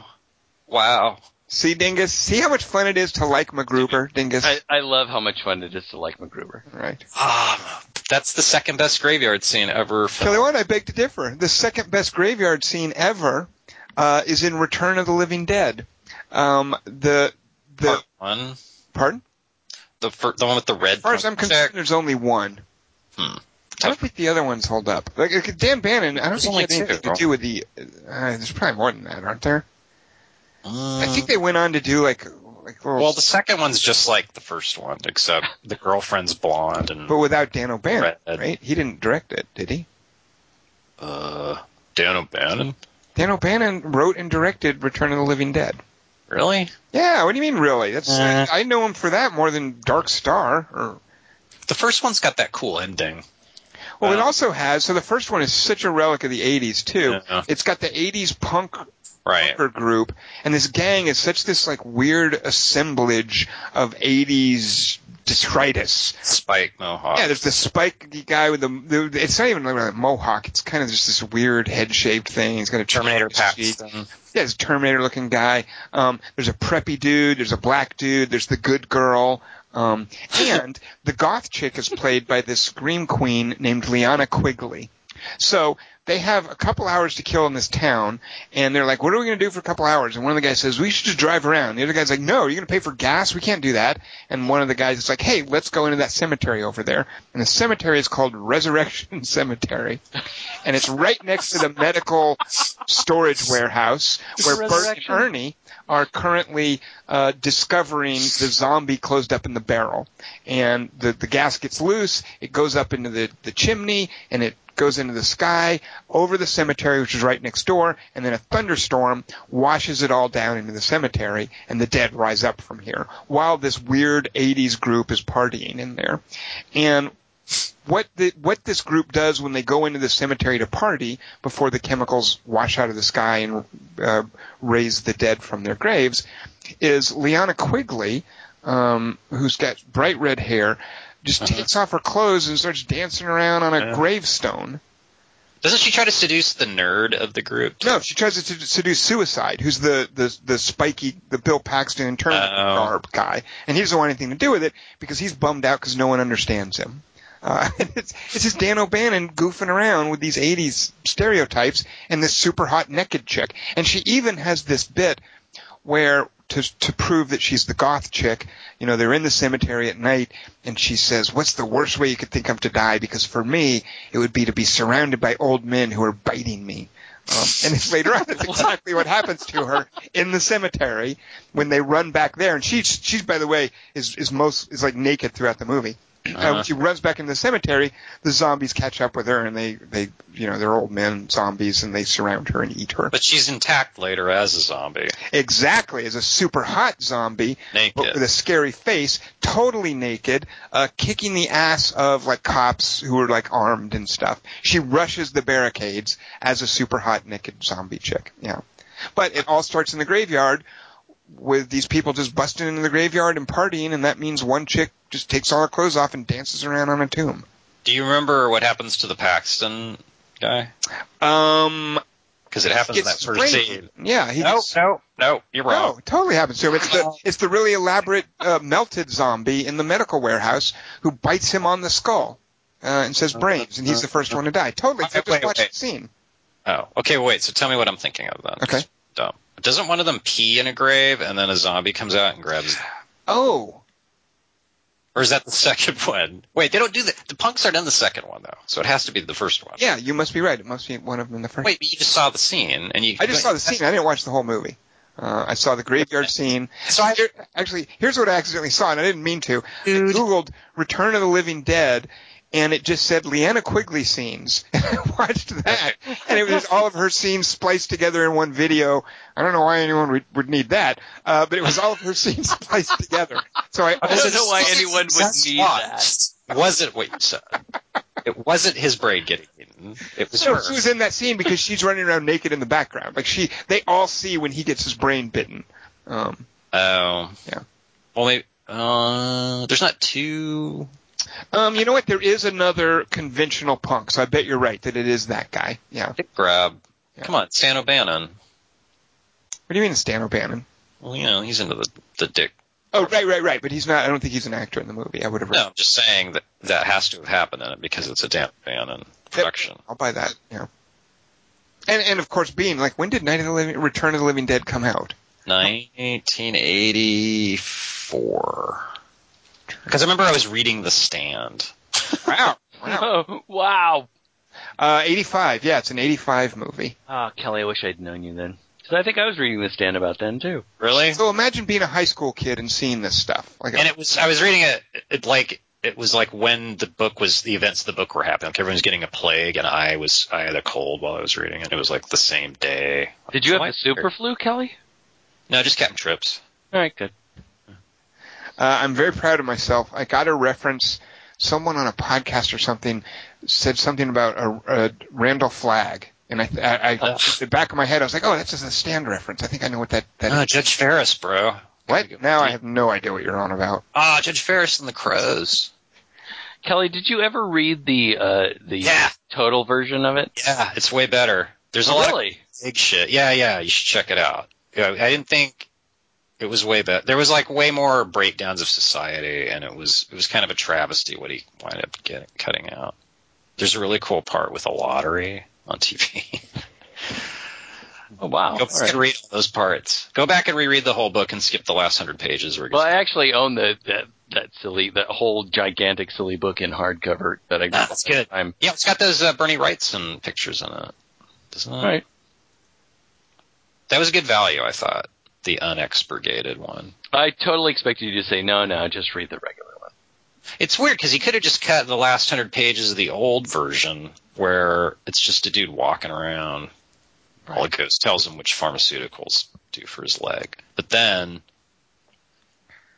[SPEAKER 3] wow.
[SPEAKER 2] See, Dingus. See how much fun it is to like MacGruber, Dingus.
[SPEAKER 4] I, I love how much fun it is to like MacGruber.
[SPEAKER 2] right.
[SPEAKER 3] Ah, that's the second best graveyard scene ever.
[SPEAKER 2] Kelly
[SPEAKER 3] filmed.
[SPEAKER 2] Wan, I beg to differ. The second best graveyard scene ever uh, is in Return of the Living Dead. Um, the the
[SPEAKER 3] Part one.
[SPEAKER 2] pardon.
[SPEAKER 3] The, fir- the one with the red.
[SPEAKER 2] As far as I'm concerned, there's only one.
[SPEAKER 3] Hmm.
[SPEAKER 2] I don't think the other ones hold up. Like like, Dan Bannon, I don't
[SPEAKER 3] There's
[SPEAKER 2] think he had
[SPEAKER 3] only
[SPEAKER 2] anything
[SPEAKER 3] two.
[SPEAKER 2] to do with the. Uh, there's probably more than that, aren't there?
[SPEAKER 3] Uh,
[SPEAKER 2] I think they went on to do like Like little,
[SPEAKER 3] Well, the second one's just like the first one, except the girlfriend's blonde and
[SPEAKER 2] but without Dan O'Bannon,
[SPEAKER 3] Red.
[SPEAKER 2] right? He didn't direct it, did he?
[SPEAKER 3] uh, Dan O'Bannon.
[SPEAKER 2] Dan O'Bannon wrote and directed Return of the Living Dead.
[SPEAKER 3] Really?
[SPEAKER 2] Yeah, what do you mean, really? That's
[SPEAKER 3] Uh.
[SPEAKER 2] I know him for that more than Dark Star. Or,
[SPEAKER 3] The first one's got that cool ending.
[SPEAKER 2] well, it
[SPEAKER 3] Uh.
[SPEAKER 2] also has. So the first one is such a relic of the '80s too.
[SPEAKER 3] Yeah.
[SPEAKER 2] It's got the '80s punk
[SPEAKER 3] Right.
[SPEAKER 2] her group, and this gang is such this like weird assemblage of '80s detritus.
[SPEAKER 3] Spike Mohawk.
[SPEAKER 2] Yeah, there's the spiky guy with the, the. It's not even like a mohawk. It's kind of just this weird head-shaped thing. He's got a
[SPEAKER 3] Terminator
[SPEAKER 2] cheek.
[SPEAKER 3] Paxton.
[SPEAKER 2] Yeah, it's Terminator-looking guy. Um, there's a preppy dude. There's a black dude. There's the good girl. Um, and the goth chick is played by this scream queen named Liana Quigley. So they have a couple hours to kill in this town, and they're like, "What are we going to do for a couple hours?" And one of the guys says, "We should just drive around." The other guy's like, "No, you're going to pay for gas. We can't do that." And one of the guys is like, "Hey, let's go into that cemetery over there." And the cemetery is called Resurrection Cemetery, and it's right next to the medical storage warehouse where Bert and
[SPEAKER 4] Resurrection.
[SPEAKER 2] Ernie are currently uh, discovering the zombie closed up in the barrel, and the the gas gets loose. It goes up into the the chimney, and it goes into the sky over the cemetery, which is right next door, and then a thunderstorm washes it all down into the cemetery, and the dead rise up from here, while this weird 80s group is partying in there. And what the, what this group does when they go into the cemetery to party before the chemicals wash out of the sky and uh, raise the dead from their graves is Liana Quigley, um, who's got bright red hair, just takes off her clothes and starts dancing around on a
[SPEAKER 3] Yeah.
[SPEAKER 2] gravestone.
[SPEAKER 3] Doesn't she try to seduce the nerd of the group?
[SPEAKER 2] No, she tries to sedu- seduce Suicide, who's the the, the spiky, the Bill Paxton intern
[SPEAKER 3] Oh.
[SPEAKER 2] garb guy, and he doesn't want anything to do with it because he's bummed out because no one understands him. Uh, it's it's just Dan O'Bannon goofing around with these '80s stereotypes and this super hot naked chick, and she even has this bit where to to prove that she's the goth chick, you know, they're in the cemetery at night and she says, "What's the worst way you could think of to die because for me, it would be to be surrounded by old men who are biting me." Um, and it's later on that's exactly what happens to her in the cemetery when they run back there and she's she's by the way is is most is like naked throughout the movie. Uh, when she runs back into the cemetery, the zombies catch up with her and they they you know, they're old men zombies and they surround her and eat her.
[SPEAKER 3] But she's intact later as a zombie,
[SPEAKER 2] Exactly, as a super hot zombie but
[SPEAKER 3] naked.
[SPEAKER 2] with a scary face, totally naked, uh, kicking the ass of like cops who are like armed and stuff. She rushes the barricades as a super hot naked zombie chick. Yeah, but it all starts in the graveyard with these people just busting into the graveyard and partying, and that means one chick just takes all her clothes off and dances around on a tomb.
[SPEAKER 3] Do you remember what happens to the Paxton guy?
[SPEAKER 2] Um,
[SPEAKER 3] Because it happens in that
[SPEAKER 2] gets
[SPEAKER 3] first
[SPEAKER 2] strangled.
[SPEAKER 3] scene.
[SPEAKER 2] Yeah, he
[SPEAKER 3] No,
[SPEAKER 2] gets-
[SPEAKER 3] no, no, you're wrong.
[SPEAKER 2] No, it totally happens to him. It's the it's the really elaborate uh, melted zombie in the medical warehouse who bites him on the skull uh, and says brains, and he's the first one to die. Totally,
[SPEAKER 3] Wait,
[SPEAKER 2] just
[SPEAKER 3] wait,
[SPEAKER 2] watch
[SPEAKER 3] wait.
[SPEAKER 2] the scene.
[SPEAKER 3] Oh, okay. Wait. So tell me what I'm thinking of then.
[SPEAKER 2] Okay.
[SPEAKER 3] Dumb. Doesn't one of them pee in a grave and then a zombie comes out and grabs?
[SPEAKER 2] Oh,
[SPEAKER 3] Or is that the second one? Wait, they don't do that. The punks aren't in the second one though, so it has to be the first one.
[SPEAKER 2] yeah, you must be right. It must be one of them in the first.
[SPEAKER 3] Wait, but you just saw the scene and you.
[SPEAKER 2] I just saw the scene. I didn't watch the whole movie. Uh, I saw the graveyard scene.
[SPEAKER 3] So I-
[SPEAKER 2] Here- actually, here's what I accidentally saw, and I didn't mean to. I googled "Return of the Living Dead," and it just said Leanna Quigley scenes. And I watched that, and it was all of her scenes spliced together in one video. I don't know why anyone would, would need that, uh, but it was all of her scenes spliced together. So I,
[SPEAKER 4] I don't know why anyone would
[SPEAKER 3] That's
[SPEAKER 4] need
[SPEAKER 3] why.
[SPEAKER 4] that.
[SPEAKER 3] It wasn't what you said. It wasn't his brain getting eaten. It was
[SPEAKER 2] No,
[SPEAKER 3] her.
[SPEAKER 2] she was in that scene because she's running around naked in the background. Like she, they all see when he gets his brain bitten. Um,
[SPEAKER 3] Oh.
[SPEAKER 2] Yeah.
[SPEAKER 3] Well, maybe. Uh, there's not two.
[SPEAKER 2] Um, you know what? There is another conventional punk, so I bet you're right that it is that guy. Yeah. What
[SPEAKER 3] Dick grab.
[SPEAKER 2] Yeah.
[SPEAKER 3] Come on, Stan O'Bannon.
[SPEAKER 2] do you mean, it's Dan O'Bannon?
[SPEAKER 3] Well, you know he's into the the dick.
[SPEAKER 2] Oh, right, right, right. But he's not. I don't think he's an actor in the movie. I would have.
[SPEAKER 3] No, I'm just saying that that has to have happened in it because it's a Dan O'Bannon production.
[SPEAKER 2] I'll buy that. Yeah. And and of course, being like, when did Night of the Living Return of the Living Dead come out?
[SPEAKER 3] 1984. Because I remember I was reading The Stand.
[SPEAKER 2] Wow.
[SPEAKER 4] Oh, wow.
[SPEAKER 2] Uh, 85. Yeah, it's an 85 movie.
[SPEAKER 4] Ah, Kelly, I wish I'd known you then. So I think I was reading this Dan about then too.
[SPEAKER 3] Really?
[SPEAKER 2] So imagine being a high school kid and seeing this stuff. Like,
[SPEAKER 3] And it was I was reading it, it like it was like when the book was the events of the book were happening. Like everyone was getting a plague, and I was I had a cold while I was reading it. It was like the same day.
[SPEAKER 4] Did you have
[SPEAKER 3] Why-
[SPEAKER 4] the super flu, Kelly?
[SPEAKER 3] No, just Captain Trips.
[SPEAKER 4] All right, good.
[SPEAKER 2] Uh, I'm very proud of myself. I got a reference. Someone on a podcast or something said something about a, a Randall Flag, and I, I, I
[SPEAKER 3] Ugh.
[SPEAKER 2] the back of my head, I was like, "Oh, that's just a stand reference." I think I know what that that is.
[SPEAKER 3] No, Uh, Judge Ferris, bro.
[SPEAKER 2] What? Now I have no idea what you're on about.
[SPEAKER 3] Ah, Judge Ferris and the Crows.
[SPEAKER 4] Kelly, did you ever read the uh, the
[SPEAKER 3] Yeah.
[SPEAKER 4] total version of it?
[SPEAKER 3] Yeah, it's way better. There's a lot of
[SPEAKER 4] Oh, really?
[SPEAKER 3] big shit. Yeah, yeah, you should check it out. Yeah, I didn't think it was way better. There was like way more breakdowns of society, and it was it was kind of a travesty what he wound up getting cutting out. There's a really cool part with a lottery on TV.
[SPEAKER 4] Oh wow!
[SPEAKER 3] Go
[SPEAKER 4] All
[SPEAKER 3] back
[SPEAKER 4] right.
[SPEAKER 3] and read all those parts. Go back and reread the whole book and skip the last hundred pages. Where it
[SPEAKER 4] Well,
[SPEAKER 3] gets-
[SPEAKER 4] I actually own the that that silly that whole gigantic silly book in hardcover that I got.
[SPEAKER 3] That's good.
[SPEAKER 4] I'm
[SPEAKER 3] yeah, it's got those uh, Bernie Wrightson pictures in it, doesn't it?
[SPEAKER 4] all right.
[SPEAKER 3] That was a good value, I thought. The unexpurgated one.
[SPEAKER 4] I totally expected you to say no, no, just read the regular one.
[SPEAKER 3] It's weird because he could have just cut the last hundred pages of the old version, where it's just a dude walking around. All it goes tells him which pharmaceuticals do for his leg, but then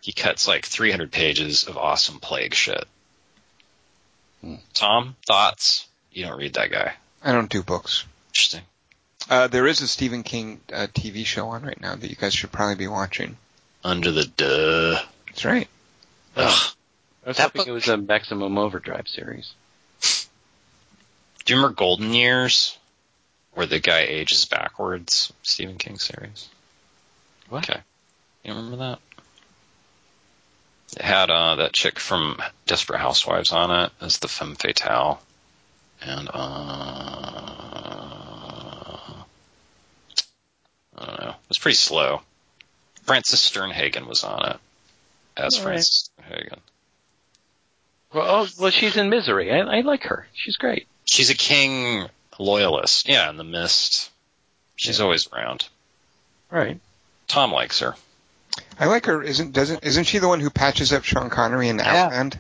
[SPEAKER 3] he cuts like 300 pages of awesome plague shit. Tom, thoughts? You don't read that guy.
[SPEAKER 2] I don't do books.
[SPEAKER 3] Interesting.
[SPEAKER 2] Uh, there is a Stephen King uh, TV show on right now that you guys should probably be watching.
[SPEAKER 3] Under the duh.
[SPEAKER 2] That's right.
[SPEAKER 3] Ugh.
[SPEAKER 4] I was
[SPEAKER 3] That
[SPEAKER 4] hoping
[SPEAKER 3] book-
[SPEAKER 4] it was a Maximum Overdrive series.
[SPEAKER 3] Do you remember Golden Years, where the guy ages backwards? Stephen King series.
[SPEAKER 4] What?
[SPEAKER 3] Okay. You don't remember that? It had uh, that chick from Desperate Housewives on it as the femme fatale, and uh, I don't know. It was pretty slow. Frances Sternhagen was on it as
[SPEAKER 4] All right.
[SPEAKER 3] Frances Sternhagen.
[SPEAKER 4] Well, oh, well, she's in Misery. I, I like her. She's great.
[SPEAKER 3] She's a king loyalist. Yeah, in the mist. She's always around.
[SPEAKER 4] All right.
[SPEAKER 3] Tom likes her.
[SPEAKER 2] I like her. Isn't doesn't isn't she the one who patches up Sean Connery in
[SPEAKER 3] Yeah.
[SPEAKER 2] Outland?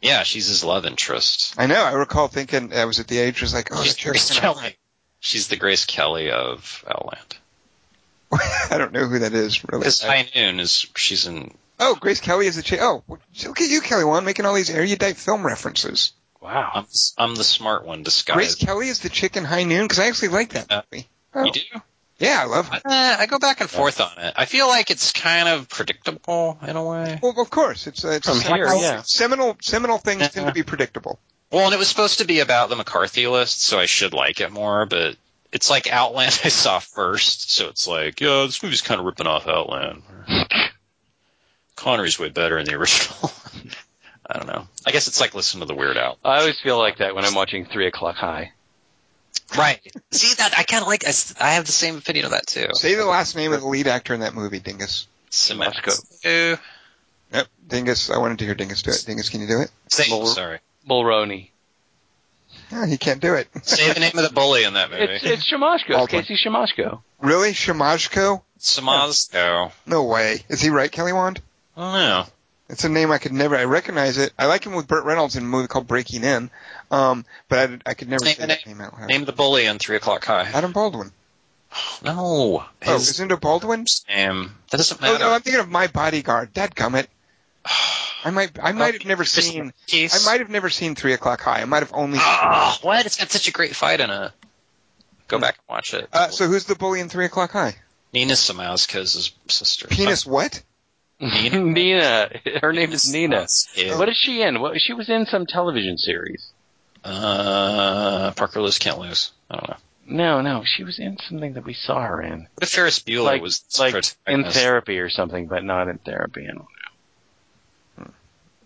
[SPEAKER 3] Yeah, she's his love interest.
[SPEAKER 2] I know. I recall thinking I was at the age was like, oh,
[SPEAKER 3] She's
[SPEAKER 2] that
[SPEAKER 3] Grace
[SPEAKER 2] chick's gonna-
[SPEAKER 3] Kelly. She's the Grace Kelly of Outland.
[SPEAKER 2] I don't know who that is really.
[SPEAKER 3] Because High Noon is she's in.
[SPEAKER 2] Oh, Grace Kelly is the chick. Oh, look at you, Kelly Wan, making all these erudite film references.
[SPEAKER 4] Wow.
[SPEAKER 3] I'm I'm the smart one
[SPEAKER 2] Grace
[SPEAKER 3] disguised.
[SPEAKER 2] Kelly is the chick in High Noon because I actually like that
[SPEAKER 3] Yeah.
[SPEAKER 2] movie. Oh,
[SPEAKER 3] You do?
[SPEAKER 2] yeah, I love
[SPEAKER 3] I,
[SPEAKER 2] her.
[SPEAKER 3] Eh, I go back and forth on it. I feel like it's kind of predictable in a way.
[SPEAKER 2] Well, of course, it's uh, it's
[SPEAKER 3] From
[SPEAKER 2] seminal-
[SPEAKER 3] here, yeah.
[SPEAKER 2] seminal seminal things tend
[SPEAKER 3] Yeah.
[SPEAKER 2] to be predictable.
[SPEAKER 3] Well, and it was supposed to be about the McCarthy list, so I should like it more. But it's like Outland I saw first, so it's like, yeah, this movie's kind of ripping off Outland. Connery's way better in the original. I don't know. I guess it's like listen to the Weird Al.
[SPEAKER 4] I always feel like that when I'm watching Three O'clock High.
[SPEAKER 3] Right. See that I kind of like. I, s- I have the same opinion of that too.
[SPEAKER 2] Say the last name of the lead actor in that movie, Dingus.
[SPEAKER 3] Simasco.
[SPEAKER 2] Yep, Dingus. I wanted to hear Dingus do it. Dingus, can you do it?
[SPEAKER 3] Say,
[SPEAKER 4] Mul-
[SPEAKER 3] sorry.
[SPEAKER 4] Mulroney.
[SPEAKER 2] No, he can't do it.
[SPEAKER 3] Say the name of the bully in that movie.
[SPEAKER 4] It's it's Shimoshko. It's
[SPEAKER 2] Baldwin.
[SPEAKER 4] Casey Shimoshko.
[SPEAKER 2] really, Shimajko?
[SPEAKER 3] Samazco.
[SPEAKER 2] No way. Is he right, Kelly Wand?
[SPEAKER 3] I don't know.
[SPEAKER 2] It's a name I could never. I recognize it. I like him with Burt Reynolds in a movie called Breaking In, um, but I, I could never
[SPEAKER 3] Name
[SPEAKER 2] say
[SPEAKER 3] the
[SPEAKER 2] that name out loud.
[SPEAKER 3] Name the bully in Three O'clock High.
[SPEAKER 2] Adam Baldwin.
[SPEAKER 3] No.
[SPEAKER 2] Oh,
[SPEAKER 3] His
[SPEAKER 2] isn't it Baldwin?
[SPEAKER 3] name. That doesn't
[SPEAKER 2] Oh,
[SPEAKER 3] matter.
[SPEAKER 2] no, I'm thinking of My Bodyguard. Dadgummit. I might, I might have never seen. I might have never seen Three O'clock High. I might have only.
[SPEAKER 3] Oh, what? It's got such a great fight in it. Go back and watch it.
[SPEAKER 2] Uh, so who's the bully in Three O'clock High?
[SPEAKER 3] Nina Samazco's sister.
[SPEAKER 2] Penis what?
[SPEAKER 4] Nina. Her name is Nina.
[SPEAKER 3] Yeah.
[SPEAKER 4] What is she in? What, she was in some television series.
[SPEAKER 3] Uh, Parker Lewis can't lose. I don't know.
[SPEAKER 4] No, no, she was in something that we saw her in,
[SPEAKER 3] What if Ferris Bueller
[SPEAKER 4] like
[SPEAKER 3] was the
[SPEAKER 4] like
[SPEAKER 3] protagonist?
[SPEAKER 4] in therapy or something, but not in therapy. And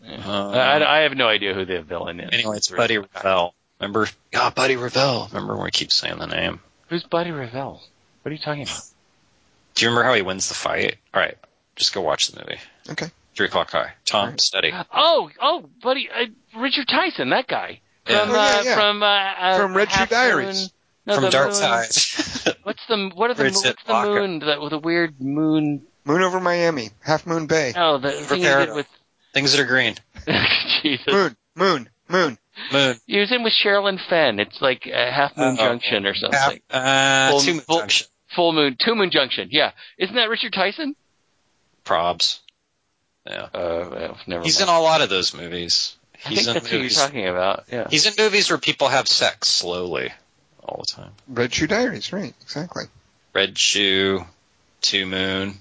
[SPEAKER 3] Uh,
[SPEAKER 4] I, I have no idea who the villain is.
[SPEAKER 3] anyway, it's Buddy Revell. Remember? God, Buddy Revell. Remember when we keep saying the name?
[SPEAKER 4] Who's Buddy Revell? What are you talking about?
[SPEAKER 3] Do you remember how he wins the fight? All right, just go watch the movie.
[SPEAKER 2] Okay.
[SPEAKER 3] Three o'clock high. Tom, study.
[SPEAKER 4] Oh, oh, Buddy, uh, Richard Tyson, that guy
[SPEAKER 3] Yeah.
[SPEAKER 4] from
[SPEAKER 2] Oh, yeah,
[SPEAKER 4] uh,
[SPEAKER 2] yeah.
[SPEAKER 4] from uh, uh,
[SPEAKER 2] From Red Shoe
[SPEAKER 4] Half
[SPEAKER 2] Diaries.
[SPEAKER 4] Moon- No,
[SPEAKER 3] from
[SPEAKER 4] the
[SPEAKER 3] Dark
[SPEAKER 4] moon-
[SPEAKER 3] Tide.
[SPEAKER 4] What's the what are the
[SPEAKER 3] Or
[SPEAKER 4] mo-
[SPEAKER 3] it's
[SPEAKER 4] what's
[SPEAKER 3] at
[SPEAKER 4] the
[SPEAKER 3] Baca.
[SPEAKER 4] moon that with a weird moon?
[SPEAKER 2] Moon over Miami, Half Moon Bay,
[SPEAKER 4] No, the
[SPEAKER 3] River
[SPEAKER 4] thing he did
[SPEAKER 3] Paradise.
[SPEAKER 4] with
[SPEAKER 3] Things that are green.
[SPEAKER 4] Jesus.
[SPEAKER 2] Moon, Moon, Moon.
[SPEAKER 3] Moon.
[SPEAKER 4] He was in with Sherilyn Fenn. It's like uh, Half Moon
[SPEAKER 3] Oh.
[SPEAKER 4] Junction or something.
[SPEAKER 3] Half, uh,
[SPEAKER 4] Full-
[SPEAKER 3] two moon
[SPEAKER 4] full-
[SPEAKER 3] junction.
[SPEAKER 4] Full Moon, Two Moon Junction. Yeah, isn't that Richard Tyson?
[SPEAKER 3] Probs. Yeah.
[SPEAKER 4] Uh, well, never
[SPEAKER 3] He's in
[SPEAKER 4] mind.
[SPEAKER 3] a lot of those movies.
[SPEAKER 4] I
[SPEAKER 3] He's
[SPEAKER 4] think
[SPEAKER 3] in
[SPEAKER 4] that's who you're
[SPEAKER 3] movies.
[SPEAKER 4] talking about. Yeah.
[SPEAKER 3] He's in movies where people have sex slowly all the time.
[SPEAKER 2] Red Shoe Diaries, right? Exactly.
[SPEAKER 3] Red Shoe, Two Moon.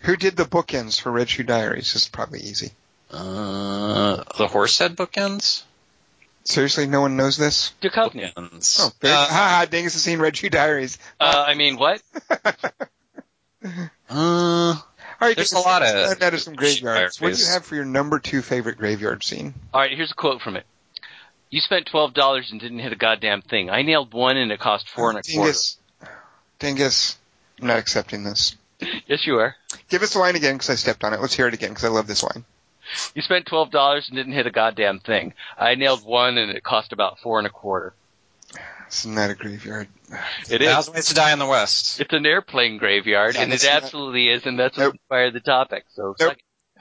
[SPEAKER 2] Who did the bookends for Red Shoe Diaries? This is probably easy.
[SPEAKER 3] Uh, the Horsehead bookends.
[SPEAKER 2] Seriously, no one knows this.
[SPEAKER 4] Duchovny.
[SPEAKER 3] Bookends.
[SPEAKER 2] Oh, very,
[SPEAKER 3] Uh,
[SPEAKER 2] haha, Dang has seen Red Shoe Diaries.
[SPEAKER 4] Uh, I mean, what?
[SPEAKER 3] uh,
[SPEAKER 2] All right,
[SPEAKER 3] There's
[SPEAKER 2] Dickinson,
[SPEAKER 3] a lot of-
[SPEAKER 2] let's dive into some graveyards. What do you
[SPEAKER 3] Diaries.
[SPEAKER 2] have for your number two favorite graveyard scene?
[SPEAKER 4] All right, here's a quote from it. You spent twelve dollars and didn't hit a goddamn thing. I nailed one and it cost four and a quarter.
[SPEAKER 2] Dingus, Dingus, I'm not accepting this.
[SPEAKER 4] Yes, you are.
[SPEAKER 2] Give us the line again because I stepped on it. Let's hear it again because I love this line.
[SPEAKER 4] You spent twelve dollars and didn't hit a goddamn thing. I nailed one and it cost about four and a quarter.
[SPEAKER 2] Isn't that a graveyard?
[SPEAKER 4] It is.
[SPEAKER 3] Thousand Ways to Die in the West.
[SPEAKER 4] It's an airplane graveyard,
[SPEAKER 2] Yeah,
[SPEAKER 4] and it
[SPEAKER 2] that's not-
[SPEAKER 4] absolutely is, and that's
[SPEAKER 2] Nope.
[SPEAKER 4] what inspired the topic. So,
[SPEAKER 2] Nope.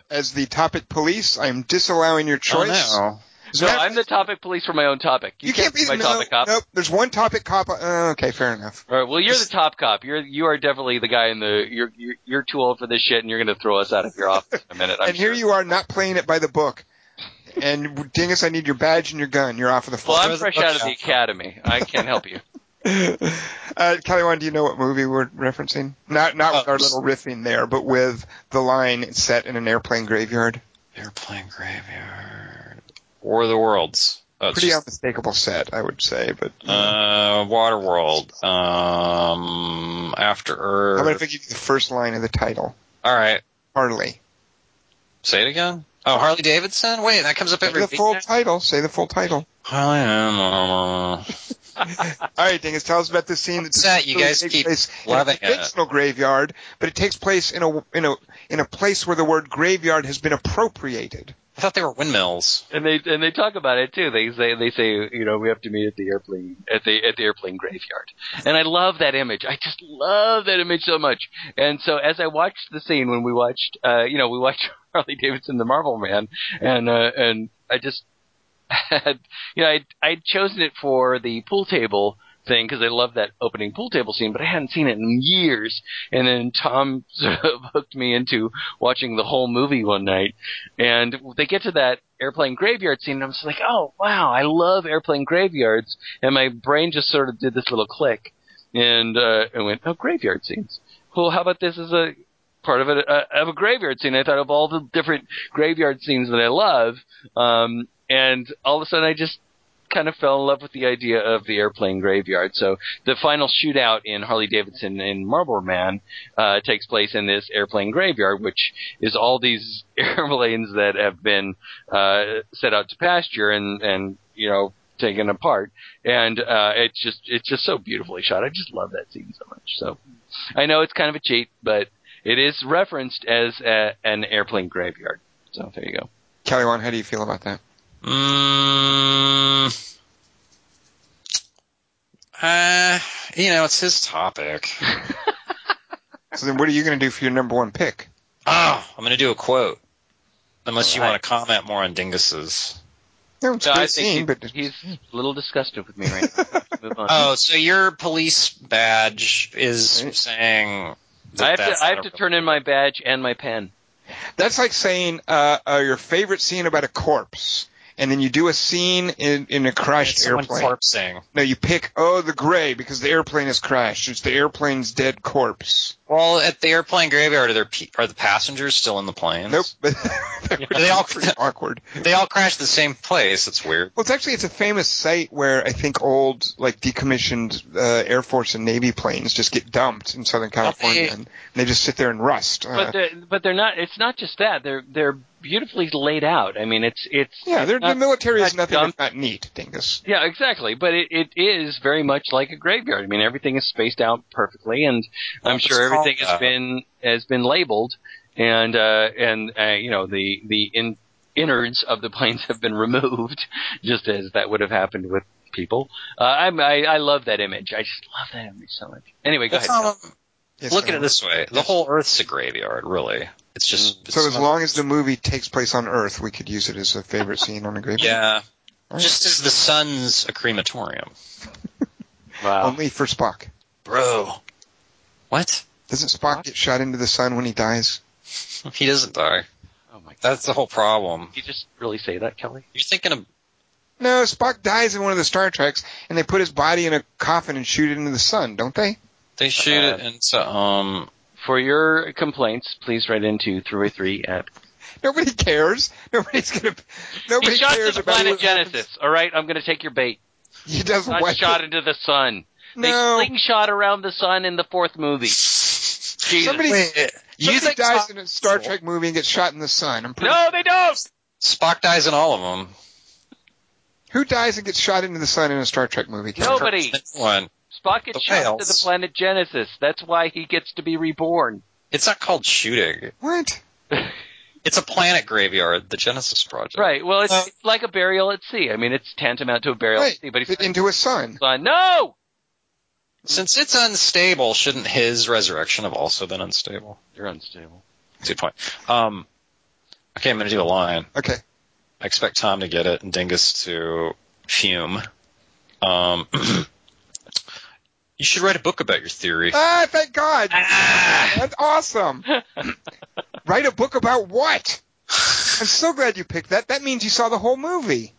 [SPEAKER 2] As the topic police, I'm disallowing your choice.
[SPEAKER 3] Oh,
[SPEAKER 2] As a
[SPEAKER 4] no,
[SPEAKER 2] matter of
[SPEAKER 4] I'm the
[SPEAKER 2] fact,
[SPEAKER 4] topic police for my own topic. You,
[SPEAKER 2] You can't, be
[SPEAKER 4] my
[SPEAKER 2] the no,
[SPEAKER 4] topic cop.
[SPEAKER 2] Nope. There's one topic cop. Uh, okay, fair enough.
[SPEAKER 4] All right, well, you're the top cop. You're you are definitely the guy in the. You're you're, you're too old for this shit, and you're going to throw us out of your office in a minute. I'm
[SPEAKER 2] and here
[SPEAKER 4] sure.
[SPEAKER 2] you are not playing it by the book. And Dingus, I need your badge and your gun. You're off of the
[SPEAKER 4] Well,
[SPEAKER 2] floor.
[SPEAKER 4] I'm fresh out of the academy. I can't help you.
[SPEAKER 2] uh, Kellywan, do you know what movie we're referencing? Not not
[SPEAKER 4] Uh,
[SPEAKER 2] with
[SPEAKER 3] Oh,
[SPEAKER 2] our little riffing there, but with the line set in an airplane graveyard.
[SPEAKER 3] no. Airplane Graveyard. War of the Worlds. Oh, it's
[SPEAKER 2] Pretty
[SPEAKER 3] just-
[SPEAKER 2] unmistakable set, I would say. But you know.
[SPEAKER 3] Uh, Waterworld. Um, After
[SPEAKER 2] how about if
[SPEAKER 4] er,
[SPEAKER 3] Earth.
[SPEAKER 2] I give you the first line of the title?
[SPEAKER 3] All right,
[SPEAKER 2] Harley.
[SPEAKER 3] say it again. Oh, Harley Davidson. Wait, that comes up
[SPEAKER 2] Say
[SPEAKER 3] every
[SPEAKER 2] the
[SPEAKER 3] week
[SPEAKER 2] full
[SPEAKER 3] now?
[SPEAKER 2] title. Say the full title.
[SPEAKER 3] Harley. um,
[SPEAKER 2] All right, Dingus, tell us about this scene. That
[SPEAKER 3] Upset, you guys
[SPEAKER 2] takes
[SPEAKER 3] keep
[SPEAKER 2] place
[SPEAKER 3] loving
[SPEAKER 2] in a
[SPEAKER 3] it.
[SPEAKER 2] fictional graveyard, but it takes place in a in a in a place where the word graveyard has been appropriated.
[SPEAKER 3] I thought they were windmills.
[SPEAKER 4] And they and they talk about it too. They say they say you know we have to meet at the airplane at the at the airplane graveyard. And I love that image. I just love that image so much. And so as I watched the scene when we watched uh you know we watched Harley Davidson the Marvel Man and uh, and I just had you know I I'd chosen it for the pool table thing because I love that opening pool table scene, but I hadn't seen it in years. And then Tom sort of hooked me into watching the whole movie one night. And they get to that airplane graveyard scene, and I'm just like, oh, wow, I love airplane graveyards. And my brain just sort of did this little click and uh, and went, oh, graveyard scenes. Well, how about this as a part of a, a, of a graveyard scene? I thought of all the different graveyard scenes that I love. Um, and all of a sudden, I just kind of fell in love with the idea of the airplane graveyard. So the final shootout in Harley Davidson and Marlboro Man uh, takes place in this airplane graveyard, which is all these airplanes that have been uh, set out to pasture and and you know taken apart. And uh, it's just it's just so beautifully shot. I just love that scene so much. So I know it's kind of a cheat, but it is referenced as a, an airplane graveyard. So there you go.
[SPEAKER 2] Kelly Wan, how do you feel about that?
[SPEAKER 3] Mm, uh, you know, it's his topic.
[SPEAKER 2] So then, what are you going to do for your number one pick?
[SPEAKER 3] Oh, I'm going to do a quote. Unless you
[SPEAKER 4] All right.
[SPEAKER 3] want to comment more on Dingus's.
[SPEAKER 2] No, it's a
[SPEAKER 4] No,
[SPEAKER 2] great
[SPEAKER 4] I think
[SPEAKER 2] scene,
[SPEAKER 4] he-
[SPEAKER 2] but
[SPEAKER 4] He's a little disgusted with me right now. Move on.
[SPEAKER 3] Oh, so your police badge is
[SPEAKER 2] Right.
[SPEAKER 3] saying. That
[SPEAKER 4] I have
[SPEAKER 3] that's
[SPEAKER 4] to I
[SPEAKER 3] not
[SPEAKER 4] have
[SPEAKER 3] a
[SPEAKER 4] to
[SPEAKER 3] real-
[SPEAKER 4] turn in my badge and my pen.
[SPEAKER 2] that's like saying uh, uh, your favorite scene about a corpse, and then you do a scene in, in a crashed
[SPEAKER 3] It's someone
[SPEAKER 2] airplane.
[SPEAKER 3] corpsing.
[SPEAKER 2] No, you pick oh the gray because the airplane has crashed. It's the airplane's dead corpse.
[SPEAKER 3] Well, at the airplane graveyard, are there pe- are the passengers still in the planes?
[SPEAKER 2] Nope, but
[SPEAKER 3] They all-
[SPEAKER 2] pretty awkward.
[SPEAKER 3] They all crashed at the same place. It's weird.
[SPEAKER 2] Well, it's actually it's a famous site where I think old like decommissioned uh, Air Force and Navy planes just get dumped in Southern California,
[SPEAKER 3] they-
[SPEAKER 2] and they just sit there and rust. Uh,
[SPEAKER 4] But they're, but they're not. It's not just that. They're they're beautifully laid out. I mean, it's it's
[SPEAKER 2] yeah,
[SPEAKER 4] it's
[SPEAKER 2] they're- the
[SPEAKER 4] not-
[SPEAKER 2] military is
[SPEAKER 4] not
[SPEAKER 2] nothing
[SPEAKER 4] dumped.
[SPEAKER 2] if not neat, Dingus.
[SPEAKER 4] yeah, exactly. But it, it is very much like a graveyard. I mean, everything is spaced out perfectly, and I'm
[SPEAKER 3] It's
[SPEAKER 4] sure everything
[SPEAKER 3] called,
[SPEAKER 4] has
[SPEAKER 3] uh,
[SPEAKER 4] been has been labeled, and uh, and uh, you know the the in, innards of the planes have been removed, just as that would have happened with people. Uh, I'm, I I love that image. I just love that image so much. Anyway, go
[SPEAKER 3] It's
[SPEAKER 4] ahead.
[SPEAKER 3] not a-
[SPEAKER 2] Yes,
[SPEAKER 3] look
[SPEAKER 2] I
[SPEAKER 3] at it
[SPEAKER 2] know.
[SPEAKER 3] this way: the whole Earth's a graveyard, really. It's just it's
[SPEAKER 2] Mm. So as
[SPEAKER 3] not-
[SPEAKER 2] long as the movie takes place on Earth, we could use it as a favorite scene on a graveyard.
[SPEAKER 3] yeah,
[SPEAKER 2] Right.
[SPEAKER 3] just as the sun's a crematorium,
[SPEAKER 4] Wow.
[SPEAKER 2] Only for Spock.
[SPEAKER 3] bro. What?
[SPEAKER 2] Doesn't Spock get shot into the sun when he dies?
[SPEAKER 3] He doesn't die.
[SPEAKER 4] Oh my god.
[SPEAKER 3] That's the whole problem.
[SPEAKER 4] Did you just really say that, Kelly?
[SPEAKER 3] You're thinking of
[SPEAKER 2] No, Spock dies in one of the Star Treks, and they put his body in a coffin and shoot it into the sun, don't they?
[SPEAKER 3] they shoot it into um.
[SPEAKER 4] For your complaints, please write into 303 at.
[SPEAKER 2] Nobody cares. Nobody's gonna. Nobody
[SPEAKER 4] he shot
[SPEAKER 2] cares
[SPEAKER 4] to the
[SPEAKER 2] about
[SPEAKER 4] planet
[SPEAKER 2] what happens.
[SPEAKER 4] Genesis. All right, I'm going to take your bait.
[SPEAKER 2] He does
[SPEAKER 4] Not
[SPEAKER 2] what?
[SPEAKER 4] shot into the sun.
[SPEAKER 2] No.
[SPEAKER 4] They slingshot around the sun in the fourth movie. Jesus.
[SPEAKER 2] Somebody,
[SPEAKER 3] you
[SPEAKER 2] somebody
[SPEAKER 3] think
[SPEAKER 2] dies
[SPEAKER 3] Spock,
[SPEAKER 2] in a Star Trek movie and gets shot in the sun. I'm pretty,
[SPEAKER 4] No, they don't.
[SPEAKER 3] Spock dies in all of them?
[SPEAKER 2] Who dies and gets shot into the sun in a Star Trek movie? Kevin?
[SPEAKER 4] Nobody.
[SPEAKER 3] One.
[SPEAKER 4] Spock gets
[SPEAKER 3] The
[SPEAKER 4] shot to
[SPEAKER 3] whales.
[SPEAKER 4] the planet Genesis. That's why he gets to be reborn.
[SPEAKER 3] It's not called shooting.
[SPEAKER 2] What?
[SPEAKER 3] It's a planet graveyard, the Genesis Project.
[SPEAKER 4] Right. Well, it's,
[SPEAKER 3] Uh,
[SPEAKER 4] it's like a burial at sea. I mean, it's tantamount to a burial
[SPEAKER 2] Right.
[SPEAKER 4] at sea, but he's
[SPEAKER 2] Fit into a sun.
[SPEAKER 4] on. No.
[SPEAKER 3] Since it's unstable, shouldn't his resurrection have also been unstable?
[SPEAKER 4] You're unstable.
[SPEAKER 3] Good point. Um, okay, I'm going to do a line.
[SPEAKER 2] Okay.
[SPEAKER 3] I expect Tom to get it and Dingus to fume. Um, you should write a book about your theory.
[SPEAKER 2] Ah, thank God.
[SPEAKER 3] Ah!
[SPEAKER 2] That's awesome. Write a book about what? I'm so glad you picked that. That means you saw the whole movie.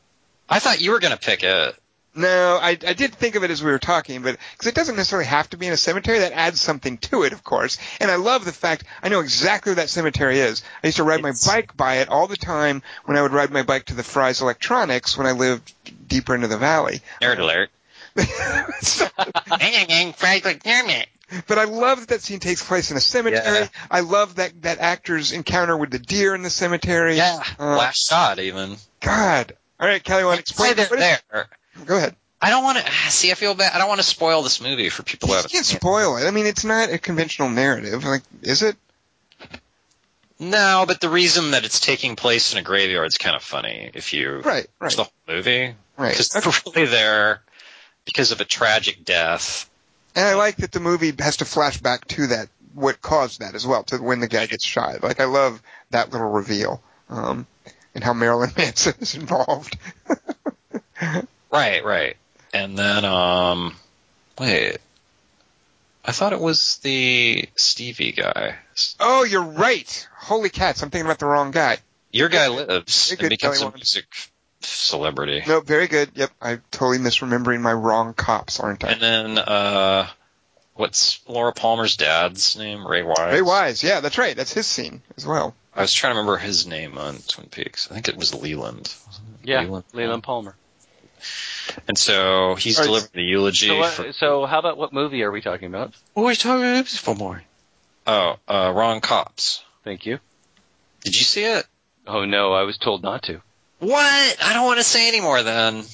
[SPEAKER 3] I thought you were going to pick it.
[SPEAKER 2] No, I, I did think of it as we were talking, but because it doesn't necessarily have to be in a cemetery, that adds something to it, of course. And I love the fact I know exactly where that cemetery is. I used to ride my
[SPEAKER 3] It's-
[SPEAKER 2] bike by it all the time when I would ride my bike to the Fry's Electronics when I lived deeper into the valley.
[SPEAKER 3] Nerd alert.
[SPEAKER 2] So-
[SPEAKER 3] That's
[SPEAKER 2] But I love that that scene takes place in a cemetery.
[SPEAKER 3] Yeah.
[SPEAKER 2] I love that that actor's encounter with the deer in the cemetery.
[SPEAKER 3] Yeah.
[SPEAKER 2] Uh,
[SPEAKER 3] Last shot, even.
[SPEAKER 2] God. All right, Kelly, want to
[SPEAKER 3] Why
[SPEAKER 2] explain?
[SPEAKER 3] they're
[SPEAKER 2] what
[SPEAKER 3] there.
[SPEAKER 2] it- Go ahead.
[SPEAKER 3] I don't want to see. I feel bad. I don't want to spoil this movie for people who
[SPEAKER 2] You
[SPEAKER 3] haven't.
[SPEAKER 2] can't
[SPEAKER 3] seen it.
[SPEAKER 2] spoil it. I mean, it's not a conventional narrative. Like, is it?
[SPEAKER 3] No, but the reason that it's taking place in a graveyard is kind of funny if you
[SPEAKER 2] Right. Right.
[SPEAKER 3] watch the whole movie
[SPEAKER 2] Right.
[SPEAKER 3] because
[SPEAKER 2] Okay.
[SPEAKER 3] they're really there because of a tragic death.
[SPEAKER 2] And I like that the movie has to flash back to that what caused that as well to when the guy gets shot. Like I love that little reveal um, and how Marilyn Manson is involved.
[SPEAKER 3] Right, right. And then, um, wait, I thought it was the Stevie guy. S-
[SPEAKER 2] oh, you're right. Holy cats! I'm thinking about the wrong guy.
[SPEAKER 3] Your guy lives
[SPEAKER 2] You're
[SPEAKER 3] and
[SPEAKER 2] good,
[SPEAKER 3] becomes
[SPEAKER 2] Kelly
[SPEAKER 3] a
[SPEAKER 2] Wand.
[SPEAKER 3] music celebrity.
[SPEAKER 2] No, very good. Yep, I'm totally misremembering my wrong cops, aren't I?
[SPEAKER 3] And then, uh, what's Laura Palmer's dad's name? Ray Wise.
[SPEAKER 2] Ray Wise. Yeah, that's right. That's his scene as well.
[SPEAKER 3] I was trying to remember his name on Twin Peaks. I think it was Leland. wasn't it?
[SPEAKER 4] Yeah,
[SPEAKER 3] Leland.
[SPEAKER 4] Leland Palmer.
[SPEAKER 3] And so he's
[SPEAKER 2] All right.
[SPEAKER 3] delivering the eulogy.
[SPEAKER 4] So, what,
[SPEAKER 3] for,
[SPEAKER 4] so how about what movie are we talking about?
[SPEAKER 3] what are you talking about for more? Oh, uh, wrong cops.
[SPEAKER 4] Thank you.
[SPEAKER 3] Did you see it?
[SPEAKER 4] Oh no, I was told not to.
[SPEAKER 3] What? I don't want to say anymore then.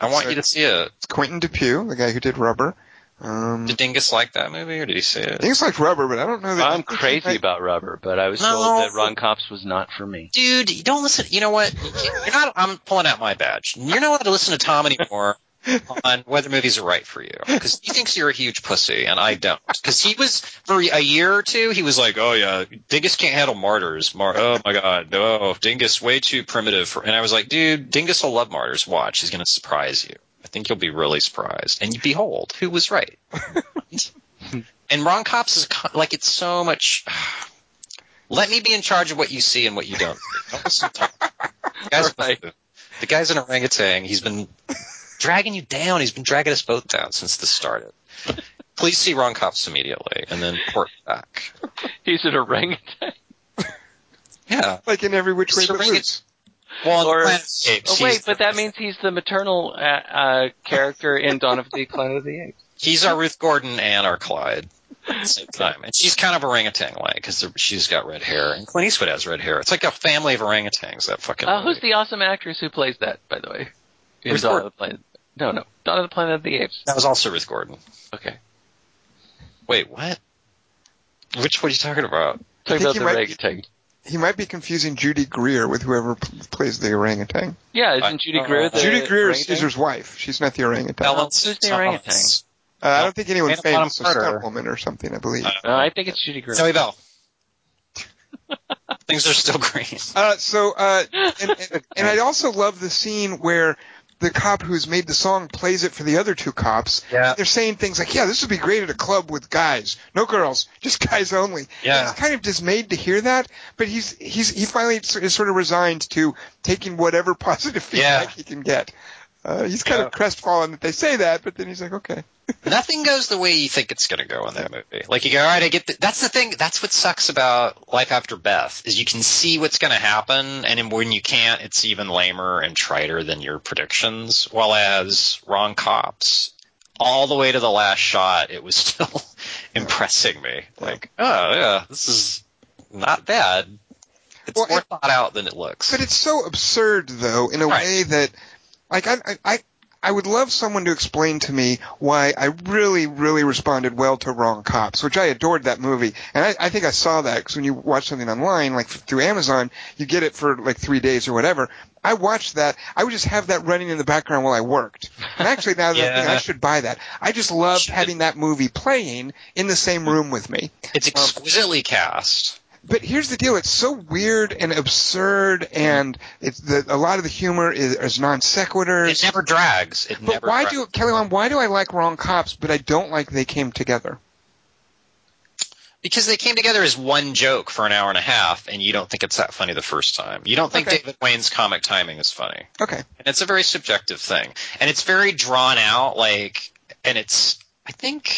[SPEAKER 3] I want
[SPEAKER 2] So-
[SPEAKER 3] you to see it.
[SPEAKER 2] It's Quentin Depew, the guy who did Rubber. Um,
[SPEAKER 3] Did Dingus like that movie or did he see
[SPEAKER 2] I
[SPEAKER 3] it?
[SPEAKER 2] think it's like Rubber, but I don't know that.
[SPEAKER 4] I'm crazy about rubber, but I was
[SPEAKER 3] No.
[SPEAKER 4] told that Ron Cops was not for me.
[SPEAKER 3] Dude, you don't listen. You know what? You're not. I'm pulling out my badge. You're not allowed to listen to Tom anymore on whether movies are right for you because he thinks you're a huge pussy and I don't. Because he was for a year or two, he was like, "Oh yeah, Dingus can't handle martyrs. Mar- oh my god, no, Dingus way too primitive." For- and I was like, "Dude, Dingus will love martyrs. Watch, he's gonna surprise you. I think you'll be really surprised." And behold, who was right? and Ron Cops is co- like it's so much. Let me be in charge of what you see and what you don't. see. Don't listen to Tom. The guy's, the guy's an orangutan. He's been dragging you down. He's been dragging us both down since this started. Please see Ron Cops immediately and then report back.
[SPEAKER 4] He's an orangutan.
[SPEAKER 3] Yeah.
[SPEAKER 2] Like in every which way
[SPEAKER 3] Mr.
[SPEAKER 2] but
[SPEAKER 3] Ring-
[SPEAKER 2] loose.
[SPEAKER 3] Well,
[SPEAKER 4] Or-
[SPEAKER 3] the Planet of the Apes,
[SPEAKER 4] Oh,
[SPEAKER 3] he's
[SPEAKER 4] wait, but
[SPEAKER 3] the-
[SPEAKER 4] that means he's the maternal uh, uh, character in Dawn of the Planet of the Apes.
[SPEAKER 3] he's our Ruth Gordon and our Clyde at the same time, and she's kind of orangutan like because she's got red hair, and Clint Eastwood has red hair. It's like a family of orangutans. That fucking.
[SPEAKER 4] Uh, who's
[SPEAKER 3] movie.
[SPEAKER 4] the awesome actress who plays that, by the way? In
[SPEAKER 3] Ruth
[SPEAKER 4] Dawn
[SPEAKER 3] Gordon.
[SPEAKER 4] of the Planet. No, no, Dawn of the Planet of the Apes.
[SPEAKER 3] That was also Ruth Gordon.
[SPEAKER 4] Okay,
[SPEAKER 3] Wait, what? Which? What are you talking about?
[SPEAKER 2] I think
[SPEAKER 4] talking about
[SPEAKER 2] he
[SPEAKER 4] the
[SPEAKER 2] might be-
[SPEAKER 4] orangutan.
[SPEAKER 2] He might be confusing Judy Greer with whoever p- plays the orangutan.
[SPEAKER 4] Yeah,
[SPEAKER 3] Uh,
[SPEAKER 4] isn't Judy Greer the
[SPEAKER 2] Judy Greer is
[SPEAKER 4] orangutan?
[SPEAKER 2] Caesar's wife. She's not the orangutan.
[SPEAKER 3] Ellen
[SPEAKER 4] who's the
[SPEAKER 3] Thomas.
[SPEAKER 4] orangutan?
[SPEAKER 2] Uh, I don't think anyone
[SPEAKER 3] Hannah Bonham
[SPEAKER 2] famous. A
[SPEAKER 3] Carter.
[SPEAKER 2] stunt woman or something, I believe.
[SPEAKER 3] Uh,
[SPEAKER 4] No, I think it's Judy Greer.
[SPEAKER 3] Zoe Bell. Things are still green.
[SPEAKER 2] Uh, so, uh, and, and, and I also love the scene where the cop who's made the song plays it for the other two cops.
[SPEAKER 3] Yeah.
[SPEAKER 2] They're saying things like, "Yeah, this would be great at a club with guys, no girls, just guys only."
[SPEAKER 3] Yeah.
[SPEAKER 2] And he's kind of dismayed to hear that, but he's he's he finally s- is sort of resigned to taking whatever positive
[SPEAKER 3] Yeah.
[SPEAKER 2] feedback he can get. Uh, he's kind
[SPEAKER 3] Yeah.
[SPEAKER 2] of crestfallen that they say that, but then he's like, "Okay."
[SPEAKER 3] Nothing goes the way you think it's going to go in that movie. Like you go, all right, I get the, that's the thing. That's what sucks about Life After Beth is you can see what's going to happen, and then when you can't, it's even lamer and triter than your predictions. While as Wrong Cops, all the way to the last shot, it was still impressing me. Like, oh yeah, this is not bad. It's
[SPEAKER 2] Well,
[SPEAKER 3] more
[SPEAKER 2] it-
[SPEAKER 3] thought out than it looks.
[SPEAKER 2] But it's so absurd, though, in a
[SPEAKER 3] Right.
[SPEAKER 2] way that, like, I, I- I, I would love someone to explain to me why I really, really responded well to Wrong Cops, which I adored that movie, and I, I think I saw that because when you watch something online, like through Amazon, you get it for like three days or whatever. I watched that. I would just have that running in the background while I worked. And actually, now that I think
[SPEAKER 3] Yeah.
[SPEAKER 2] I should buy that. I just loved
[SPEAKER 3] Should.
[SPEAKER 2] having that movie playing in the same room with me.
[SPEAKER 3] it's exquisitely cast.
[SPEAKER 2] But here's the deal: it's so weird and absurd, and it's the, a lot of the humor is, is non
[SPEAKER 3] It
[SPEAKER 2] sequiturs.
[SPEAKER 3] never drags. It
[SPEAKER 2] But
[SPEAKER 3] never
[SPEAKER 2] why
[SPEAKER 3] drags.
[SPEAKER 2] do Kelly Wan? Why do I like Wrong Cops, but I don't like They Came Together?
[SPEAKER 3] Because they came together as one joke for an hour and a half, and you don't think it's that funny the first time. You don't think
[SPEAKER 2] Okay.
[SPEAKER 3] David Wayne's comic timing is funny.
[SPEAKER 2] Okay,
[SPEAKER 3] And it's a very subjective thing. And it's very drawn out, like, and it's, I think,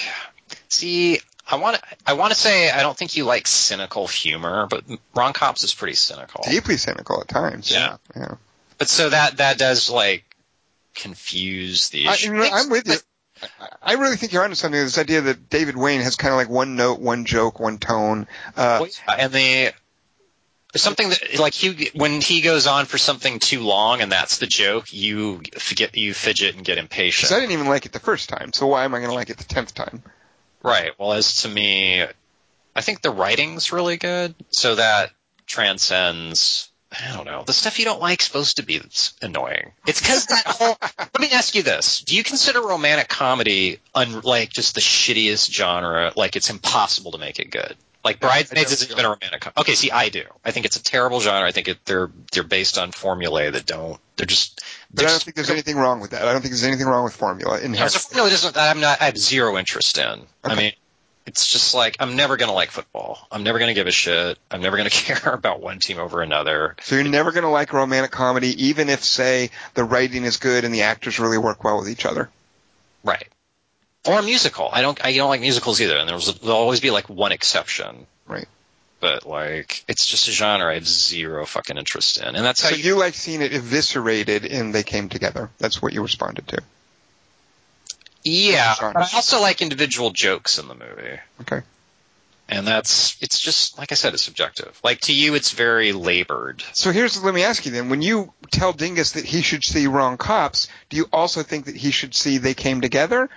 [SPEAKER 3] see, I want to, I want to say I don't think you like cynical humor, but Ron Cops is pretty cynical.
[SPEAKER 2] deeply cynical at times.
[SPEAKER 3] Yeah.
[SPEAKER 2] yeah.
[SPEAKER 3] But so that, that does, like, confuse the
[SPEAKER 2] I,
[SPEAKER 3] issue.
[SPEAKER 2] you know, I'm with you. I- I really think you're onto something. This idea that David Wayne has kind of like one note, one joke, one tone. Uh,
[SPEAKER 3] Well, yeah, and the something that like he when he goes on for something too long and that's the joke you forget you fidget and get
[SPEAKER 2] 'cause
[SPEAKER 3] impatient
[SPEAKER 2] I didn't even like it the first time, so why am I going to like it the tenth time?
[SPEAKER 3] right well as to me i think the writing's really good so that transcends i don't know the stuff you don't like supposed to be that's annoying it's because that whole let me ask you this do you consider romantic comedy un, like just the shittiest genre like it's impossible to make it good like Bridesmaids
[SPEAKER 2] don't
[SPEAKER 3] isn't
[SPEAKER 2] feel-
[SPEAKER 3] even a romantic. Com- okay, see, I do. I think it's a terrible genre. I think it, they're they're based on formulae that don't. They're just.
[SPEAKER 2] But I
[SPEAKER 3] they're
[SPEAKER 2] don't
[SPEAKER 3] just-
[SPEAKER 2] think there's anything wrong with that. I don't think there's anything wrong with formula. In
[SPEAKER 3] there's a formula that doesn't- I'm not. I have zero interest in. I
[SPEAKER 2] Okay.
[SPEAKER 3] mean, it's just like I'm never gonna like football. I'm never gonna give a shit. I'm never gonna care about one team over another.
[SPEAKER 2] So you're never going to like romantic comedy, even if, say, the writing is good and the actors really work well with each other.
[SPEAKER 3] Right. Or a musical. I don't. I don't like musicals either. And there's there'll always be like one exception.
[SPEAKER 2] Right.
[SPEAKER 3] But like, it's just a genre I have zero fucking interest in, and that's how
[SPEAKER 2] So
[SPEAKER 3] you
[SPEAKER 2] you like seeing it eviscerated and they came together. That's what you responded to.
[SPEAKER 3] Yeah,
[SPEAKER 2] Sure.
[SPEAKER 3] but I also like individual jokes in the movie.
[SPEAKER 2] Okay.
[SPEAKER 3] And that's it's just like I said, it's subjective. Like to you, it's very labored.
[SPEAKER 2] So here's let me ask you then: When you tell Dingus that he should see Wrong Cops, do you also think that he should see They Came Together?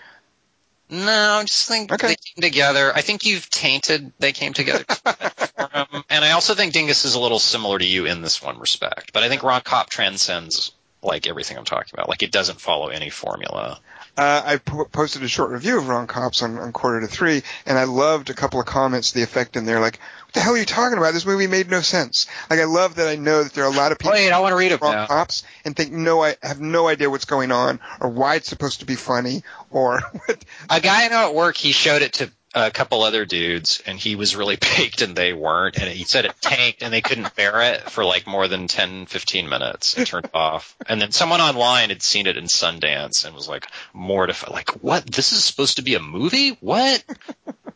[SPEAKER 3] No, I just think
[SPEAKER 2] Okay.
[SPEAKER 3] they came together. I think you've tainted they came together. Um, and I also think Dingus is a little similar to you in this one respect. But I think Ron Cop transcends like everything I'm talking about. Like it doesn't follow any formula.
[SPEAKER 2] Uh, I po- posted a short review of Wrong Cops on, on Quarter to Three, and I loved a couple of comments to the effect in there like, "What the hell are you talking about? This movie made no sense." Like I love that I know that there are a lot of people.
[SPEAKER 3] Wait, I want to read it
[SPEAKER 2] wrong
[SPEAKER 3] now.
[SPEAKER 2] cops and think no I have no idea what's going on or why it's supposed to be funny or what
[SPEAKER 3] a guy I know at work, he showed it to a couple other dudes, and he was really baked, and they weren't. And he said it tanked, and they couldn't bear it for like more than 10, 15 minutes and turned it off. And then someone online had seen it in Sundance and was like mortified, like, what? This is supposed to be a movie? What?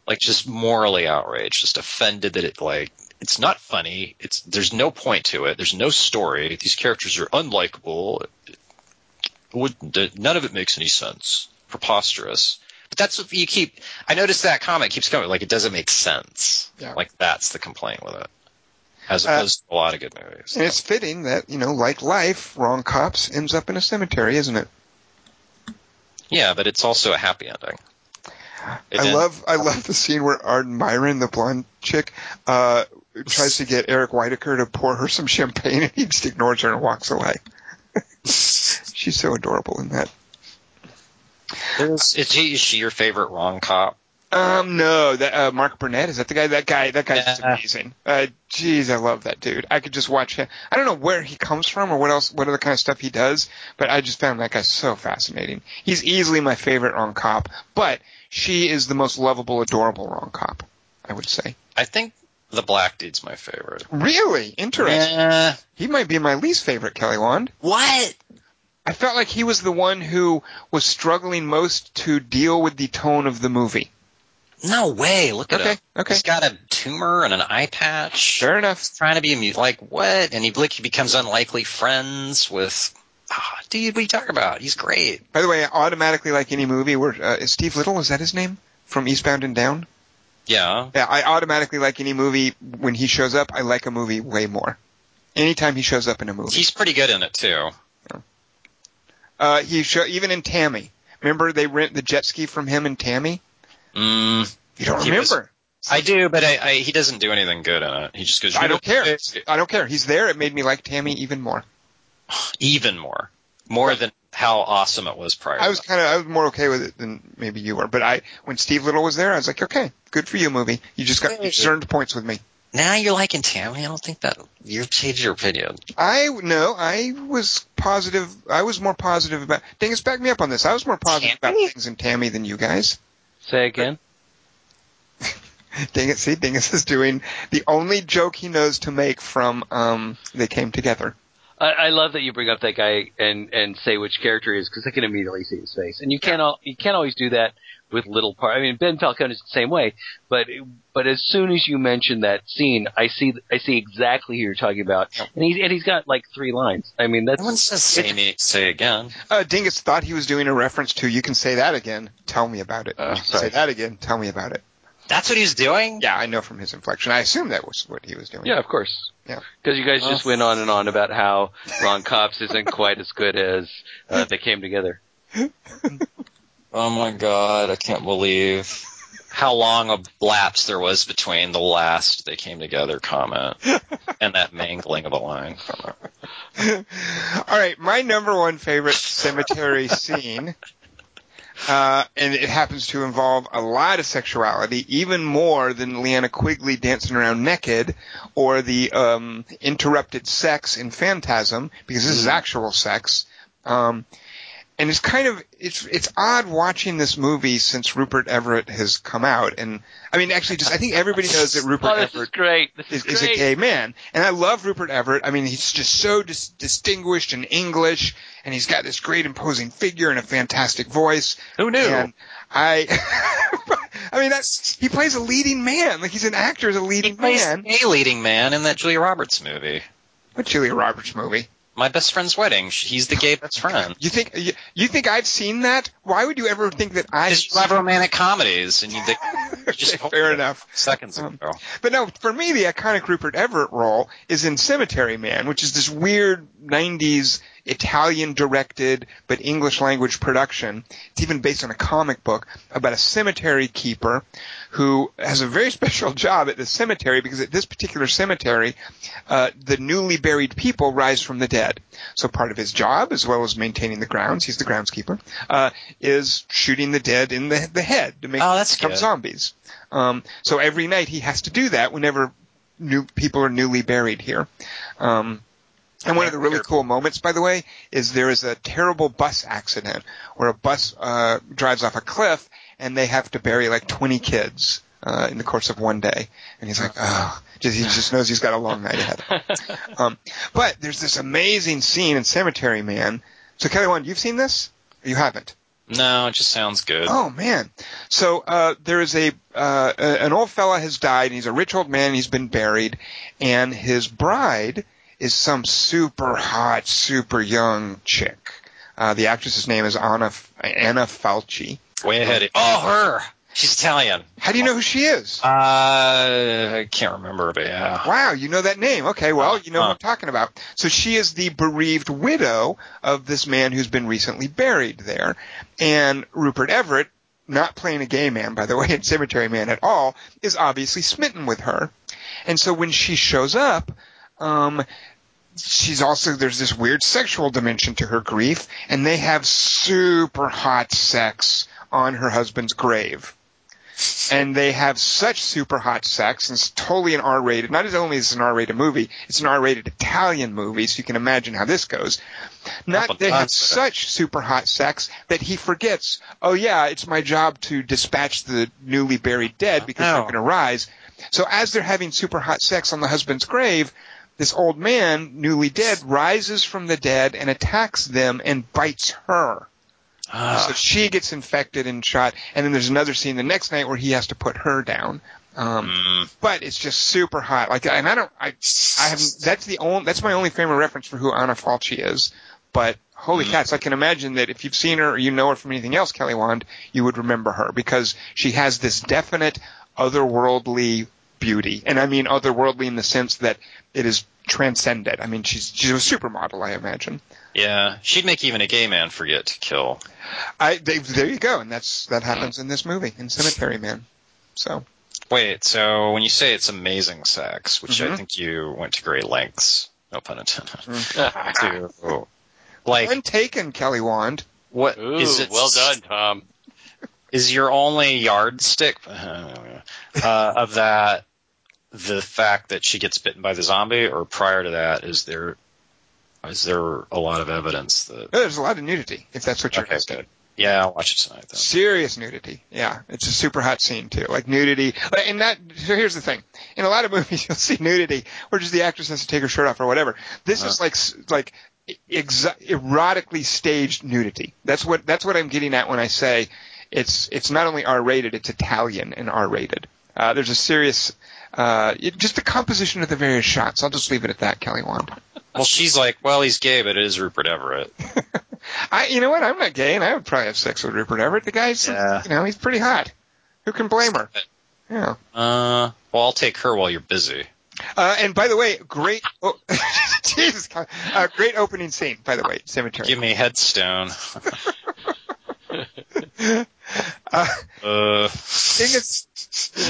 [SPEAKER 3] like, just morally outraged, just offended that it, like, it's not funny. It's there's no point to it. There's no story. These characters are unlikable. Would, the, none of it makes any sense. Preposterous. But that's what you keep. I noticed that comment keeps coming. Like it doesn't make sense.
[SPEAKER 2] Yeah.
[SPEAKER 3] Like that's the complaint with it, as
[SPEAKER 2] Uh,
[SPEAKER 3] opposed to a lot of good movies.
[SPEAKER 2] and it's fitting that you know like life wrong cops ends up in a cemetery isn't it
[SPEAKER 3] yeah, but it's also a happy ending. It
[SPEAKER 2] I
[SPEAKER 3] ends-
[SPEAKER 2] love I love the scene where Arden Myron the blonde chick uh tries to get Eric Whitaker to pour her some champagne, and he just ignores her and walks away. She's so adorable in that.
[SPEAKER 3] There's, is, he, is she your favorite wrong cop?
[SPEAKER 2] Um, no, that uh, Mark Burnett is that the guy? That guy, that guy's just
[SPEAKER 3] Yeah.
[SPEAKER 2] amazing. Uh, jeez, I love that dude. I could just watch him. I don't know where he comes from or what else, what other kind of stuff he does, but I just found that guy so fascinating. He's easily my favorite wrong cop, but she is the most lovable, adorable wrong cop. I would say.
[SPEAKER 3] I think the black dude's my favorite.
[SPEAKER 2] Really interesting.
[SPEAKER 3] Yeah.
[SPEAKER 2] He might be my least favorite, Kelly Wand.
[SPEAKER 3] What?
[SPEAKER 2] I felt like he was the one who was struggling most to deal with the tone of the movie.
[SPEAKER 3] No way. Look at
[SPEAKER 2] Okay,
[SPEAKER 3] him.
[SPEAKER 2] okay.
[SPEAKER 3] He's got a tumor and an eye patch.
[SPEAKER 2] Fair enough.
[SPEAKER 3] He's trying to be a mute. Like, what? And he, like, he becomes unlikely friends with. Ah, dude, what are you talking about? He's great.
[SPEAKER 2] By the way, automatically, like any movie, where uh, is Steve Little? Is that his name from Eastbound and Down?
[SPEAKER 3] Yeah.
[SPEAKER 2] Yeah, I automatically like any movie when he shows up. I like a movie way more. Anytime he shows up in a movie,
[SPEAKER 3] He's pretty good in it, too.
[SPEAKER 2] uh, he show even in Tammy. Remember they rent the jet ski from him in Tammy.
[SPEAKER 3] Mm,
[SPEAKER 2] You don't
[SPEAKER 3] He was-
[SPEAKER 2] remember?
[SPEAKER 3] I do, but I, I, he doesn't do anything good in it. He just goes,
[SPEAKER 2] I don't care. I don't care. He's there. It made me like Tammy even more.
[SPEAKER 3] Even more. More than how awesome it was prior.
[SPEAKER 2] I was kind of I was more okay with it than maybe you were. But I when Steve Little was there, I was like, okay, good for you, movie. You just got you just earned points with me.
[SPEAKER 3] Now you're liking Tammy. I don't think that you've changed your opinion.
[SPEAKER 2] I no, I was positive. I was more positive about. Dingus, back me up on this. I was more positive about things in Tammy than you guys.
[SPEAKER 4] Say again.
[SPEAKER 2] Dingus, see, Dingus is doing the only joke he knows to make from um, they came together.
[SPEAKER 4] I, I love that you bring up that guy and and say which character he is because I can immediately see his face, and you can't al- you can't always do that with little part. I mean, Ben Falcone is the same way, but but as soon as you mention that scene, I see I see exactly who you're talking about, and he's and he's got like three lines. I mean,
[SPEAKER 3] No one
[SPEAKER 4] that's
[SPEAKER 3] says say me, say again.
[SPEAKER 2] Uh, Dingus thought he was doing a reference to "You can say that again." Tell me about it.
[SPEAKER 4] Uh,
[SPEAKER 2] you can
[SPEAKER 4] sorry.
[SPEAKER 2] say that again. Tell me about it.
[SPEAKER 3] That's what he's doing?
[SPEAKER 2] Yeah, I know from his inflection. I assume that was what he was doing.
[SPEAKER 4] yeah, of course.
[SPEAKER 2] Yeah.
[SPEAKER 4] because you guys just went on and on about how Ron Cops isn't quite as good as uh, they came together.
[SPEAKER 3] Oh my god, I can't believe how long a lapse there was between the last they came together comment and that mangling of a line comment.
[SPEAKER 2] All right, my number one favorite cemetery scene, uh, and it happens to involve a lot of sexuality, even more than Leanna Quigley dancing around naked or the um, interrupted sex in Phantasm, because this is actual sex. Um, and it's kind of it's it's odd watching this movie since Rupert Everett has come out, and I mean actually just I think everybody knows that Rupert
[SPEAKER 4] Oh, this
[SPEAKER 2] Everett
[SPEAKER 4] is great. This
[SPEAKER 2] is,
[SPEAKER 4] is,
[SPEAKER 2] is a
[SPEAKER 4] great.
[SPEAKER 2] gay man. And I love Rupert Everett. I mean, he's just so dis- distinguished and English, and he's got this great imposing figure and a fantastic voice.
[SPEAKER 3] Who knew?
[SPEAKER 2] And I, I mean, that's he plays a leading man. Like he's an actor as a
[SPEAKER 3] he
[SPEAKER 2] leading
[SPEAKER 3] plays
[SPEAKER 2] man.
[SPEAKER 3] a leading man in that Julia Roberts movie.
[SPEAKER 2] What Julia Roberts movie?
[SPEAKER 3] My best friend's wedding. Sh- He's the gay best friend.
[SPEAKER 2] You think you, you think I've seen that? Why would you ever think that I?
[SPEAKER 3] Because you love romantic comedies and you, they, you just
[SPEAKER 2] Okay, fair
[SPEAKER 3] Oh,
[SPEAKER 2] enough.
[SPEAKER 3] Seconds ago.
[SPEAKER 2] Um, But no, for me, the iconic Rupert Everett role is in Cemetery Man, which is this weird 90s Italian directed but English language production. It's even based on a comic book about a cemetery keeper who has a very special job at the cemetery because at this particular cemetery, uh, the newly buried people rise from the dead. So part of his job, as well as maintaining the grounds, he's the groundskeeper, uh, is shooting the dead in the, the head to make
[SPEAKER 3] Oh, that's
[SPEAKER 2] become
[SPEAKER 3] good.
[SPEAKER 2] zombies. Um, so every night he has to do that whenever new people are newly buried here. Um, and one of the really cool moments, by the way, is there is a terrible bus accident where a bus uh, drives off a cliff and they have to bury like 20 kids uh, in the course of one day. And he's like, oh, just, he just knows he's got a long night ahead. of him. um, but there's this amazing scene in Cemetery Man. So Kelly, one, you've seen this? Or you haven't?
[SPEAKER 3] No, it just sounds good.
[SPEAKER 2] Oh man! So uh, there is a uh, a- an old fella has died, and he's a rich old man. And he's been buried, and his bride is some super hot, super young chick. Uh, the actress's name is Anna F- Anna Falchi.
[SPEAKER 3] Way ahead. Of, oh, her. She's Italian.
[SPEAKER 2] How do you know who she is?
[SPEAKER 3] Uh, I can't remember, but yeah.
[SPEAKER 2] Wow, you know that name. Okay, well, you know what
[SPEAKER 3] Huh.
[SPEAKER 2] I'm talking about. So she is the bereaved widow of this man who's been recently buried there. And Rupert Everett, not playing a gay man, by the way, and cemetery man at all, is obviously smitten with her. And so when she shows up, um, she's also there's this weird sexual dimension to her grief, and they have super hot sex on her husband's grave. And they have such super hot sex, and it's totally an R-rated. Not as only is it an R-rated movie, it's an R-rated Italian movie, so you can imagine how this goes.
[SPEAKER 3] Couple
[SPEAKER 2] Not they have
[SPEAKER 3] times, but- uh,
[SPEAKER 2] such super hot sex that he forgets. Oh yeah, it's my job to dispatch the newly buried dead because
[SPEAKER 3] Oh.
[SPEAKER 2] they're going to rise. So as they're having super hot sex on the husband's grave, this old man, newly dead, rises from the dead and attacks them and bites her.
[SPEAKER 3] Ah.
[SPEAKER 2] So she gets infected and shot. And then there's another scene the next night where he has to put her down. Um, But it's just super hot. Like, and I don't, I, I haven't. That's the only. That's my only frame of reference for who Anna Falchi is. But holy cats, I can imagine that if you've seen her or you know her from anything else, Kelly Wand, you would remember her because she has this definite otherworldly beauty, and I mean otherworldly in the sense that it is transcendent. I mean, she's she's a supermodel, I imagine.
[SPEAKER 3] Yeah, she'd make even a gay man forget to kill.
[SPEAKER 2] I they, there you go, and that's that happens in this movie in Cemetery Man. So
[SPEAKER 3] Wait, so when you say it's amazing sex, which I
[SPEAKER 2] Mhm.
[SPEAKER 3] think you went to great lengths, no pun intended, to like
[SPEAKER 2] untaken, Kelly Wand.
[SPEAKER 3] what is
[SPEAKER 4] Ooh,
[SPEAKER 3] it?
[SPEAKER 4] well done, Tom.
[SPEAKER 3] Is your only yardstick uh, of that the fact that she gets bitten by the zombie, or prior to that, is there is there a lot of evidence that?
[SPEAKER 2] No, There's a lot of nudity if that's what you're
[SPEAKER 3] Okay,
[SPEAKER 2] asking.
[SPEAKER 3] good. Yeah, I'll watch it tonight then.
[SPEAKER 2] Serious nudity. Yeah, it's a super hot scene too. Like nudity, like, and that. So here's the thing: in a lot of movies, you'll see nudity, where just the actress has to take her shirt off or whatever. This is like s- like ex- erotically staged nudity. That's what that's what I'm getting at when I say it's it's not only R-rated, it's Italian and R-rated. Uh, there's a serious. Uh, it- just the composition of the various shots. I'll just leave it at that, Kelly Wand.
[SPEAKER 3] Well, she's like, well, he's gay, but it is Rupert Everett.
[SPEAKER 2] I, you know what? I'm not gay, and I would probably have sex with Rupert Everett. The guy's,
[SPEAKER 3] Yeah.
[SPEAKER 2] you know, he's pretty hot. Who can blame her? Yeah.
[SPEAKER 3] Uh, well, I'll take her while you're busy.
[SPEAKER 2] Uh, and by the way, great, oh, Jesus, Christ. uh, great opening scene. By the way, cemetery.
[SPEAKER 3] Give me headstone.
[SPEAKER 2] Uh,
[SPEAKER 3] Uh,
[SPEAKER 2] thing is,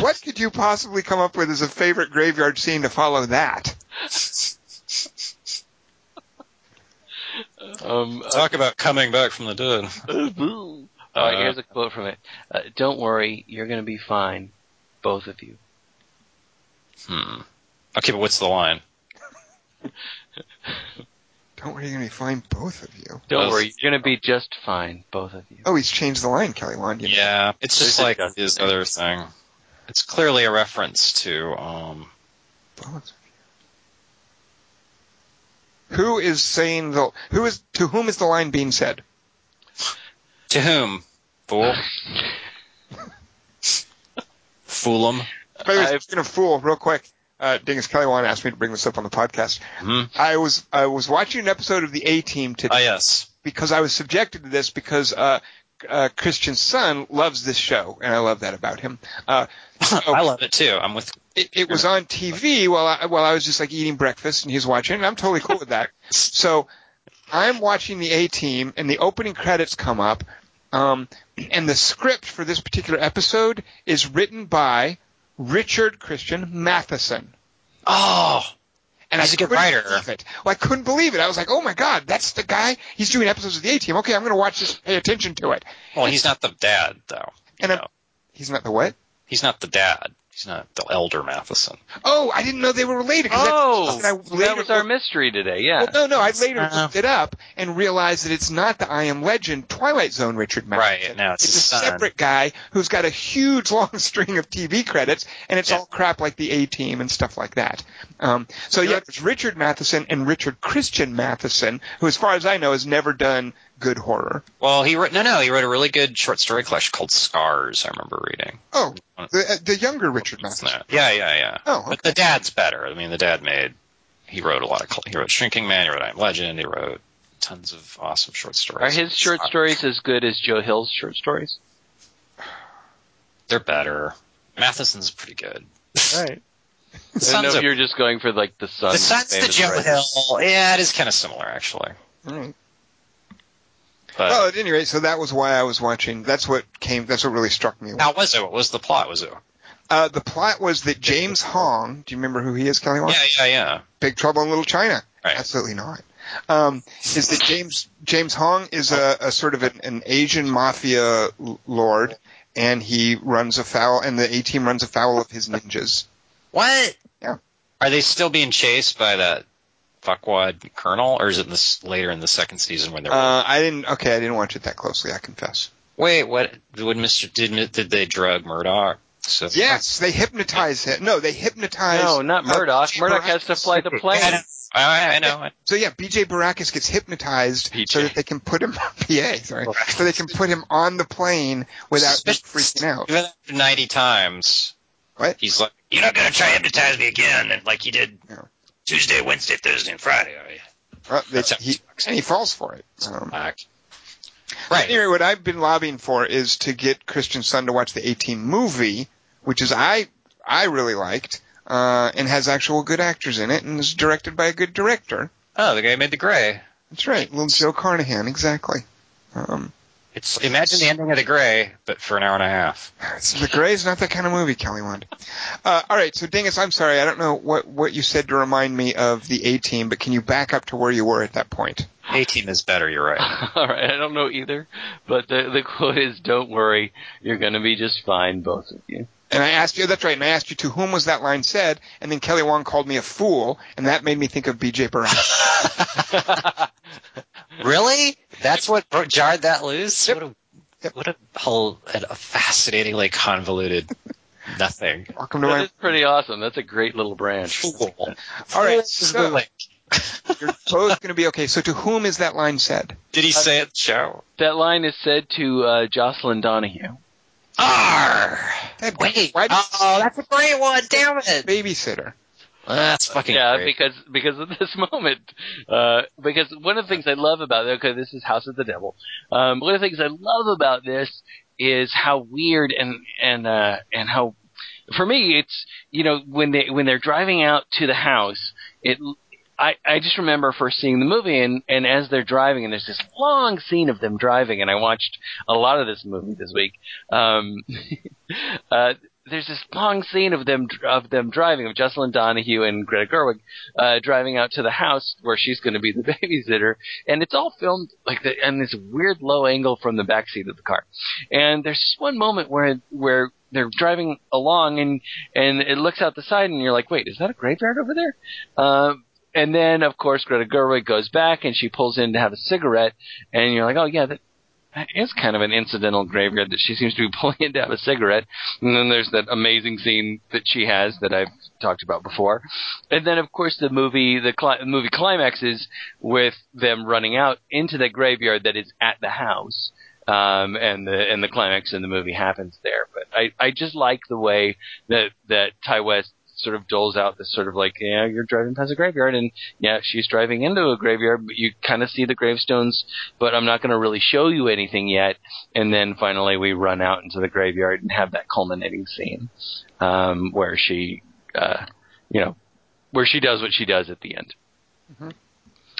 [SPEAKER 2] what could you possibly come up with as a favorite graveyard scene to follow that?
[SPEAKER 4] Um,
[SPEAKER 3] talk about coming back from the dead.
[SPEAKER 4] All
[SPEAKER 3] Uh,
[SPEAKER 4] right, here's a quote from it. Uh, Don't worry, you're going to be fine, both of you.
[SPEAKER 3] Hmm. Okay, but what's the line?
[SPEAKER 2] Don't worry, you're gonna find both of you.
[SPEAKER 4] Don't
[SPEAKER 3] Both.
[SPEAKER 4] worry, you're going to be just fine, both of you.
[SPEAKER 2] Oh, he's changed the line, Kelly Wand. you know.
[SPEAKER 3] Yeah, it's just
[SPEAKER 4] There's a
[SPEAKER 3] like
[SPEAKER 4] dozen
[SPEAKER 3] his
[SPEAKER 4] things.
[SPEAKER 3] other thing. It's clearly a reference to um.
[SPEAKER 2] Both of you. Who is saying the? Who is to whom is the line being said?
[SPEAKER 3] To whom? Fool. Fool him.
[SPEAKER 2] By the way,
[SPEAKER 4] I've-
[SPEAKER 2] speaking of fool, real quick, uh, Dingus Kellywan asked me to bring this up on the podcast.
[SPEAKER 3] Mhm.
[SPEAKER 2] I was I was watching an episode of the A Team today
[SPEAKER 3] Ah, yes.
[SPEAKER 2] because I was subjected to this because uh, uh, Christian's son loves this show and I love that about him. Uh,
[SPEAKER 3] I love it Oh, too. I'm with.
[SPEAKER 2] it, it was on TV while I, while I was just like eating breakfast and he's watching and I'm totally cool with that. So I'm watching the A Team and the opening credits come up, um, and the script for this particular episode is written by Richard Christian Matheson.
[SPEAKER 3] Oh,
[SPEAKER 2] And
[SPEAKER 3] He's
[SPEAKER 2] I
[SPEAKER 3] a good
[SPEAKER 2] couldn't
[SPEAKER 3] writer.
[SPEAKER 2] Believe it. Well, I couldn't believe it. I was like, "Oh my god, that's the guy! He's doing episodes of the A Team. Okay, I'm going to watch this. and Pay attention to it."
[SPEAKER 3] well, he's not the dad though.
[SPEAKER 2] And
[SPEAKER 3] No.
[SPEAKER 2] I'm, he's not the what?
[SPEAKER 3] He's not the dad. He's not the elder Matheson.
[SPEAKER 2] Oh, I didn't know they were related. 'cause that's-
[SPEAKER 4] Oh,
[SPEAKER 2] and I later
[SPEAKER 4] that was our
[SPEAKER 2] looked-
[SPEAKER 4] mystery today, yeah.
[SPEAKER 2] well, no, no. I later
[SPEAKER 3] Uh.
[SPEAKER 2] looked it up and realized that it's not the I Am Legend Twilight Zone Richard Matheson.
[SPEAKER 3] Right, no, it's
[SPEAKER 2] it's a
[SPEAKER 3] his son.
[SPEAKER 2] separate guy who's got a huge long string of TV credits, and it's
[SPEAKER 3] Yeah.
[SPEAKER 2] all crap like the A Team and stuff like that. Um, so yeah, there's Richard Matheson and Richard Christian Matheson, who, as far as I know, has never done good horror.
[SPEAKER 3] Well, he wrote no, no. He wrote a really good short story collection called Scars. I remember reading.
[SPEAKER 2] Oh, the, the younger Richard Matheson.
[SPEAKER 3] Isn't that- Yeah, yeah, yeah.
[SPEAKER 2] Oh, okay.
[SPEAKER 3] But the dad's better. I mean, the dad made. He wrote a lot of. cl- He wrote Shrinking Man. He wrote I Am Legend. He wrote tons of awesome short stories. Uh,
[SPEAKER 4] Are his short stories as good as Joe Hill's short stories?
[SPEAKER 3] They're better. Matheson's pretty good.
[SPEAKER 4] Right.
[SPEAKER 3] The
[SPEAKER 4] I don't know
[SPEAKER 3] son's,
[SPEAKER 4] if
[SPEAKER 3] a,
[SPEAKER 4] you're just going for like the son.
[SPEAKER 3] the son's the
[SPEAKER 4] famous
[SPEAKER 3] Joe
[SPEAKER 4] writer.
[SPEAKER 3] Hill. Yeah, it is kind of similar actually.
[SPEAKER 2] Alright.
[SPEAKER 3] But
[SPEAKER 4] Oh.
[SPEAKER 2] Well, at any rate, so that was why I was watching. That's what came. That's what really struck me.
[SPEAKER 3] how was it? What was the plot? Was it
[SPEAKER 2] Uh, the plot was that James Hong, do you remember who he is, Kelly? Wong?
[SPEAKER 3] Yeah, yeah, yeah.
[SPEAKER 2] Big Trouble in Little China.
[SPEAKER 3] Right.
[SPEAKER 2] Absolutely not. Um, is that James James Hong is a, a sort of an, an Asian mafia l- lord, and he runs afoul, and the A team runs afoul of his ninjas.
[SPEAKER 3] What?
[SPEAKER 2] Yeah.
[SPEAKER 3] Are they still being chased by that fuckwad colonel, or is it in this later in the second season when they're?
[SPEAKER 2] Uh, I didn't. Okay, I didn't watch it that closely. I confess.
[SPEAKER 3] Wait, what? Would Mister did did they drug Murdoch? So
[SPEAKER 2] Yes, they hypnotize him. No, they hypnotize.
[SPEAKER 4] No, not
[SPEAKER 2] uh,
[SPEAKER 4] Murdoch.
[SPEAKER 2] Jim
[SPEAKER 4] Murdoch has to
[SPEAKER 2] Baracus.
[SPEAKER 4] fly the plane.
[SPEAKER 3] I, I know.
[SPEAKER 2] So yeah, BJ Baracus gets hypnotized so
[SPEAKER 3] BJ.
[SPEAKER 2] that they can put him PA, sorry, so they can put him on the plane without him freaking out.
[SPEAKER 3] Even after ninety times,
[SPEAKER 2] What?
[SPEAKER 3] he's like, "You're not gonna try to hypnotize me again," and like he did
[SPEAKER 2] No.
[SPEAKER 3] Tuesday, Wednesday, Thursday, and Friday. Are you?
[SPEAKER 2] Uh, they-
[SPEAKER 3] That's how
[SPEAKER 2] he,
[SPEAKER 3] it works.
[SPEAKER 2] and he falls for it. Um,
[SPEAKER 3] Fuck. Right.
[SPEAKER 2] Anyway, what I've been lobbying for is to get Christian Sun to watch the 18 movie, which is I I really liked, uh, and has actual good actors in it, and is directed by a good director.
[SPEAKER 3] Oh, the guy who made the gray.
[SPEAKER 2] That's right, little Joe Carnahan, exactly. Um,
[SPEAKER 3] It's imagine the ending of the gray, but for an hour and a half.
[SPEAKER 2] it's- the Grey's not that kind of movie, Kelly Wand. Uh, all right, so Dingus, I'm sorry, I don't know what what you said to remind me of the A Team, but can you back up to where you were at that point?
[SPEAKER 3] Eighteen is better. You're right.
[SPEAKER 4] All right, I don't know either, but the the quote is, "Don't worry, you're going to be just fine, both of you."
[SPEAKER 2] And I asked you, that's right, and I asked you to whom was that line said, and then Kelly Wong called me a fool, and that made me think of B.J. Baracus.
[SPEAKER 3] really? That's what bro- jarred that loose. What a what a whole a fascinating, like convoluted nothing.
[SPEAKER 2] Welcome to
[SPEAKER 4] That
[SPEAKER 2] my.
[SPEAKER 4] is pretty awesome. That's a great little branch.
[SPEAKER 3] Fool.
[SPEAKER 2] All right,
[SPEAKER 3] This is the
[SPEAKER 2] so
[SPEAKER 3] link.
[SPEAKER 2] you're both going to be okay. So, to whom is that line said?
[SPEAKER 3] Did he say it? Show.
[SPEAKER 4] That line is said to uh, Jocelyn Donahue.
[SPEAKER 3] R.
[SPEAKER 2] That
[SPEAKER 3] Wait.
[SPEAKER 2] why did-
[SPEAKER 3] Oh, that's a great one. Damn it.
[SPEAKER 2] babysitter.
[SPEAKER 3] That's fucking
[SPEAKER 4] Yeah,
[SPEAKER 3] great.
[SPEAKER 4] because because of this moment. Uh, because one of the things I love about okay, this is House of the Devil. Um, one of the things I love about this is how weird and and uh, and how for me it's you know when they when they're driving out to the house it. I, I just remember first seeing the movie and, and as they're driving and there's this long scene of them driving and I watched a lot of this movie this week. Um, uh, there's this long scene of them of them driving of Jocelyn Donahue and Greta Gerwig uh, driving out to the house where she's going to be the babysitter, and it's all filmed like the, in this weird low angle from the back seat of the car. And there's this one moment where where they're driving along and and it looks out the side and you're like, wait, is that a graveyard over there? Um, and then of course Greta Gerwig goes back and she pulls in to have a cigarette, and you're like, oh yeah, that. That is kind of an incidental graveyard that she seems to be pulling in to have a cigarette. And then there's that amazing scene that she has that I've talked about before. And then, of course, the movie the cli- movie climaxes with them running out into the graveyard that is at the house, um, and the and the climax in the movie happens there. But I I just like the way that that Ty West sort of doles out this sort of like yeah you're driving past a graveyard and yeah she's driving into a graveyard but you kind of see the gravestones but I'm not going to really show you anything yet and then finally we run out into the graveyard and have that culminating scene um, where she uh, you know where she does what she does at the end.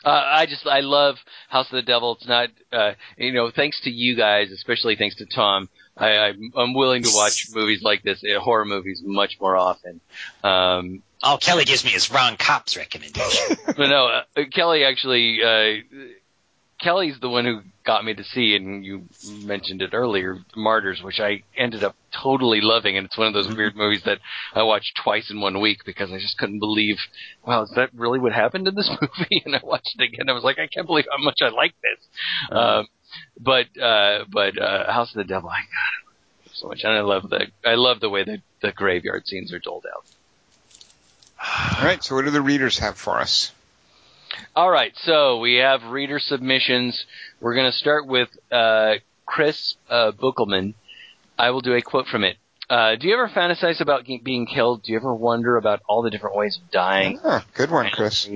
[SPEAKER 4] Uh, I just I love House of the Devil. It's not uh, you know thanks to you guys, especially thanks to Tom. I, I'm, I'm willing to watch movies like this, uh, horror movies, much more often. Um,
[SPEAKER 3] Oh, Kelly gives me his wrong cops recommendation.
[SPEAKER 4] but no, uh, Kelly actually, uh, Kelly's the one who got me to see, and you mentioned it earlier, Martyrs, which I ended up totally loving, and it's one of those weird movies that I watched twice in one week because I just couldn't believe, wow, is that really what happened in this movie? And I watched it again, I was like, I can't believe how much I like this. Um, but uh, but uh, House of the Devil, I got it so much, and I love the I love the way that the graveyard scenes are doled out.
[SPEAKER 2] All right, so what do the readers have for us?
[SPEAKER 4] All right, so we have reader submissions. We're going to start with uh, Chris uh, Buckelman. I will do a quote from it. Uh, do you ever fantasize about ge- being killed? Do you ever wonder about all the different ways of dying?
[SPEAKER 2] Ah, good one, Chris.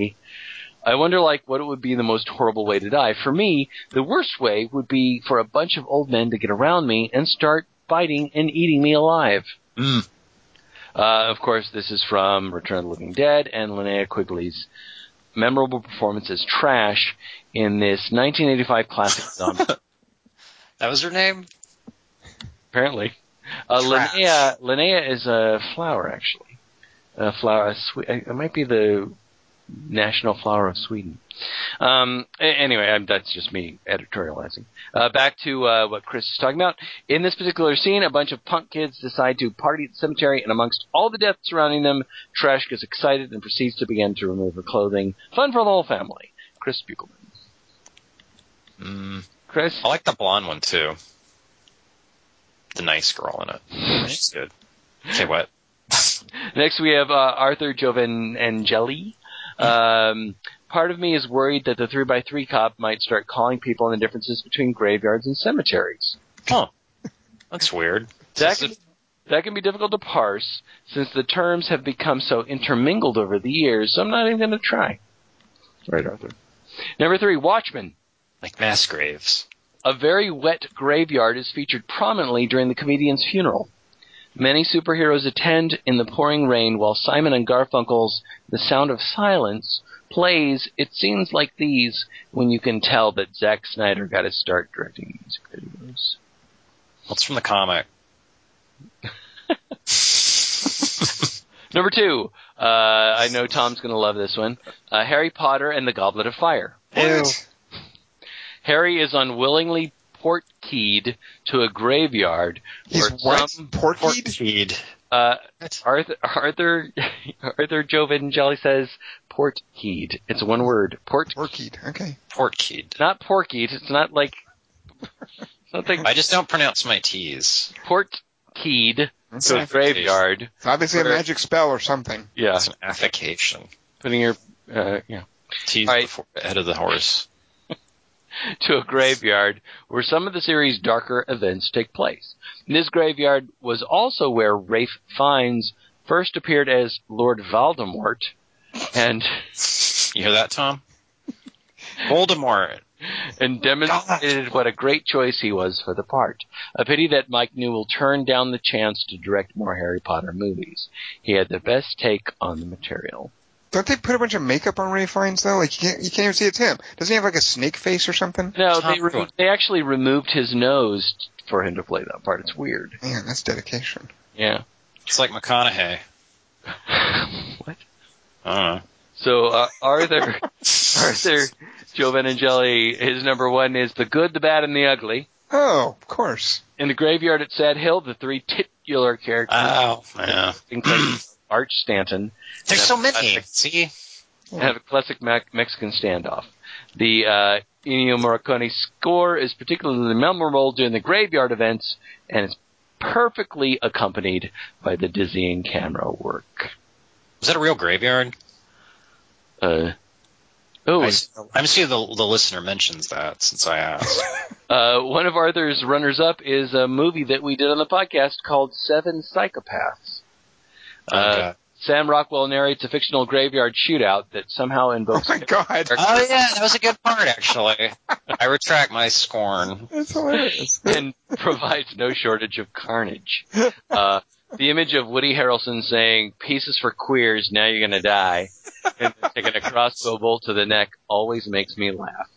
[SPEAKER 4] I wonder, like, what it would be the most horrible way to die. For me, the worst way would be for a bunch of old men to get around me and start biting and eating me alive.
[SPEAKER 3] Mm.
[SPEAKER 4] Uh, of course, this is from Return of the Living Dead and Linnea Quigley's memorable performance as Trash in this 1985 classic zombie.
[SPEAKER 3] that was her name.
[SPEAKER 4] apparently, Uh,
[SPEAKER 2] Trash.
[SPEAKER 4] Linnea, Linnea is a flower, actually. A flower. A Swe- uh, it might be the national flower of Sweden. Um, a- anyway, i that's just me editorializing. Uh, back to uh, what Chris is talking about. In this particular scene, a bunch of punk kids decide to party at the cemetery, and amongst all the death surrounding them, Trash gets excited and proceeds to begin to remove her clothing. Fun for the whole family. Chris Buchelman.
[SPEAKER 3] Mm,
[SPEAKER 4] Chris?
[SPEAKER 3] I like the blonde one too. The nice girl in it. She's good. Okay, what?
[SPEAKER 4] Next, we have uh, Arthur Jovanangeli. Um, part of me is worried that the 3x3 cop might start calling people on the differences between graveyards and cemeteries.
[SPEAKER 3] Huh. That's weird.
[SPEAKER 4] That
[SPEAKER 3] This
[SPEAKER 4] can,
[SPEAKER 3] is-
[SPEAKER 4] that can be difficult to parse since the terms have become so intermingled over the years, so I'm not even going to try. Right, Arthur. Number three, Watchmen.
[SPEAKER 3] like mass graves.
[SPEAKER 4] A very wet graveyard is featured prominently during the comedian's funeral. Many superheroes attend in the pouring rain while Simon and Garfunkel's The Sound of Silence plays at scenes like these when you can tell that Zack Snyder got his start directing music videos.
[SPEAKER 3] What's from the comic?
[SPEAKER 4] Number two, uh, I know Tom's going to love this one uh, Harry Potter and the Goblet of Fire.
[SPEAKER 2] What?
[SPEAKER 4] Harry is unwillingly port keyed to a graveyard
[SPEAKER 2] He's
[SPEAKER 4] where
[SPEAKER 2] what?
[SPEAKER 4] some
[SPEAKER 2] Porky?
[SPEAKER 3] Feed.
[SPEAKER 4] uh,
[SPEAKER 3] What?
[SPEAKER 4] Arthur Arthur Arthur Jovangelli says port keyed. It's one word. Port
[SPEAKER 2] Porky. Okay.
[SPEAKER 3] Portkeyed.
[SPEAKER 4] not porkied. It's not like something
[SPEAKER 3] I just don't pronounce my T's.
[SPEAKER 4] port keyed to a
[SPEAKER 2] okay.
[SPEAKER 4] graveyard.
[SPEAKER 2] It's obviously a
[SPEAKER 4] Where-
[SPEAKER 2] magic spell or something.
[SPEAKER 4] Yeah.
[SPEAKER 3] It's an affectation.
[SPEAKER 4] Putting your uh, yeah.
[SPEAKER 3] T's
[SPEAKER 4] All right.
[SPEAKER 3] before the head of the horse.
[SPEAKER 4] to a graveyard where some of the series' darker events take place. This graveyard was also where Rafe Fiennes first appeared as Lord Voldemort, and
[SPEAKER 3] You hear that, Tom? Voldemort.
[SPEAKER 4] and demonstrated what a great choice he was for the part. A pity that Mike Newell turned down the chance to direct more Harry Potter movies. He had the best take on the material.
[SPEAKER 2] Don't they put a bunch of makeup on Ray Fiennes though? Like you can't, you can't even see it's him. Doesn't he have like a snake face or something?
[SPEAKER 4] No,
[SPEAKER 3] Tom
[SPEAKER 4] they, re-
[SPEAKER 3] Cruise.
[SPEAKER 4] they actually removed his nose t- for him to play that part. It's weird.
[SPEAKER 2] Man, that's dedication.
[SPEAKER 4] Yeah.
[SPEAKER 3] It's like McConaughey.
[SPEAKER 4] what?
[SPEAKER 3] I don't know.
[SPEAKER 4] So uh, Arthur Arthur Joe Vanangeli, his number one is the good, the bad, and the ugly.
[SPEAKER 2] Oh, of course.
[SPEAKER 4] In the graveyard at Sad Hill, the three titular characters,
[SPEAKER 3] Oh, yeah.
[SPEAKER 4] including Arch Stanton,
[SPEAKER 3] There's so many.
[SPEAKER 4] I-
[SPEAKER 3] See?
[SPEAKER 4] have a classic Mac- Mexican standoff. The uh, Ennio Morricone score is particularly memorable during the graveyard events, and it's perfectly accompanied by the dizzying camera work.
[SPEAKER 3] Was that a real graveyard?
[SPEAKER 4] Uh, oh,
[SPEAKER 3] I see- I'm seeing the, the listener mentions that since I asked.
[SPEAKER 4] Uh, one of Arthur's runners up is a movie that we did on the podcast called Seven Psychopaths. Uh,
[SPEAKER 3] Okay.
[SPEAKER 4] Sam Rockwell narrates a fictional graveyard shootout that somehow
[SPEAKER 2] Oh
[SPEAKER 4] invokes.
[SPEAKER 2] my god.
[SPEAKER 4] Uh,
[SPEAKER 3] oh, yeah, that was a good part, actually. I retract my scorn.
[SPEAKER 2] That's hilarious.
[SPEAKER 4] and provides no shortage of carnage. Uh, the image of Woody Harrelson saying, pieces for queers, now you're gonna die, and then taking a crossbow bolt to the neck always makes me laugh.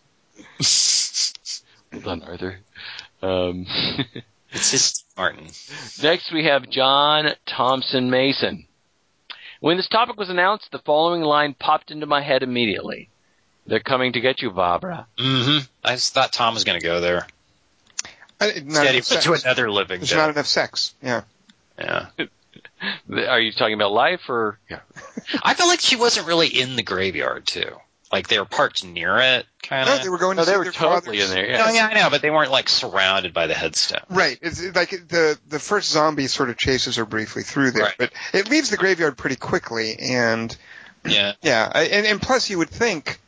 [SPEAKER 4] Well done, Arthur. Um,
[SPEAKER 3] It's just Martin.
[SPEAKER 4] Next, we have John Thompson Mason. When this topic was announced, the following line popped into my head immediately. They're coming to get you, Barbara.
[SPEAKER 3] Mm-hmm. I just thought Tom was going to go there.
[SPEAKER 2] I, not
[SPEAKER 3] Instead, he
[SPEAKER 2] enough
[SPEAKER 3] went to
[SPEAKER 2] sex.
[SPEAKER 3] another living
[SPEAKER 2] There's not
[SPEAKER 3] dead.
[SPEAKER 2] enough sex. Yeah.
[SPEAKER 3] Yeah.
[SPEAKER 4] Are you talking about life or?
[SPEAKER 3] I feel like she wasn't really in the graveyard, too. Like, they were parked near it, kind
[SPEAKER 2] No,
[SPEAKER 3] of.
[SPEAKER 2] they were going to
[SPEAKER 4] No, they
[SPEAKER 2] see
[SPEAKER 4] were
[SPEAKER 2] their
[SPEAKER 4] totally
[SPEAKER 2] fathers.
[SPEAKER 4] in there.
[SPEAKER 3] No,
[SPEAKER 4] Yeah.
[SPEAKER 3] Oh, yeah, I know, but they weren't, like, surrounded by the headstone.
[SPEAKER 2] Right. It's it's like the the first zombie sort of chases her briefly through there,
[SPEAKER 3] Right.
[SPEAKER 2] but it leaves the graveyard pretty quickly. And
[SPEAKER 3] Yeah.
[SPEAKER 2] yeah, I- and, and plus you would think,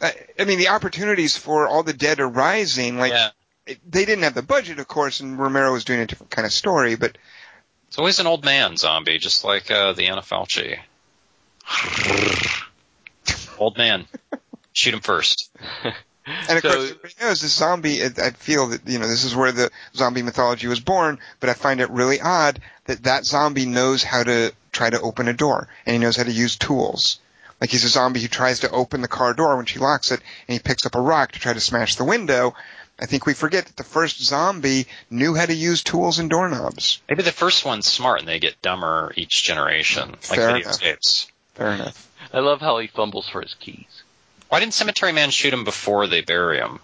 [SPEAKER 2] I, I mean, the opportunities for all the dead are rising. Like
[SPEAKER 3] yeah.
[SPEAKER 2] it- they didn't have the budget, of course, and Romero was doing a different kind of story. But
[SPEAKER 3] It's always an old man zombie, just like uh, the Anna Falchi. old man. Shoot him first.
[SPEAKER 2] and of
[SPEAKER 4] So-
[SPEAKER 2] course, everybody knows this zombie. I I feel that you know this is where the zombie mythology was born. But I find it really odd that that zombie knows how to try to open a door, and he knows how to use tools. Like he's a zombie who tries to open the car door when she locks it, and he picks up a rock to try to smash the window. I think we forget that the first zombie knew how to use tools and doorknobs.
[SPEAKER 3] Maybe the first one's smart and they get dumber each generation, like
[SPEAKER 2] Fair
[SPEAKER 3] video
[SPEAKER 2] enough.
[SPEAKER 3] tapes.
[SPEAKER 2] Fair enough.
[SPEAKER 4] I love how he fumbles for his keys.
[SPEAKER 3] Why didn't Cemetery Man shoot him before they bury him?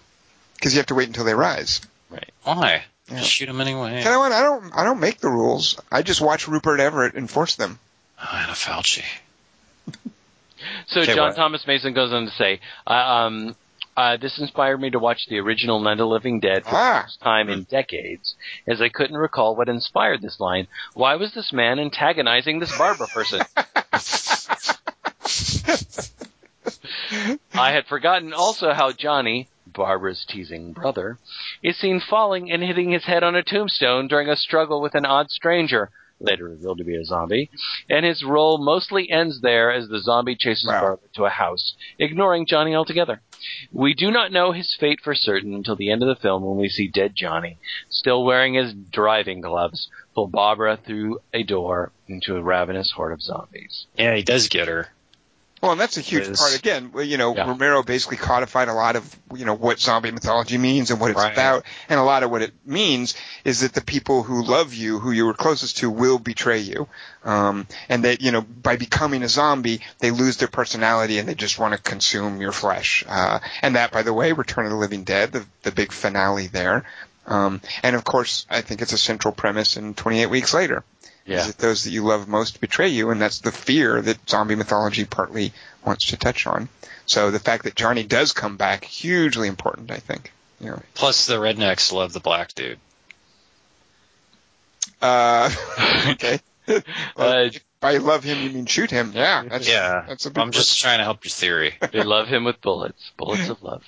[SPEAKER 2] Because you have to wait until they rise.
[SPEAKER 3] Right. Why?
[SPEAKER 2] Yeah.
[SPEAKER 3] Just shoot him anyway.
[SPEAKER 2] You know what? I don't. I don't make the rules. I just watch Rupert Everett enforce them.
[SPEAKER 3] Oh, Anna Fauci.
[SPEAKER 4] So
[SPEAKER 3] Okay,
[SPEAKER 4] John
[SPEAKER 3] what?
[SPEAKER 4] Thomas Mason goes on to say, uh, um, uh, "This inspired me to watch the original Night of the Living Dead for
[SPEAKER 2] Ah.
[SPEAKER 4] the first time in decades, as I couldn't recall what inspired this line. Why was this man antagonizing this Barbara person? I had forgotten also how Johnny." Barbara's teasing brother is seen falling and hitting his head on a tombstone during a struggle with an odd stranger, later revealed to be a zombie, and his role mostly ends there as the zombie chases
[SPEAKER 2] Wow.
[SPEAKER 4] Barbara to a house, ignoring Johnny altogether. We do not know his fate for certain until the end of the film when we see dead Johnny, still wearing his driving gloves, pull Barbara through a door into a ravenous horde of zombies.
[SPEAKER 3] Yeah, he does get her.
[SPEAKER 2] Well, and that's a huge
[SPEAKER 3] Is-
[SPEAKER 2] part. Again, well, you know,
[SPEAKER 4] Yeah.
[SPEAKER 2] Romero basically codified a lot of you know what zombie mythology means and what it's
[SPEAKER 3] Right.
[SPEAKER 2] about, and a lot of what it means is that the people who love you, who you were closest to, will betray you, um, and that you know by becoming a zombie, they lose their personality and they just want to consume your flesh. Uh, and that, by the way, Return of the Living Dead, the the big finale there. Um, and of course, I think it's a central premise in 28 Weeks Later is that those that you love most betray you, and that's the fear that zombie mythology partly wants to touch on. So the fact that Johnny does come back hugely important, I think. You know.
[SPEAKER 3] Plus, the rednecks love the black dude.
[SPEAKER 2] uh, okay.
[SPEAKER 4] Uh,
[SPEAKER 2] if I love him. You mean shoot him? Yeah. That's,
[SPEAKER 3] Yeah.
[SPEAKER 2] That's a big
[SPEAKER 3] I'm just trying to help your theory.
[SPEAKER 4] They love him with bullets, bullets of love.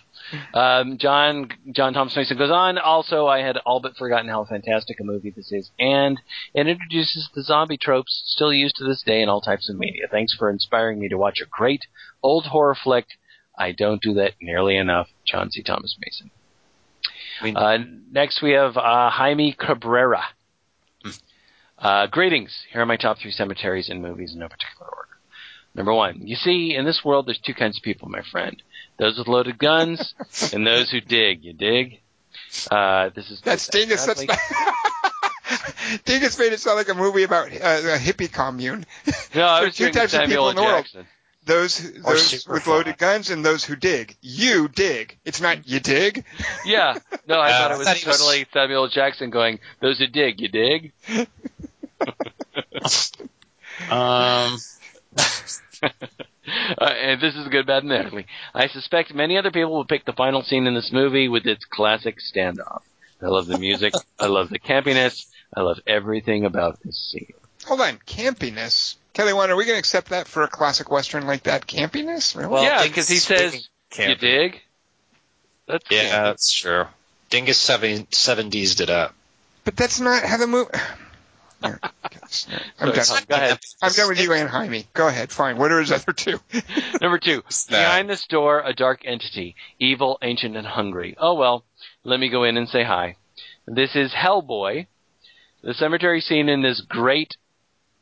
[SPEAKER 4] Um, John John Thomas Mason goes on. Also, I had all but forgotten how fantastic a movie this is, and it introduces the zombie tropes still used to this day in all types of media. Thanks for inspiring me to watch a great old horror flick. I don't do that nearly enough, John C. Thomas Mason.
[SPEAKER 3] We-
[SPEAKER 4] Uh, next, we have uh, Jaime Cabrera. Uh, greetings. Here are my top three cemeteries and movies in no particular order. Number one, you see, in this world, there's two kinds of people, my friend: those with loaded guns and those who dig. You dig? Uh, this is
[SPEAKER 2] That's Dingus. That's
[SPEAKER 4] sadly-
[SPEAKER 2] not. Dingus made it sound like a movie about uh, a hippie commune.
[SPEAKER 4] no. I
[SPEAKER 2] there are
[SPEAKER 4] was
[SPEAKER 2] two
[SPEAKER 4] doing
[SPEAKER 2] types of people
[SPEAKER 4] Samuel
[SPEAKER 2] in the world.
[SPEAKER 4] Jackson.
[SPEAKER 2] Those
[SPEAKER 3] Or
[SPEAKER 2] those with
[SPEAKER 3] Superfly.
[SPEAKER 2] loaded guns and those who dig. You dig. It's not
[SPEAKER 3] Mm-hmm.
[SPEAKER 2] you dig.
[SPEAKER 4] Yeah, no, I
[SPEAKER 3] Uh,
[SPEAKER 4] thought
[SPEAKER 3] I
[SPEAKER 4] it was
[SPEAKER 3] thought he was-
[SPEAKER 4] totally Samuel Jackson going, "Those who dig, you dig."
[SPEAKER 3] Um,
[SPEAKER 4] uh, and this is good, bad, and ugly. I suspect many other people will pick the final scene in this movie with its classic standoff. I love the music. I love the campiness. I love everything about this scene.
[SPEAKER 2] Hold on, campiness. Kelly, Wand, are we going to accept that for a classic western like that? Campiness, really?
[SPEAKER 3] Well,
[SPEAKER 4] yeah,
[SPEAKER 3] Dick's
[SPEAKER 4] because he says, "You
[SPEAKER 3] can't be-
[SPEAKER 4] dig." That's
[SPEAKER 3] Yeah, uh,
[SPEAKER 4] campy.
[SPEAKER 3] that's true. Dingus seven, 70s did up.
[SPEAKER 2] But that's not how the movie. I'm done.
[SPEAKER 4] Tom, go ahead.
[SPEAKER 2] I'm done with you and Jaime. Go ahead. Fine. What are his other two?
[SPEAKER 4] Number two,
[SPEAKER 3] No.
[SPEAKER 4] behind this door, a dark entity, evil, ancient, and hungry. Oh well, let me go in and say hi. This is Hellboy. The cemetery scene in this great,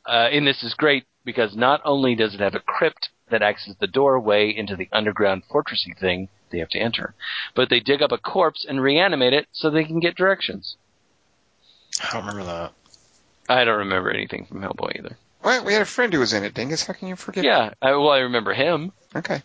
[SPEAKER 4] uh, in this is great because not only does it have a crypt that acts as the doorway into the underground fortressy thing they have to enter, but they dig up a corpse and reanimate it so they can get directions.
[SPEAKER 3] I don't remember that.
[SPEAKER 4] I don't remember anything from Hellboy either.
[SPEAKER 2] Well, we had a friend who was in it, Dingus. How can you forget?
[SPEAKER 4] Yeah, I, well, I remember him.
[SPEAKER 2] Okay.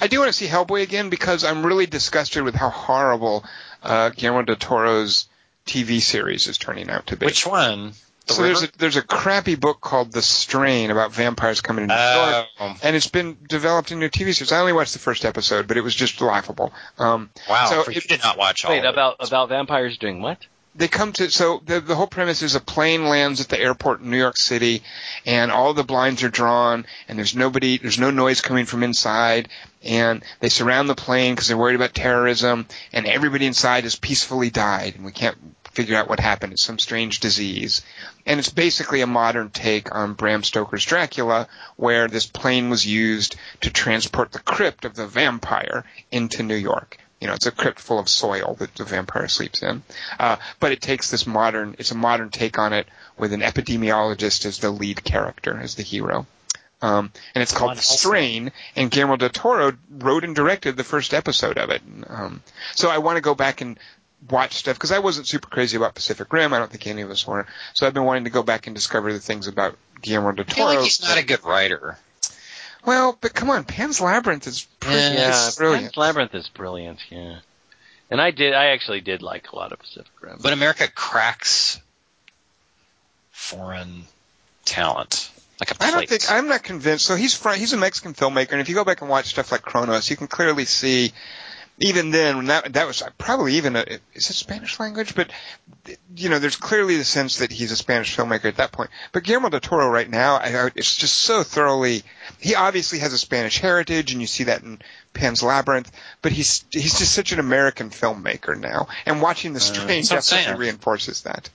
[SPEAKER 2] I do want to see Hellboy again because I'm really disgusted with how horrible uh, Guillermo del Toro's TV series is turning out to be.
[SPEAKER 3] Which one? The
[SPEAKER 2] so there's
[SPEAKER 3] river?
[SPEAKER 2] a, there's a crappy book called The Strain about vampires coming to New York.
[SPEAKER 3] Oh,
[SPEAKER 2] and it's been developed into a TV series. I only watched the first episode, but it was just laughable. Um,
[SPEAKER 3] wow.
[SPEAKER 2] So
[SPEAKER 3] for-
[SPEAKER 2] it-
[SPEAKER 3] you did not watch all
[SPEAKER 4] Wait,
[SPEAKER 3] of it.
[SPEAKER 4] about about vampires doing what?
[SPEAKER 2] they come to so the, the whole premise is a plane lands at the airport in New York City, and all the blinds are drawn, and there's nobody, there's no noise coming from inside, and they surround the plane because they're worried about terrorism, and everybody inside has peacefully died, and we can't figure out what happened. It's some strange disease, and it's basically a modern take on Bram Stoker's Dracula, where this plane was used to transport the crypt of the vampire into New York. You know, it's a crypt full of soil that the vampire sleeps in. Uh, but it takes this modern, it's a modern take on it with an epidemiologist as the lead character, as the hero. Um, and it's called
[SPEAKER 3] Juan Helsing.
[SPEAKER 2] Strain, and Guillermo del Toro wrote and directed the first episode of it. Um, so I want to go back and watch stuff because I wasn't super crazy about Pacific Rim. I don't think any of us were. So I've been wanting to go back and discover the things about Guillermo del
[SPEAKER 3] I
[SPEAKER 2] Toro.
[SPEAKER 3] feel like he's not a good writer.
[SPEAKER 2] well, but come on, Pan's Labyrinth is pretty
[SPEAKER 3] Yeah,
[SPEAKER 2] it's brilliant.
[SPEAKER 4] Pan's Labyrinth is brilliant. Yeah, and I did. I actually did like a lot of Pacific Rim.
[SPEAKER 3] But America cracks foreign talent like a plate.
[SPEAKER 2] I don't think I'm not convinced. So he's fr- he's a Mexican filmmaker, and if you go back and watch stuff like Kronos, you can clearly see. Even then, when that that was uh, probably even a, is it Spanish language, but you know, there's clearly the sense that he's a Spanish filmmaker at that point. But Guillermo del Toro right now, I, I, it's just so thoroughly. He obviously has a Spanish heritage, and you see that in Pan's Labyrinth. But he's he's just such an American filmmaker now, and watching The Strain
[SPEAKER 3] Uh, that's what I'm
[SPEAKER 2] definitely
[SPEAKER 3] saying.
[SPEAKER 2] reinforces that.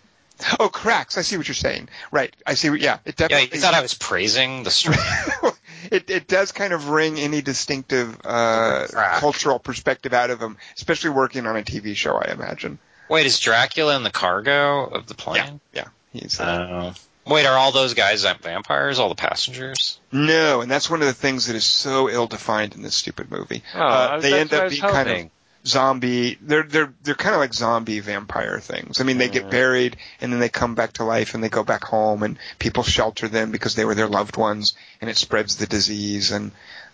[SPEAKER 2] Oh, cracks! I see what you're saying. Right, I see. What, yeah, it
[SPEAKER 3] yeah,
[SPEAKER 2] definitely
[SPEAKER 3] you thought I was praising the story.
[SPEAKER 2] it, it does kind of wring any distinctive uh,
[SPEAKER 3] Crack.
[SPEAKER 2] cultural perspective out of him, especially working on a TV show, I imagine.
[SPEAKER 3] Wait, is Dracula in the cargo of the plane?
[SPEAKER 2] Yeah. He's, uh,
[SPEAKER 3] Uh, wait, are all those guys vampires? All the passengers?
[SPEAKER 2] no, and that's one of the things that is so ill defined in this stupid movie.
[SPEAKER 4] Oh,
[SPEAKER 2] uh,
[SPEAKER 4] I-
[SPEAKER 2] they
[SPEAKER 4] that's
[SPEAKER 2] end
[SPEAKER 4] what I
[SPEAKER 2] up
[SPEAKER 4] was
[SPEAKER 2] being kind of
[SPEAKER 4] hoping.
[SPEAKER 2] zombie. They're they're they're kind of like zombie vampire things. I mean, they
[SPEAKER 4] Mm.
[SPEAKER 2] get buried and then they come back to life and they go back home and people shelter them because they were their loved ones and it spreads the disease and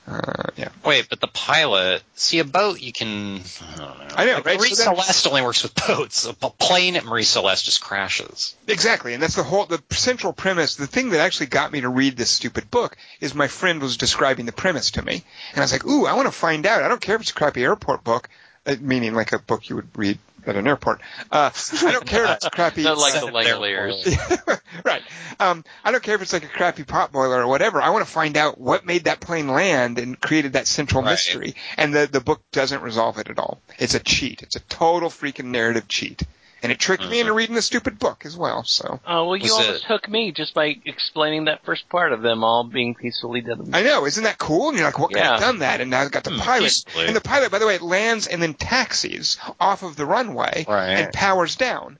[SPEAKER 2] uh, yeah.
[SPEAKER 3] Wait, but the pilot. See, a boat you can. I don't know.
[SPEAKER 2] I know,
[SPEAKER 3] Like,
[SPEAKER 2] right?
[SPEAKER 3] Marie
[SPEAKER 2] So that's-
[SPEAKER 3] Celeste only works with boats. A p- plane at Marie Celeste just crashes.
[SPEAKER 2] Exactly, and that's the whole the central premise. The thing that actually got me to read this stupid book is my friend was describing the premise to me, and I was like, "Ooh, I want to find out. I don't care if it's a crappy airport book, uh, meaning like a book you would read at an airport. Uh, I don't care if it's a crappy
[SPEAKER 4] not like the
[SPEAKER 3] Set their
[SPEAKER 4] Langoliers.
[SPEAKER 3] plane.
[SPEAKER 2] right. Um, I don't care if it's like a crappy pot boiler or whatever. I want to find out what made that plane land and created that central
[SPEAKER 3] Right.
[SPEAKER 2] mystery. And the the book doesn't resolve it at all. It's a cheat. It's a total freaking narrative cheat. And it tricked me
[SPEAKER 4] Mm-hmm.
[SPEAKER 2] into reading the stupid book as well. So
[SPEAKER 4] Oh well, you
[SPEAKER 3] Was it-
[SPEAKER 4] almost hooked me just by explaining that first part of them all being peacefully dead.
[SPEAKER 2] I know, isn't that cool? And you're like, what could
[SPEAKER 4] Yeah.
[SPEAKER 2] have done that? And now I've got the pilot.
[SPEAKER 3] peacefully.
[SPEAKER 2] And the pilot, by the way, lands and then taxis off of the runway
[SPEAKER 3] Right.
[SPEAKER 2] and powers down.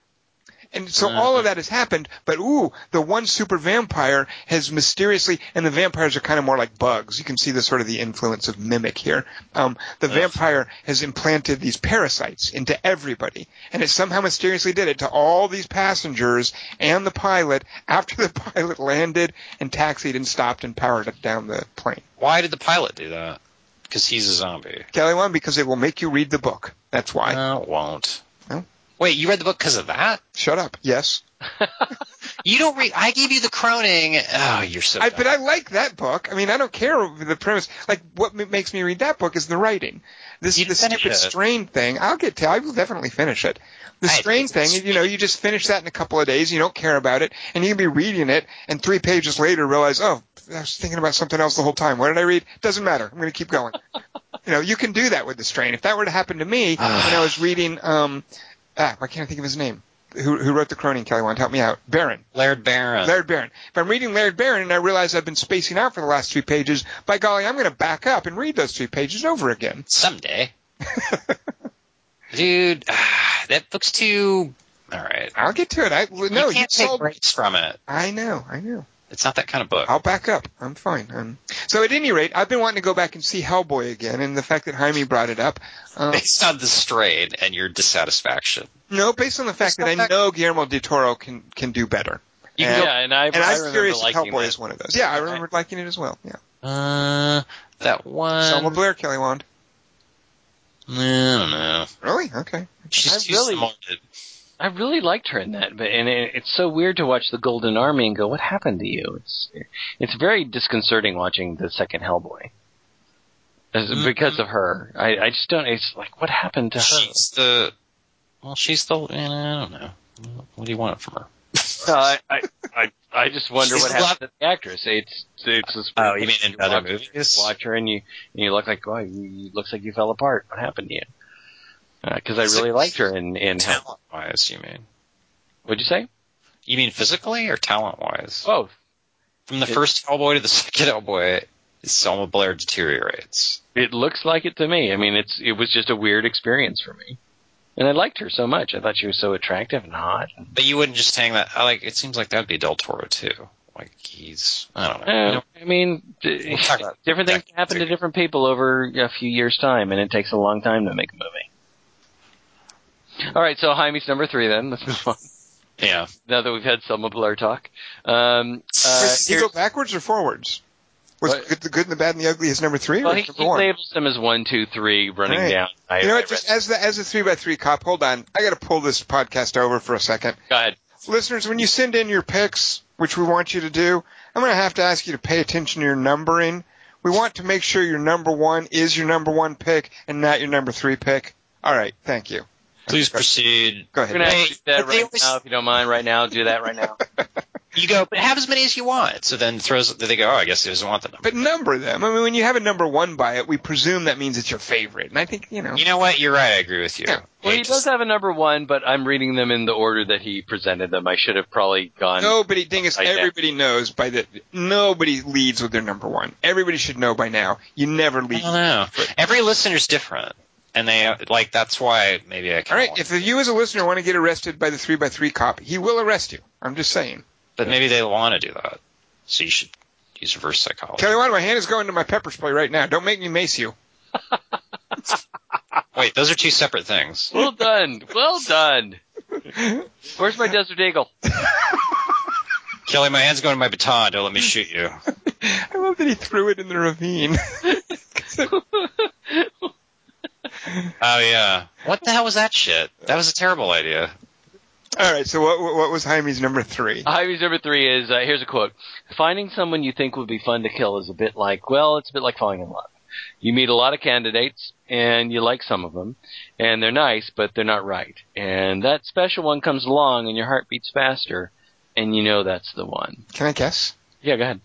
[SPEAKER 2] And so all of that has happened, but ooh, the one super vampire has mysteriously, and the vampires are kind of more like bugs. You can see the sort of the influence of mimic here. Um, the vampire has implanted these parasites into everybody, and it somehow mysteriously did it to all these passengers and the pilot after the pilot landed and taxied and stopped and powered it down the plane.
[SPEAKER 3] Why did the pilot do that? Because he's a zombie.
[SPEAKER 2] Kelly one because it will make you read the book. That's why.
[SPEAKER 3] No, it won't.
[SPEAKER 2] No?
[SPEAKER 3] Wait, you read the book because of that?
[SPEAKER 2] Shut up. Yes.
[SPEAKER 3] You don't read. I gave you the Croning. Oh, you're so.
[SPEAKER 2] I,
[SPEAKER 3] dumb.
[SPEAKER 2] but I like that book. I mean, I don't care over the premise. Like, what m- makes me read that book is the writing. This,
[SPEAKER 3] You'd
[SPEAKER 2] this
[SPEAKER 3] finish
[SPEAKER 2] stupid
[SPEAKER 3] it.
[SPEAKER 2] strain thing. I'll get to. I will definitely finish it. The
[SPEAKER 3] I-
[SPEAKER 2] strain thing. is, You know, you just finish that in a couple of days. You don't care about it, and you can be reading it, and three pages later realize, oh, I was thinking about something else the whole time. What did I read? Doesn't matter. I'm going to keep going. you know, you can do that with the strain. If that were to happen to me when I was reading, um, ah, why can't I think of his name? Who, who wrote the Cronin? Kelly, want to help me out? Barron.
[SPEAKER 3] Laird Barron.
[SPEAKER 2] Laird Barron. If I'm reading Laird Barron and I realize I've been spacing out for the last three pages, by golly, I'm going to back up and read those three pages over again.
[SPEAKER 3] someday. Dude, ah, that book's too. All right.
[SPEAKER 2] I'll get to it. I no,
[SPEAKER 3] you
[SPEAKER 2] you
[SPEAKER 3] can't take
[SPEAKER 2] sold.
[SPEAKER 3] breaks from it.
[SPEAKER 2] I know, I know.
[SPEAKER 3] It's not that kind of book.
[SPEAKER 2] I'll back up. I'm fine. Um, so at any rate, I've been wanting to go back and see Hellboy again, and the fact that Jaime brought it up. Um,
[SPEAKER 3] Based on the strain and your dissatisfaction.
[SPEAKER 2] no, based on the fact that I know Guillermo del Toro can can do better,
[SPEAKER 4] You
[SPEAKER 2] And-
[SPEAKER 4] can go- and I,
[SPEAKER 2] and
[SPEAKER 4] I
[SPEAKER 2] I'm
[SPEAKER 4] remember
[SPEAKER 2] curious if
[SPEAKER 4] liking
[SPEAKER 2] Hellboy
[SPEAKER 4] that.
[SPEAKER 2] is one of those. Yeah, I remember liking it as well. Yeah,
[SPEAKER 3] Uh, that one.
[SPEAKER 2] Selma Blair, Kelly Wand.
[SPEAKER 3] I don't know.
[SPEAKER 2] Really? Okay.
[SPEAKER 3] She's
[SPEAKER 4] I
[SPEAKER 3] too
[SPEAKER 4] really-
[SPEAKER 3] smart.
[SPEAKER 4] I really liked her in that, but and it, it's so weird to watch the Golden Army and go, "What happened to you?" It's it's very disconcerting watching the second Hellboy As- because of her. I, I just don't. It's like, what happened to her?
[SPEAKER 3] She's the. Well, she's the. eh, I don't know. What do you want from her?
[SPEAKER 4] No, I, I I I just wonder
[SPEAKER 3] She's
[SPEAKER 4] what
[SPEAKER 3] the
[SPEAKER 4] happened to the actress. It's it's this
[SPEAKER 3] Oh, you mean in other
[SPEAKER 4] watch,
[SPEAKER 3] movies?
[SPEAKER 4] You watch her and you and you look like, wow, you, you looks like you fell apart. What happened to you? Because I
[SPEAKER 3] Is it-
[SPEAKER 4] really liked her in in Hellboy.
[SPEAKER 3] Talent wise, you mean?
[SPEAKER 4] What'd you say? Oh,
[SPEAKER 3] You mean physically or talent wise?
[SPEAKER 4] Both.
[SPEAKER 3] From the
[SPEAKER 4] It-
[SPEAKER 3] first Hellboy to the second Hellboy, Selma Blair deteriorates.
[SPEAKER 4] It looks like it to me. I mean, it's it was just a weird experience for me, and I liked her so much. I thought she was so attractive and hot.
[SPEAKER 3] But you wouldn't just hang that. I like. It seems like that'd be Del Toro too. Like he's I don't know. You
[SPEAKER 4] Uh,
[SPEAKER 3] know,
[SPEAKER 4] I mean, d-
[SPEAKER 3] We'll talk about
[SPEAKER 4] different things
[SPEAKER 3] Jack
[SPEAKER 4] happen to
[SPEAKER 3] Dick.
[SPEAKER 4] different people over a few years' time, and it takes a long time to make a movie. All right, so Jaime's number three. Then let's move on.
[SPEAKER 3] yeah.
[SPEAKER 4] Now that we've had Selma Blair talk, um, uh,
[SPEAKER 2] Did he
[SPEAKER 4] here-
[SPEAKER 2] go backwards or forwards? Was
[SPEAKER 4] What?
[SPEAKER 2] good, the good and the bad and the ugly is number three
[SPEAKER 4] well,
[SPEAKER 2] or
[SPEAKER 4] he,
[SPEAKER 2] is
[SPEAKER 4] he
[SPEAKER 2] number one?
[SPEAKER 4] labels them as one, two, three, running
[SPEAKER 2] Right.
[SPEAKER 4] down. I,
[SPEAKER 2] you know
[SPEAKER 4] I
[SPEAKER 2] what? Just
[SPEAKER 4] read-
[SPEAKER 2] as the as a three by three cop. Hold on, I got to pull this podcast over for a second,
[SPEAKER 4] go ahead.
[SPEAKER 2] listeners. When you send in your picks, which we want you to do, I'm going to have to ask you to pay attention to your numbering. We want to make sure your number one is your number one pick and not your number three pick. All right, thank you.
[SPEAKER 3] Please proceed.
[SPEAKER 2] Go
[SPEAKER 4] We're gonna
[SPEAKER 2] ahead.
[SPEAKER 4] have
[SPEAKER 3] Hey,
[SPEAKER 4] to do that
[SPEAKER 3] but they
[SPEAKER 4] right
[SPEAKER 3] always-
[SPEAKER 4] now, if you don't mind. Right now, do that right now.
[SPEAKER 3] You go, but have as many as you want. So then throws. They go. Oh, I guess he doesn't want the number.
[SPEAKER 2] But number them. I mean, when you have a number one by it, we presume that means it's your favorite. And I think you know.
[SPEAKER 3] You know what? You're right. I agree with you.
[SPEAKER 2] Yeah.
[SPEAKER 4] Well, he
[SPEAKER 3] It's-
[SPEAKER 4] does have a number one, but I'm reading them in the order that he presented them. I should have probably gone.
[SPEAKER 2] Nobody, Dingus,
[SPEAKER 4] Like that.
[SPEAKER 2] everybody knows by the. Nobody leads with their number one. Everybody should know by now. You never
[SPEAKER 3] I
[SPEAKER 2] lead.
[SPEAKER 3] don't know. Every listener's different, and they like that's why maybe I
[SPEAKER 2] All
[SPEAKER 3] can.
[SPEAKER 2] right, if you as a listener want to get arrested by the three by three cop, he will arrest you. I'm just saying.
[SPEAKER 3] but maybe they want to do that. So you should use reverse psychology.
[SPEAKER 2] Tell you what, my hand is going to my pepper spray right now. Don't make me mace you.
[SPEAKER 3] Wait, those are two separate things.
[SPEAKER 4] Well done. Well done. Where's my Desert Eagle?
[SPEAKER 3] Kelly, my hand's going to my baton. Don't let me shoot you.
[SPEAKER 2] I love that he threw it in the ravine.
[SPEAKER 3] Oh yeah. What the hell was that shit? That was a terrible idea.
[SPEAKER 2] All right, so what, what was Jaime's number three?
[SPEAKER 4] Jaime's number three is uh, here's a quote: "Finding someone you think would be fun to kill is a bit like well, it's a bit like falling in love. You meet a lot of candidates and you like some of them, and they're nice, but they're not right. And that special one comes along, and your heart beats faster, and you know that's the one.
[SPEAKER 2] Can I guess?
[SPEAKER 4] Yeah, go ahead.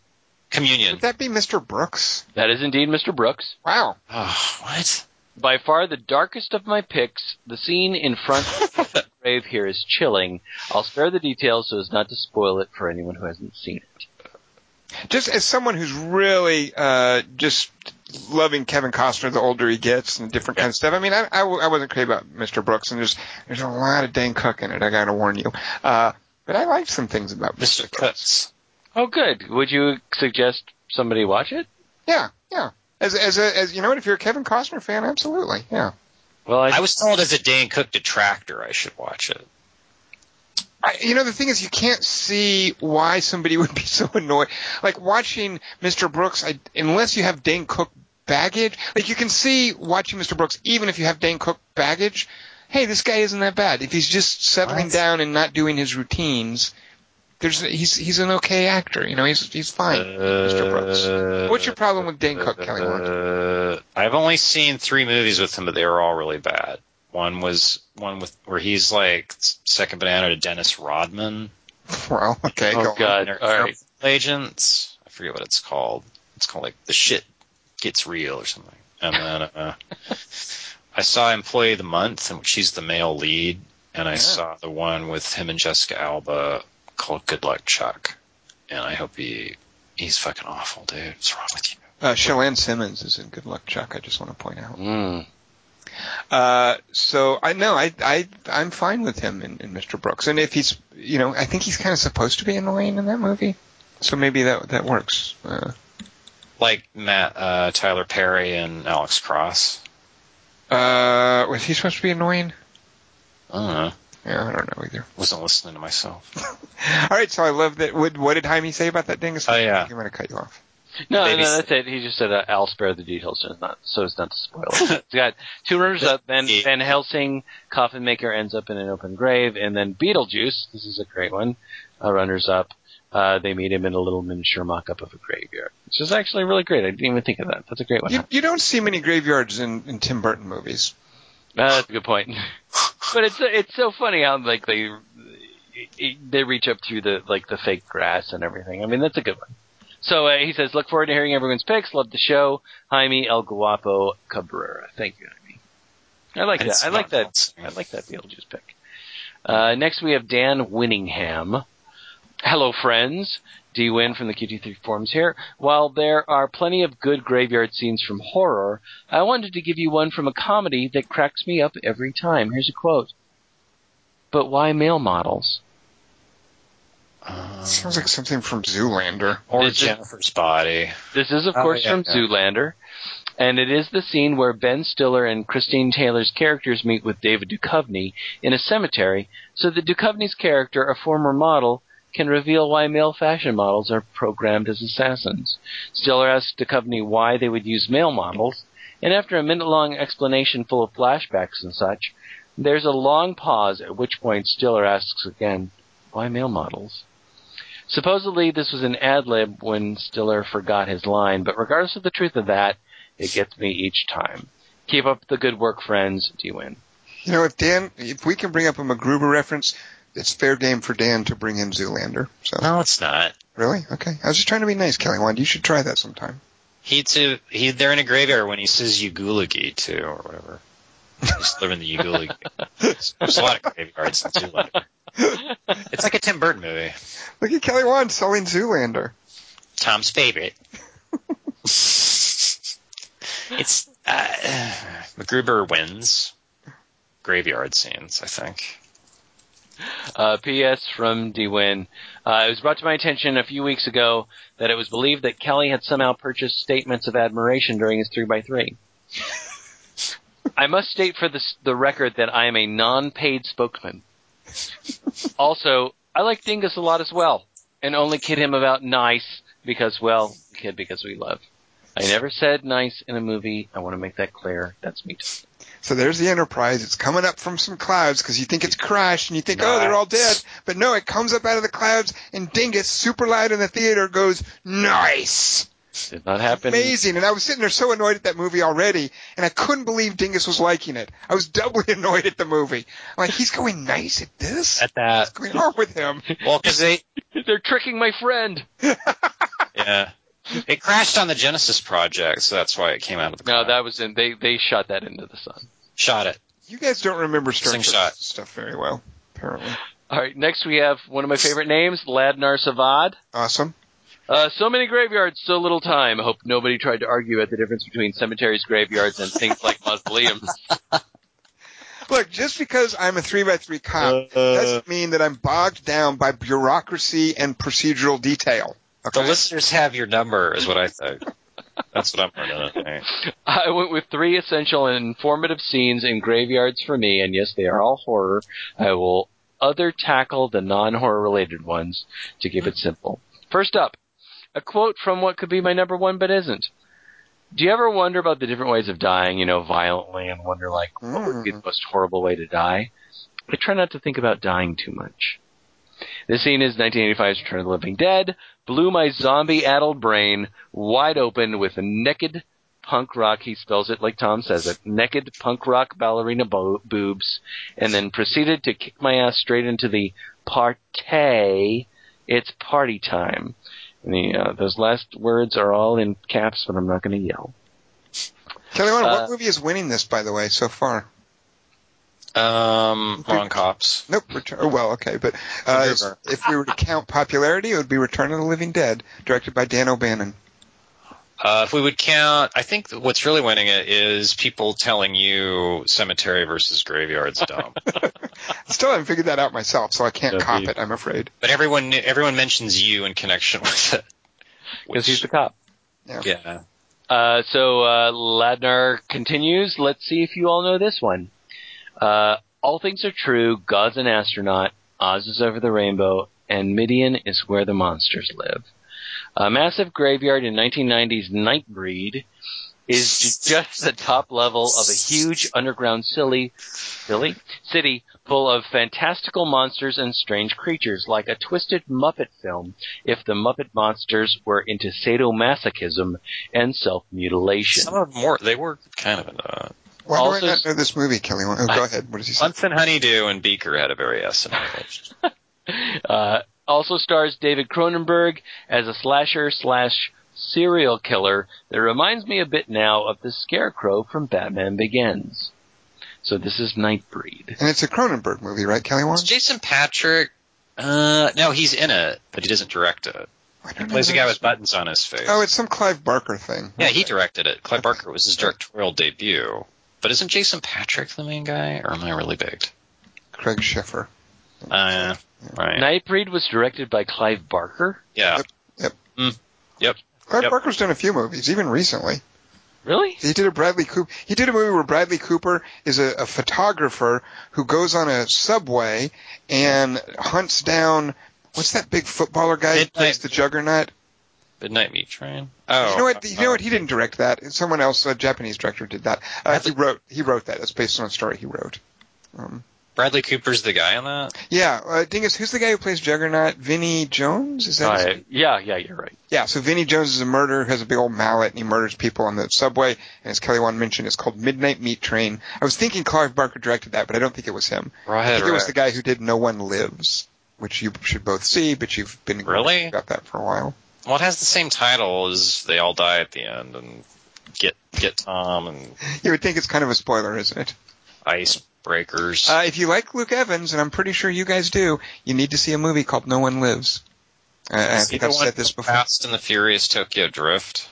[SPEAKER 3] Communion.
[SPEAKER 2] Would that be Mr. Brooks?
[SPEAKER 4] That is indeed Mr. Brooks.
[SPEAKER 2] Wow.
[SPEAKER 3] Oh, what?
[SPEAKER 4] By far the darkest of my picks, the scene in front of the grave here is chilling. I'll spare the details so as not to spoil it for anyone who hasn't seen it.
[SPEAKER 2] Just as someone who's really uh, just loving Kevin Costner the older he gets and different kind of stuff. I mean, I, I, w- I wasn't crazy about Mr. Brooks, and there's there's a lot of dang cook in it. I got to warn you. Uh, but I like some things about
[SPEAKER 3] Mr.
[SPEAKER 2] Mr. Brooks.
[SPEAKER 3] Cuts.
[SPEAKER 4] Oh, good. Would you suggest somebody watch it?
[SPEAKER 2] Yeah, yeah. As as a, as you know what, if you're a Kevin Costner fan, absolutely. Yeah.
[SPEAKER 4] Well, I,
[SPEAKER 3] I was told as a Dan Cook detractor I should watch it.
[SPEAKER 2] I, you know, the thing is, you can't see why somebody would be so annoyed. Like watching Mr. Brooks, I, unless you have Dane Cook baggage, like you can see watching Mr. Brooks, even if you have Dane Cook baggage, hey, this guy isn't that bad. If he's just settling
[SPEAKER 3] What?
[SPEAKER 2] down and not doing his routines, there's he's he's an okay actor. You know, he's he's fine. Mr. Brooks. What's your problem with Dane Cook, Kelly Warren?
[SPEAKER 3] Uh, I've only seen three movies with him, but they were all really bad. One was one with where he's like s- second banana to Dennis Rodman.
[SPEAKER 2] Well, okay, go
[SPEAKER 4] oh
[SPEAKER 2] on.
[SPEAKER 4] God!
[SPEAKER 3] They're-
[SPEAKER 4] All right.
[SPEAKER 3] they're agents. I forget what it's called. It's called like the shit gets real or something. And then uh, I saw Employee of the Month, and she's the male lead, and I
[SPEAKER 2] Yeah.
[SPEAKER 3] saw the one with him and Jessica Alba called Good Luck Chuck. And I hope he he's fucking awful, dude. What's wrong with you?
[SPEAKER 2] Uh, Shalane Simmons is in Good Luck Chuck. I just want to point out.
[SPEAKER 4] Mm.
[SPEAKER 2] Uh, so I know I I I'm fine with him in, in Mr. Brooks, and if he's you know I think he's kind of supposed to be annoying in that movie, so maybe that that works. Uh,
[SPEAKER 3] Like Matt uh, Tyler Perry and Alex Cross.
[SPEAKER 2] uh, was he supposed to be annoying?
[SPEAKER 3] I don't know.
[SPEAKER 2] Yeah, I don't know either.
[SPEAKER 3] Wasn't listening to myself.
[SPEAKER 2] All right, so I love that. What, what did Jaime say about that dingus?
[SPEAKER 3] Oh, yeah.
[SPEAKER 2] I'm gonna cut you off.
[SPEAKER 4] No,
[SPEAKER 3] Maybe
[SPEAKER 4] no,
[SPEAKER 3] s-
[SPEAKER 4] that's it. He just said uh, I'll spare the details so it's not so as not to spoil it. It's got two runners up. Then
[SPEAKER 3] Yeah.
[SPEAKER 4] Van Helsing, Coffin Maker ends up in an open grave, and then Beetlejuice. This is a great one. Uh, runners up. Uh, they meet him in a little miniature mock-up of a graveyard, which is actually really great. I didn't even think of that. That's a great one.
[SPEAKER 2] You, you don't see many graveyards in, in Tim Burton movies.
[SPEAKER 4] Uh, that's a good point. but it's it's so funny how like they they reach up through the like the fake grass and everything. I mean, that's a good one. So uh, he says, "Look forward to hearing everyone's picks. Love the show, Jaime El Guapo Cabrera." Thank you, Jaime. I like that.
[SPEAKER 3] It's
[SPEAKER 4] I like
[SPEAKER 3] not
[SPEAKER 4] that.
[SPEAKER 3] Nelson.
[SPEAKER 4] I like that Beetlejuice pick. Uh, next, we have Dan Winningham. Hello, friends. D. Win from the QT3 forums here. While there are plenty of good graveyard scenes from horror, I wanted to give you one from a comedy that cracks me up every time. Here's a quote. But why male models?
[SPEAKER 3] Uh,
[SPEAKER 2] Sounds like something from Zoolander.
[SPEAKER 3] or
[SPEAKER 4] This is-
[SPEAKER 3] Jennifer's body.
[SPEAKER 4] This is, of
[SPEAKER 3] Oh,
[SPEAKER 4] course,
[SPEAKER 3] yeah,
[SPEAKER 4] from
[SPEAKER 3] yeah.
[SPEAKER 4] Zoolander, and it is the scene where Ben Stiller and Christine Taylor's characters meet with David Duchovny in a cemetery, so that Duchovny's character, a former model, can reveal why male fashion models are programmed as assassins. Stiller asks Duchovny why they would use male models, and after a minute-long explanation full of flashbacks and such, there's a long pause, at which point Stiller asks again, why male models? Supposedly, this was an ad lib when Stiller forgot his line, but regardless of the truth of that, it gets me each time. Keep up the good work, friends. Do you win?
[SPEAKER 2] You know, if Dan, if we can bring up a MacGruber reference, it's fair game for Dan to bring in Zoolander. So
[SPEAKER 3] No, it's not.
[SPEAKER 2] really, okay. I was just trying to be nice, Kelly. Wand. You should try that sometime.
[SPEAKER 3] He too. He they're in a graveyard when he says Ugulagi too, or whatever. He's living the Ugulagi. There's a lot of graveyards in Zoolander. It's like a Tim Burton movie.
[SPEAKER 2] Look at Kelly Wand selling Zoolander.
[SPEAKER 3] Tom's favorite. it's uh, MacGruber wins graveyard scenes. I think.
[SPEAKER 4] Uh, P.S. from DeWin. Uh, it was brought to my attention a few weeks ago that it was believed that Kelly had somehow purchased statements of admiration during his 3x3. I must state for this, the record that I am a non-paid spokesman. also, I like Dingus a lot as well, and only kid him about nice because, well, kid because we love. I never said nice in a movie. I want to make that clear. That's me.
[SPEAKER 2] So there's the Enterprise. It's coming up from some clouds because you think it's crashed and you think, oh, they're all dead. But no, it comes up out of the clouds and Dingus, super loud in the theater, goes, nice.
[SPEAKER 4] Did not happen.
[SPEAKER 2] Amazing. And I was sitting there so annoyed at that movie already and I couldn't believe Dingus was liking it. I was doubly annoyed at the movie. I'm like, he's going nice at this?
[SPEAKER 3] At that.
[SPEAKER 2] What's going on with him?
[SPEAKER 3] Well, because they
[SPEAKER 4] They're tricking my friend.
[SPEAKER 3] yeah it crashed on the Genesis project, so that's why it came out of the
[SPEAKER 4] No,
[SPEAKER 3] cloud.
[SPEAKER 4] that was in. They they shot that into the sun.
[SPEAKER 3] shot it.
[SPEAKER 2] You guys don't remember Star Trek
[SPEAKER 3] Slingshot.
[SPEAKER 2] stuff very well, apparently.
[SPEAKER 4] All right, next we have one of my favorite names, Ladnar Savad.
[SPEAKER 2] Awesome.
[SPEAKER 4] Uh, so many graveyards, so little time. Hope nobody tried to argue at the difference between cemeteries, graveyards, and things like mausoleums.
[SPEAKER 2] Look, just because I'm a three by three cop
[SPEAKER 3] Uh,
[SPEAKER 2] doesn't mean that I'm bogged down by bureaucracy and procedural detail.
[SPEAKER 3] The
[SPEAKER 2] Okay?
[SPEAKER 3] listeners have your number, is what I think. That's what I'm learning. tonight.
[SPEAKER 4] I went with three essential and informative scenes in graveyards for me, and yes, they are all horror. I will other tackle the non-horror related ones to keep it simple. First up, a quote from what could be my number one but isn't. Do you ever wonder about the different ways of dying, you know, violently, and wonder like what would be the most horrible way to die? I try not to think about dying too much. This scene is 1985's Return of the Living Dead, blew my zombie-addled brain wide open with a naked punk rock. He spells it like Tom says it. Naked punk rock ballerina bo- boobs, and then proceeded to kick my ass straight into the partay. It's party time. And the, uh, those last words are all in caps, but I'm not going to yell.
[SPEAKER 2] Kelly, Wand,
[SPEAKER 4] Uh,
[SPEAKER 2] what movie is winning this, by the way, so far?
[SPEAKER 3] Um, wrong cops.
[SPEAKER 2] Nope. Return, oh, well, okay, but uh, if we were to count popularity, it would be Return of the Living Dead, directed by Dan O'Bannon.
[SPEAKER 3] Uh, if we would count, I think that what's really winning it is people telling you cemetery versus graveyard's dumb.
[SPEAKER 2] Still haven't figured that out myself, so I can't
[SPEAKER 4] That'd
[SPEAKER 2] cop
[SPEAKER 4] be-
[SPEAKER 2] it. I'm afraid.
[SPEAKER 3] but everyone knew- everyone mentions you in connection with it.
[SPEAKER 4] Because
[SPEAKER 3] Which-
[SPEAKER 4] he's the cop.
[SPEAKER 3] yeah.
[SPEAKER 4] Uh, so uh, Ladner continues. Let's see if you all know this one. Uh, all things are true. God's an astronaut. Oz is over the rainbow, and Midian is where the monsters live. A massive graveyard in 1990's Nightbreed is ju- just the top level of a huge underground silly, silly city full of fantastical monsters and strange creatures, like a twisted Muppet film. If the Muppet monsters were into sadomasochism and self mutilation.
[SPEAKER 3] Some of them were. They were kind of. Uh,
[SPEAKER 2] Why
[SPEAKER 4] Also-
[SPEAKER 2] do I not know this movie, Kelly? Wand? Oh, go ahead. What does he say?
[SPEAKER 3] Bunsen Honeydew and Beaker had a very asinine relationship.
[SPEAKER 4] Uh, also stars David Cronenberg as a slasher slash serial killer that reminds me a bit now of the Scarecrow from Batman Begins. So this is Nightbreed.
[SPEAKER 2] And it's a Cronenberg movie, right, Kelly? Wand?
[SPEAKER 3] It's Jason Patrick. Uh, no, he's in it, but he doesn't direct it.
[SPEAKER 2] I
[SPEAKER 3] He
[SPEAKER 2] don't know
[SPEAKER 3] plays a
[SPEAKER 2] this.
[SPEAKER 3] guy with buttons on his face.
[SPEAKER 2] Oh, it's some Clive Barker thing.
[SPEAKER 3] yeah, he directed it. Clive Barker was his directorial debut. But isn't Jason Patrick the main guy, or am I really baked?
[SPEAKER 2] Craig Schiffer.
[SPEAKER 3] Uh, Right.
[SPEAKER 4] Nightbreed was directed by Clive Barker.
[SPEAKER 3] yeah.
[SPEAKER 2] Yep, yep.
[SPEAKER 3] Mm, yep.
[SPEAKER 2] Clive
[SPEAKER 3] Yep.
[SPEAKER 2] Barker's done a few movies, even recently.
[SPEAKER 4] Really?
[SPEAKER 2] He did a Bradley Cooper. He did a movie where Bradley Cooper is a, a photographer who goes on a subway and hunts down what's that big footballer guy who
[SPEAKER 3] Midnight-
[SPEAKER 2] plays the Juggernaut?
[SPEAKER 3] Midnight Meat Train. Oh,
[SPEAKER 2] you know what? You know
[SPEAKER 3] uh,
[SPEAKER 2] what? He didn't direct that. Someone else, a Japanese director, did that. Uh, he
[SPEAKER 3] Bradley-
[SPEAKER 2] wrote. He wrote that. That's based on a story he wrote. Um,
[SPEAKER 3] Bradley Cooper's the guy on that.
[SPEAKER 2] yeah, uh, Dingus. Who's the guy who plays Juggernaut? Vinny Jones? Is that? his
[SPEAKER 4] Uh, yeah, yeah, you're right.
[SPEAKER 2] Yeah, so Vinnie Jones is a murderer who has a big old mallet and he murders people on the subway. And as Kelly Wan mentioned, it's called Midnight Meat Train. I was thinking Clive Barker directed that, but I don't think it was him. I
[SPEAKER 3] Right.
[SPEAKER 2] think it was the guy who did No One Lives, which you should both see, but you've been
[SPEAKER 3] Really?
[SPEAKER 2] about that for a while.
[SPEAKER 3] Well, it has the same title as They All Die at the End and Get Get Tom and
[SPEAKER 2] You would think it's kind of a spoiler, isn't it?
[SPEAKER 3] Icebreakers.
[SPEAKER 2] Uh, if you like Luke Evans, and I'm pretty sure you guys do, you need to see a movie called No One Lives. Uh, and I
[SPEAKER 3] Is he
[SPEAKER 2] think
[SPEAKER 3] the
[SPEAKER 2] I've
[SPEAKER 3] one
[SPEAKER 2] said this
[SPEAKER 3] from
[SPEAKER 2] before.
[SPEAKER 3] Fast and the Furious Tokyo Drift.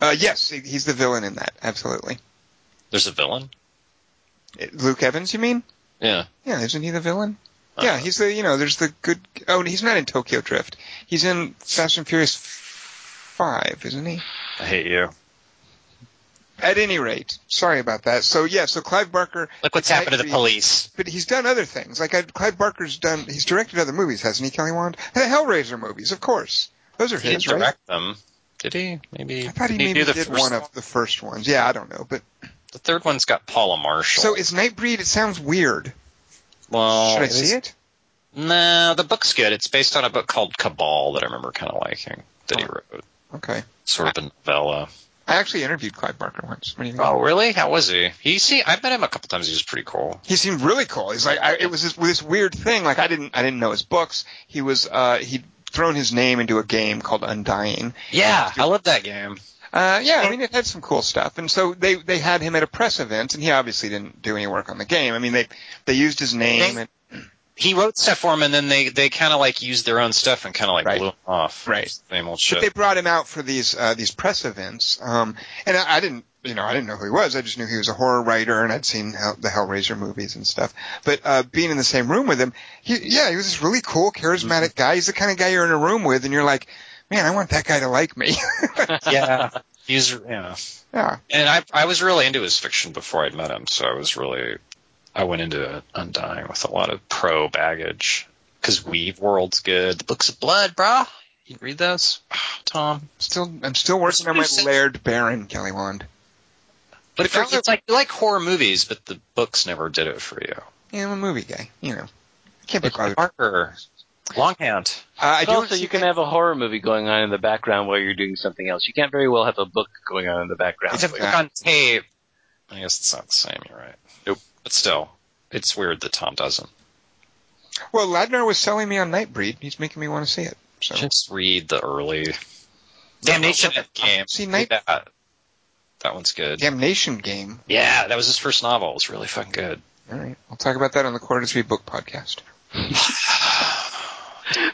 [SPEAKER 2] Uh, yes, he- he's the villain in that, absolutely.
[SPEAKER 3] There's a villain.
[SPEAKER 2] Luke Evans, you mean?
[SPEAKER 3] Yeah.
[SPEAKER 2] Yeah, isn't he the villain?
[SPEAKER 3] Uh,
[SPEAKER 2] Yeah, he's the you know there's the good. Oh, he's not in Tokyo Drift. He's in Fast and Furious Five, isn't he?
[SPEAKER 3] I hate you.
[SPEAKER 2] At any rate, sorry about that. So yeah, so Clive Barker,
[SPEAKER 3] Look what's
[SPEAKER 2] It might
[SPEAKER 3] happened to the
[SPEAKER 2] be-
[SPEAKER 3] police.
[SPEAKER 2] but he's done other things. Like I, Clive Barker's done, he's directed other movies, hasn't he, Kelly Wand? The Hellraiser movies, of course. Those are
[SPEAKER 3] He didn't
[SPEAKER 2] his,
[SPEAKER 3] direct
[SPEAKER 2] right?
[SPEAKER 3] them. Did he? Maybe.
[SPEAKER 2] I thought he
[SPEAKER 3] did
[SPEAKER 2] maybe
[SPEAKER 3] do the
[SPEAKER 2] did
[SPEAKER 3] first
[SPEAKER 2] one of the first ones. Yeah, I don't know, but
[SPEAKER 3] The third one's got Paula Marshall.
[SPEAKER 2] so is Nightbreed? It sounds weird.
[SPEAKER 3] well,
[SPEAKER 2] Should I
[SPEAKER 3] Oh. it is-
[SPEAKER 2] see it?
[SPEAKER 3] No, the book's good. It's based on a book called Cabal that I remember kind of liking that he
[SPEAKER 2] Oh.
[SPEAKER 3] wrote,
[SPEAKER 2] Okay.
[SPEAKER 3] sort of a novella.
[SPEAKER 2] I actually interviewed Clive Barker once. What do you think?
[SPEAKER 3] Oh, really? How was he? He see, I've met him a couple times. He was pretty cool.
[SPEAKER 2] he seemed really cool. He's like, I, it was this, this weird thing. Like I didn't, I didn't know his books. He was, uh, he'd thrown his name into a game called Undying.
[SPEAKER 3] Yeah, I love that game.
[SPEAKER 2] Uh, yeah, I mean, it had some cool stuff. And so they, they had him at a press event and he obviously didn't do any work on the game. I mean, they, they used his name and,
[SPEAKER 3] He wrote stuff for him, and then they they kind of like used their own stuff and kind of like
[SPEAKER 2] Right.
[SPEAKER 3] blew him off.
[SPEAKER 2] Right.
[SPEAKER 3] Same old
[SPEAKER 2] but they
[SPEAKER 3] shit.
[SPEAKER 2] brought him out for these, uh, these press events. Um, and I, I didn't, you know, I didn't know who he was. I just knew he was a horror writer and I'd seen Hell, the Hellraiser movies and stuff. But, uh, being in the same room with him, he, yeah, he was this really cool, charismatic
[SPEAKER 4] Mm-hmm.
[SPEAKER 2] guy. He's the kind of guy you're in a room with and you're like, man, I want that guy to like me.
[SPEAKER 3] yeah. He's yeah.
[SPEAKER 2] yeah.
[SPEAKER 3] And I I was really into his fiction before I'd met him, so I was really I went into Undying with a lot of pro baggage because Weave World's good. The Books of Blood, brah. You read those, Tom?
[SPEAKER 2] Still, I'm still working on my Laird Baron, Kelly Wand.
[SPEAKER 3] But
[SPEAKER 2] But
[SPEAKER 3] for,
[SPEAKER 2] now
[SPEAKER 3] it's like you like horror movies, but the books never did it for you.
[SPEAKER 2] Yeah, I'm a movie guy, you know. I can't be
[SPEAKER 3] Like
[SPEAKER 2] bothered. Uh,
[SPEAKER 3] Parker, Longhand.
[SPEAKER 2] I
[SPEAKER 4] But
[SPEAKER 2] do
[SPEAKER 4] also, you can have a horror movie going on in the background while you're doing something else. You can't very well have a book going on in the background.
[SPEAKER 3] It's a book on tape. I guess it's not the same. You're right. Nope. But still, it's weird that Tom doesn't.
[SPEAKER 2] Well, Ladner was selling me on Nightbreed. He's making me want to see it. So
[SPEAKER 3] Just read the early Damnation game.
[SPEAKER 2] See,
[SPEAKER 3] Read
[SPEAKER 2] Night-
[SPEAKER 3] that. That one's good.
[SPEAKER 2] Damnation Game.
[SPEAKER 3] Yeah, that was his first novel. It's really fucking good.
[SPEAKER 2] All right, we'll talk about that on the Quarter to Three Book Podcast.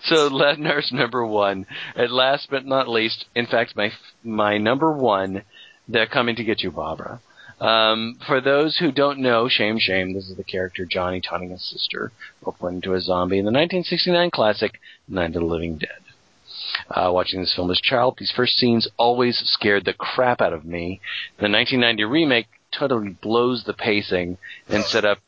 [SPEAKER 4] So Lednar's number one, and last but not least, in fact, my my number one, they're coming to get you, Barbara. Um, for those who don't know, shame, shame, this is the character Johnny Tawning his sister, open into a zombie in the 1969 classic Night of the Living Dead. Uh, watching this film as a child, these first scenes always scared the crap out of me. The 1990 remake totally blows the pacing and setup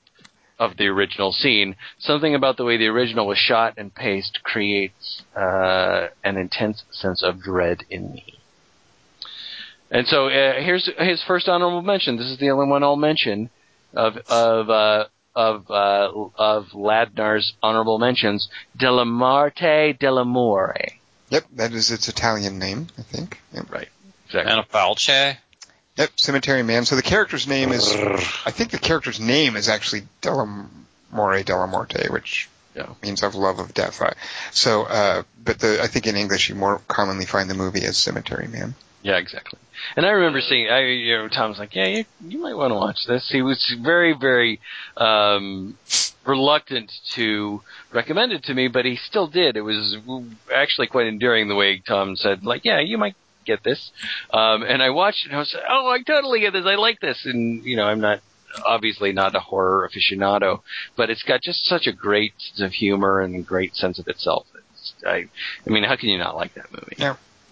[SPEAKER 4] of the original scene. Something about the way the original was shot and paced creates uh, an intense sense of dread in me. And so uh, here's his first honorable mention. This is the only one I'll mention of of uh, of uh, of Ladnar's honorable mentions. Delamarte Delamore.
[SPEAKER 2] Yep, that is its Italian name, I think. Yep,
[SPEAKER 4] Exactly.
[SPEAKER 3] Anna Falche.
[SPEAKER 2] yep Cemetery Man. So the character's name is, I think the character's name is actually Delamore Delamorte, which
[SPEAKER 4] Yeah.
[SPEAKER 2] means of love of death. I- So, uh, but the I think in English you more commonly find the movie as Cemetery Man.
[SPEAKER 4] Yeah, exactly. And I remember seeing, I, you know, Tom was like, yeah, you, you might want to watch this. He was very, very, um, reluctant to recommend it to me, but he still did. It was actually quite endearing the way Tom said, like, yeah, you might get this. Um, and I watched it and I was like, oh, I totally get this. I like this. And, you know, I'm not, obviously not a horror aficionado, but it's got just such a great sense of humor and great sense of itself. It's, I, I mean, how can you not like that movie?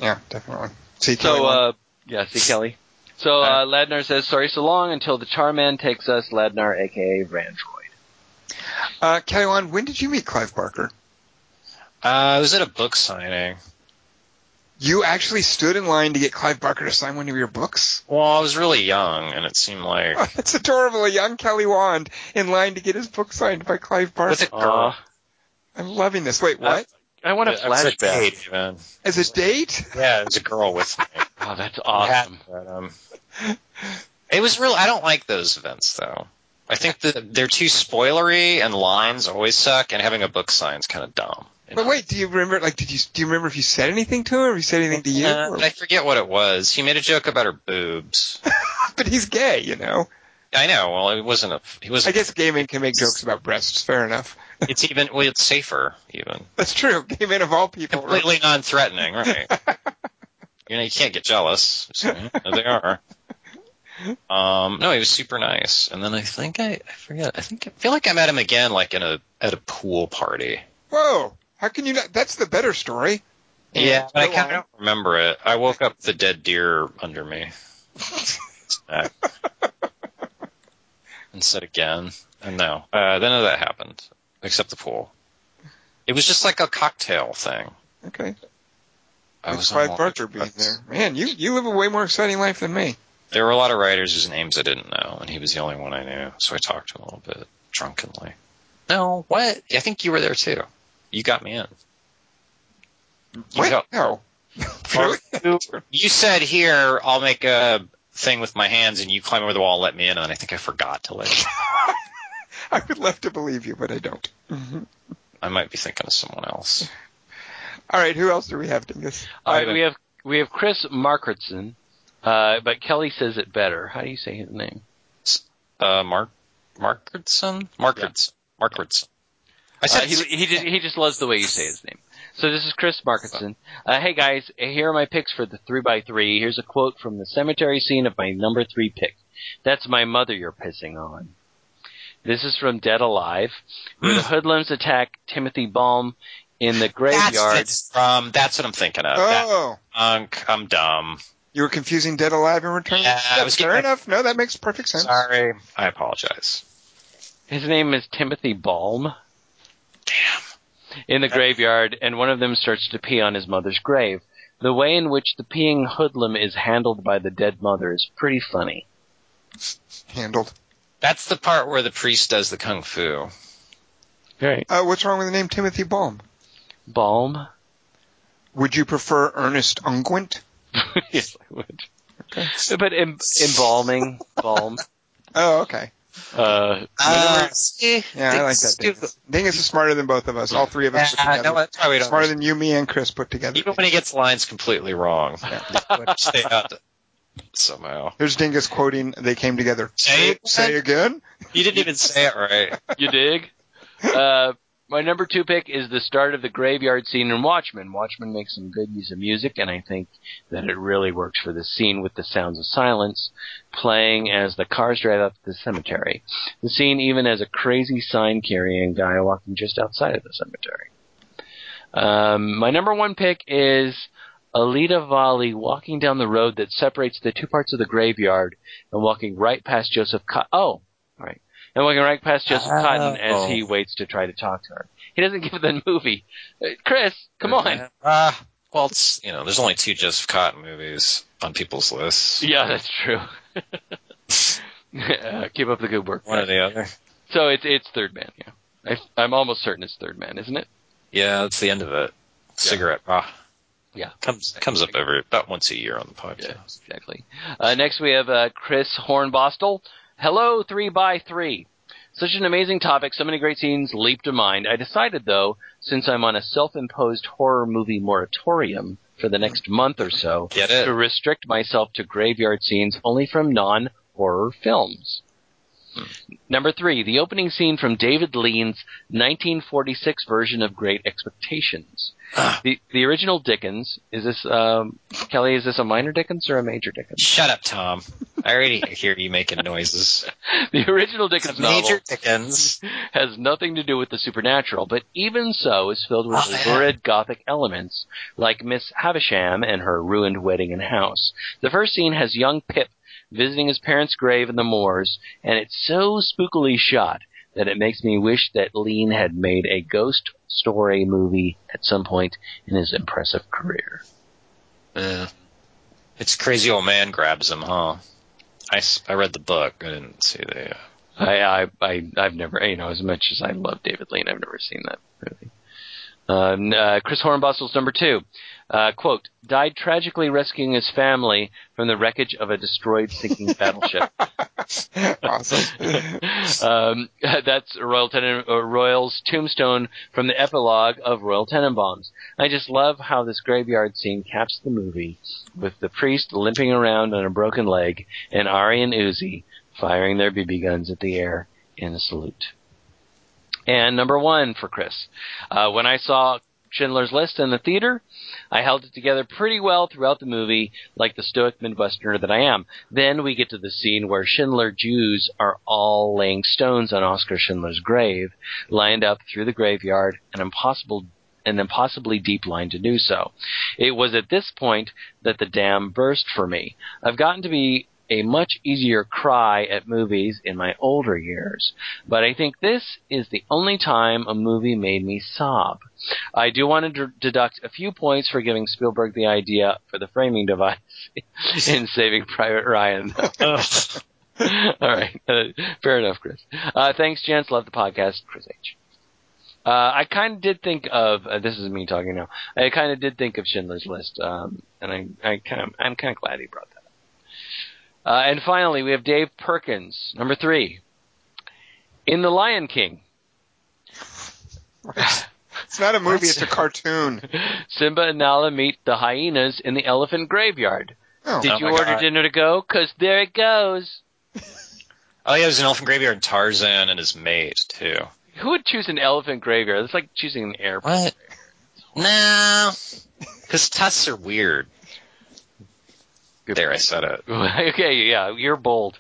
[SPEAKER 2] Yeah, definitely. See, Kelly
[SPEAKER 4] So,
[SPEAKER 2] won.
[SPEAKER 4] uh, yeah, see Kelly. So, uh, Ladnar says, sorry so long until the Charman takes us, Ladnar, aka Randroid.
[SPEAKER 2] Uh, Kelly Wan, when did you meet Clive Barker?
[SPEAKER 3] Uh, I was at a book signing.
[SPEAKER 2] You actually stood in line to get Clive Barker to sign one of your books?
[SPEAKER 3] Well, I was really young, and it seemed like
[SPEAKER 2] Oh, that's adorable. A young Kelly Wand in line to get his book signed by Clive Barker.
[SPEAKER 3] with a girl.
[SPEAKER 2] I'm loving this. Wait,
[SPEAKER 4] Uh,
[SPEAKER 2] what?
[SPEAKER 4] I want Uh, a
[SPEAKER 3] I was a
[SPEAKER 4] flashback.
[SPEAKER 3] date, man.
[SPEAKER 2] As a date?
[SPEAKER 3] Yeah, it was a girl with me.
[SPEAKER 4] Oh, that's
[SPEAKER 3] hat,
[SPEAKER 4] awesome.
[SPEAKER 3] but, um, it was real. I don't like those events though. I think that they're too spoilery, and lines always suck, and having a book sign's kind of dumb. you
[SPEAKER 2] But
[SPEAKER 3] know?
[SPEAKER 2] wait, do you remember? Like, did you do you remember if you said anything to him, or if he said anything to you?
[SPEAKER 3] Uh,
[SPEAKER 2] Or-
[SPEAKER 3] I forget what it was. He made a joke about her boobs.
[SPEAKER 2] but he's gay, you know.
[SPEAKER 3] I know. Well, it wasn't a. He
[SPEAKER 2] I
[SPEAKER 3] wasn't.
[SPEAKER 2] guess gay men can make jokes about breasts. Fair enough.
[SPEAKER 3] It's even. Well, it's safer even.
[SPEAKER 2] That's true. Gay men of all people. are-
[SPEAKER 3] Completely non-threatening, right? you know, you can't get jealous. So, there they are. Um, no, he was super nice. And then I think I, I forget. I think I feel like I met him again, like in a at a pool party.
[SPEAKER 2] Whoa! How can you not? That's the better story.
[SPEAKER 3] Yeah, but I
[SPEAKER 2] Go
[SPEAKER 3] kind
[SPEAKER 2] on.
[SPEAKER 3] of don't remember it. I woke up with the dead deer under me. and said again, and no, uh, none of that happened except the pool. It was just like a cocktail thing.
[SPEAKER 2] Okay.
[SPEAKER 3] I
[SPEAKER 2] With
[SPEAKER 3] was on
[SPEAKER 2] Clive
[SPEAKER 3] Wall-
[SPEAKER 2] Barker being there. Man, you you live a way more exciting life than me.
[SPEAKER 3] There were a lot of writers whose names I didn't know, and he was the only one I knew. So I talked to him a little bit drunkenly. No, what? I think you were there too. You got me in. You
[SPEAKER 2] What?
[SPEAKER 3] got-
[SPEAKER 2] No. really?
[SPEAKER 3] You said here, I'll make a thing with my hands, and you climb over the wall and let me in. And I think I forgot to let. You.
[SPEAKER 2] I would love to believe you, but I don't. Mhm.
[SPEAKER 3] I might be thinking of someone else.
[SPEAKER 2] All right, who else do we have, Dingus?
[SPEAKER 4] All right,
[SPEAKER 3] I-
[SPEAKER 4] we have we have Chris Markertson, uh, but Kelly says it better. How do you say his name?
[SPEAKER 3] Uh, Mark Markardson. Markardson. Markardson. I
[SPEAKER 4] Uh,
[SPEAKER 3] said
[SPEAKER 4] he he just, he just loves the way you say his name. So this is Chris Markinson. Uh, hey guys, here are my picks for the three by three. Here's a quote from the cemetery scene of my number three pick. That's my mother you're pissing on. This is from Dead Alive, where the hoodlums attack Timothy Baum in the graveyard.
[SPEAKER 3] That's, um, that's what I'm thinking of. That
[SPEAKER 2] oh,
[SPEAKER 3] punk. I'm dumb.
[SPEAKER 2] you were confusing Dead Alive and Return.
[SPEAKER 3] Yeah, I was
[SPEAKER 2] fair
[SPEAKER 3] getting-
[SPEAKER 2] enough. No, that makes perfect sense.
[SPEAKER 3] Sorry. I apologize.
[SPEAKER 4] His name is Timothy Balm. Damn. In the graveyard, and one of them starts to pee on his mother's grave. The way in which the peeing hoodlum is handled by the dead mother is pretty funny.
[SPEAKER 2] Handled.
[SPEAKER 3] That's the part where the priest does the kung fu.
[SPEAKER 4] Right.
[SPEAKER 2] Uh, what's wrong with the name Timothy Baum?
[SPEAKER 4] Balm?
[SPEAKER 2] Would you prefer Ernest Unguent?
[SPEAKER 4] yes, I would. But em- embalming, balm.
[SPEAKER 2] Oh, okay.
[SPEAKER 4] Uh,
[SPEAKER 3] Uh, see?
[SPEAKER 2] Yeah, I like that. Dingus. Dingus is smarter than both of us. All three of us
[SPEAKER 3] Yeah,
[SPEAKER 2] put
[SPEAKER 3] no,
[SPEAKER 2] together.
[SPEAKER 3] that's why we don't.
[SPEAKER 2] Smarter than you, me, and Chris put together.
[SPEAKER 3] Even when he gets lines completely wrong, they got it somehow.
[SPEAKER 2] Here's Dingus quoting, they came together.
[SPEAKER 3] Say it
[SPEAKER 2] Say again?
[SPEAKER 3] You didn't even say it right.
[SPEAKER 4] you dig? Uh, my number two pick is the start of the graveyard scene in Watchmen. Watchmen makes some good use of music, and I think that it really works for the scene with the sounds of silence playing as the cars drive up to the cemetery. The scene even has a crazy sign carrying guy walking just outside of the cemetery. Um, my number one pick is Alita Valley walking down the road that separates the two parts of the graveyard and walking right past Joseph. Co- oh, right, and walking right past Joseph Cotton as he waits to try to talk to her. He doesn't give the movie. Uh, Chris, come on.
[SPEAKER 3] Uh, well, it's you know, there's only two Joseph Cotton movies on people's lists.
[SPEAKER 4] Yeah, that's true. Uh, keep up the good work.
[SPEAKER 3] One or the other.
[SPEAKER 4] So it's it's Third Man. Yeah, I, I'm almost certain it's Third Man, isn't it?
[SPEAKER 3] Yeah, that's the end of it. Cigarette. Ah.
[SPEAKER 4] Yeah.
[SPEAKER 3] Comes comes up every about once a year on the podcast.
[SPEAKER 4] Exactly. Uh, next we have uh, Chris Hornbostel. Hello, three by three. Such an amazing topic. So many great scenes leap to mind. I decided though, since I'm on a self-imposed horror movie moratorium for the next month or so,
[SPEAKER 3] Get
[SPEAKER 4] to
[SPEAKER 3] it?
[SPEAKER 4] restrict myself to graveyard scenes only from non-horror films. Number three, the opening scene from David Lean's 1946 version of Great Expectations. the, the original Dickens is this um, Kelly? Is this a minor Dickens or a major Dickens?
[SPEAKER 3] Shut up, Tom. I already hear you making noises.
[SPEAKER 4] The original Dickens novel
[SPEAKER 3] Major Dickens.
[SPEAKER 4] has nothing to do with the supernatural, but even so is filled with
[SPEAKER 3] Oh, yeah.
[SPEAKER 4] lurid gothic elements, like Miss Havisham and her ruined wedding and house. The first scene has young Pip visiting his parents' grave in the moors, and it's so spookily shot that it makes me wish that Lean had made a ghost story movie at some point in his impressive career.
[SPEAKER 3] Yeah. It's crazy old man grabs him, huh? I, s- I read the book. I didn't see the. Uh,
[SPEAKER 4] I, I, I, I've never, you know, as much as I love David Lean, I've never seen that movie. Um, uh, Chris Hornbustle's number two, uh, quote, died tragically rescuing his family from the wreckage of a destroyed sinking battleship.
[SPEAKER 2] awesome.
[SPEAKER 4] um, that's Royal Tenen- uh, Royal's tombstone from the epilogue of Royal Tenenbaums. I just love how this graveyard scene caps the movie with the priest limping around on a broken leg and Ari and Uzi firing their BB guns at the air in a salute. And number one for Chris. Uh, when I saw Schindler's List in the theater, I held it together pretty well throughout the movie, like the stoic Midwesterner that I am. Then we get to the scene where Schindler Jews are all laying stones on Oscar Schindler's grave, lined up through the graveyard, an impossible an impossibly deep line to do so. It was at this point that the dam burst for me. I've gotten to be a much easier cry at movies in my older years, but I think this is the only time a movie made me sob. I do want to d- deduct a few points for giving Spielberg the idea for the framing device in Saving Private Ryan. All right, uh, fair enough, Chris. Uh, thanks, gents. Love the podcast, Chris H. Uh, I kind of did think of uh, this is me talking now. I kind of did think of Schindler's List, um, and I, I kind of, I'm kind of glad he brought that up. Uh, and finally, we have Dave Perkins, number three, in The Lion King.
[SPEAKER 2] It's not a movie, it's a cartoon.
[SPEAKER 4] Simba and Nala meet the hyenas in the elephant graveyard.
[SPEAKER 2] Oh.
[SPEAKER 4] Did
[SPEAKER 3] Oh
[SPEAKER 4] you
[SPEAKER 3] my
[SPEAKER 4] order
[SPEAKER 3] God.
[SPEAKER 4] dinner to go? 'Cause there it goes.
[SPEAKER 3] oh, yeah, there's an elephant graveyard, Tarzan and his mate, too.
[SPEAKER 4] Who would choose an elephant graveyard? That's like choosing an airport.
[SPEAKER 3] What? No. Because tusks are weird. There, I said it.
[SPEAKER 4] okay, yeah, you're bold.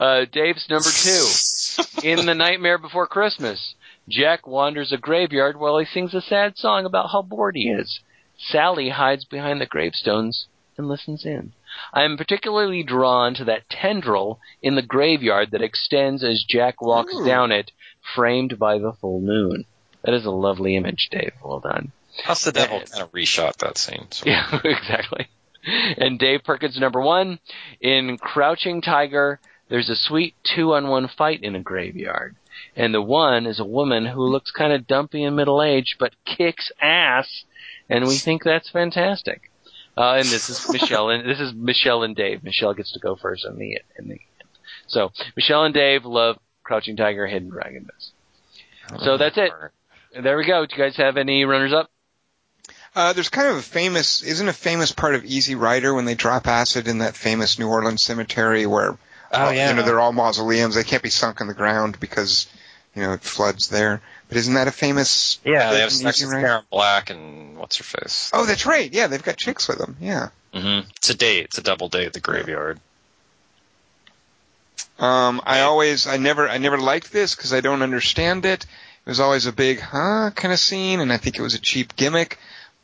[SPEAKER 4] Uh, Dave's number two. In The Nightmare Before Christmas, Jack wanders a graveyard while he sings a sad song about how bored he is. Sally hides behind the gravestones and listens in. I am particularly drawn to that tendril in the graveyard that extends as Jack walks
[SPEAKER 2] Ooh.
[SPEAKER 4] down it, framed by the full moon. That is a lovely image, Dave. Well done.
[SPEAKER 3] Plus, the devil kind of reshot that scene. So.
[SPEAKER 4] Yeah, exactly. And Dave Perkins, number one, in Crouching Tiger, there's a sweet two on one fight in a graveyard. And the one is a woman who looks kind of dumpy and middle aged, but kicks ass, and we think that's fantastic. Uh, and this is Michelle and this is Michelle and Dave. Michelle gets to go first in the in the end. So Michelle and Dave love Crouching Tiger, Hidden Dragon. Best. So that's it. There we go. Do you guys have any runners up?
[SPEAKER 2] Uh, there's kind of a famous, isn't a famous part of Easy Rider when they drop acid in that famous New Orleans cemetery where,
[SPEAKER 3] Oh, yeah.
[SPEAKER 2] you know, they're all mausoleums. They can't be sunk in the ground because, you know, it floods there. But isn't that a famous?
[SPEAKER 3] Yeah, they have
[SPEAKER 2] Easy
[SPEAKER 3] sex with
[SPEAKER 2] Rider?
[SPEAKER 3] Karen Black and what's her face.
[SPEAKER 2] Oh, that's right. Yeah, they've got chicks with them. Yeah.
[SPEAKER 3] Mm-hmm. It's a date. It's a double date at the graveyard.
[SPEAKER 2] Um, I always, I never, I never liked this because I don't understand it. It was always a big huh kind of scene, and I think it was a cheap gimmick.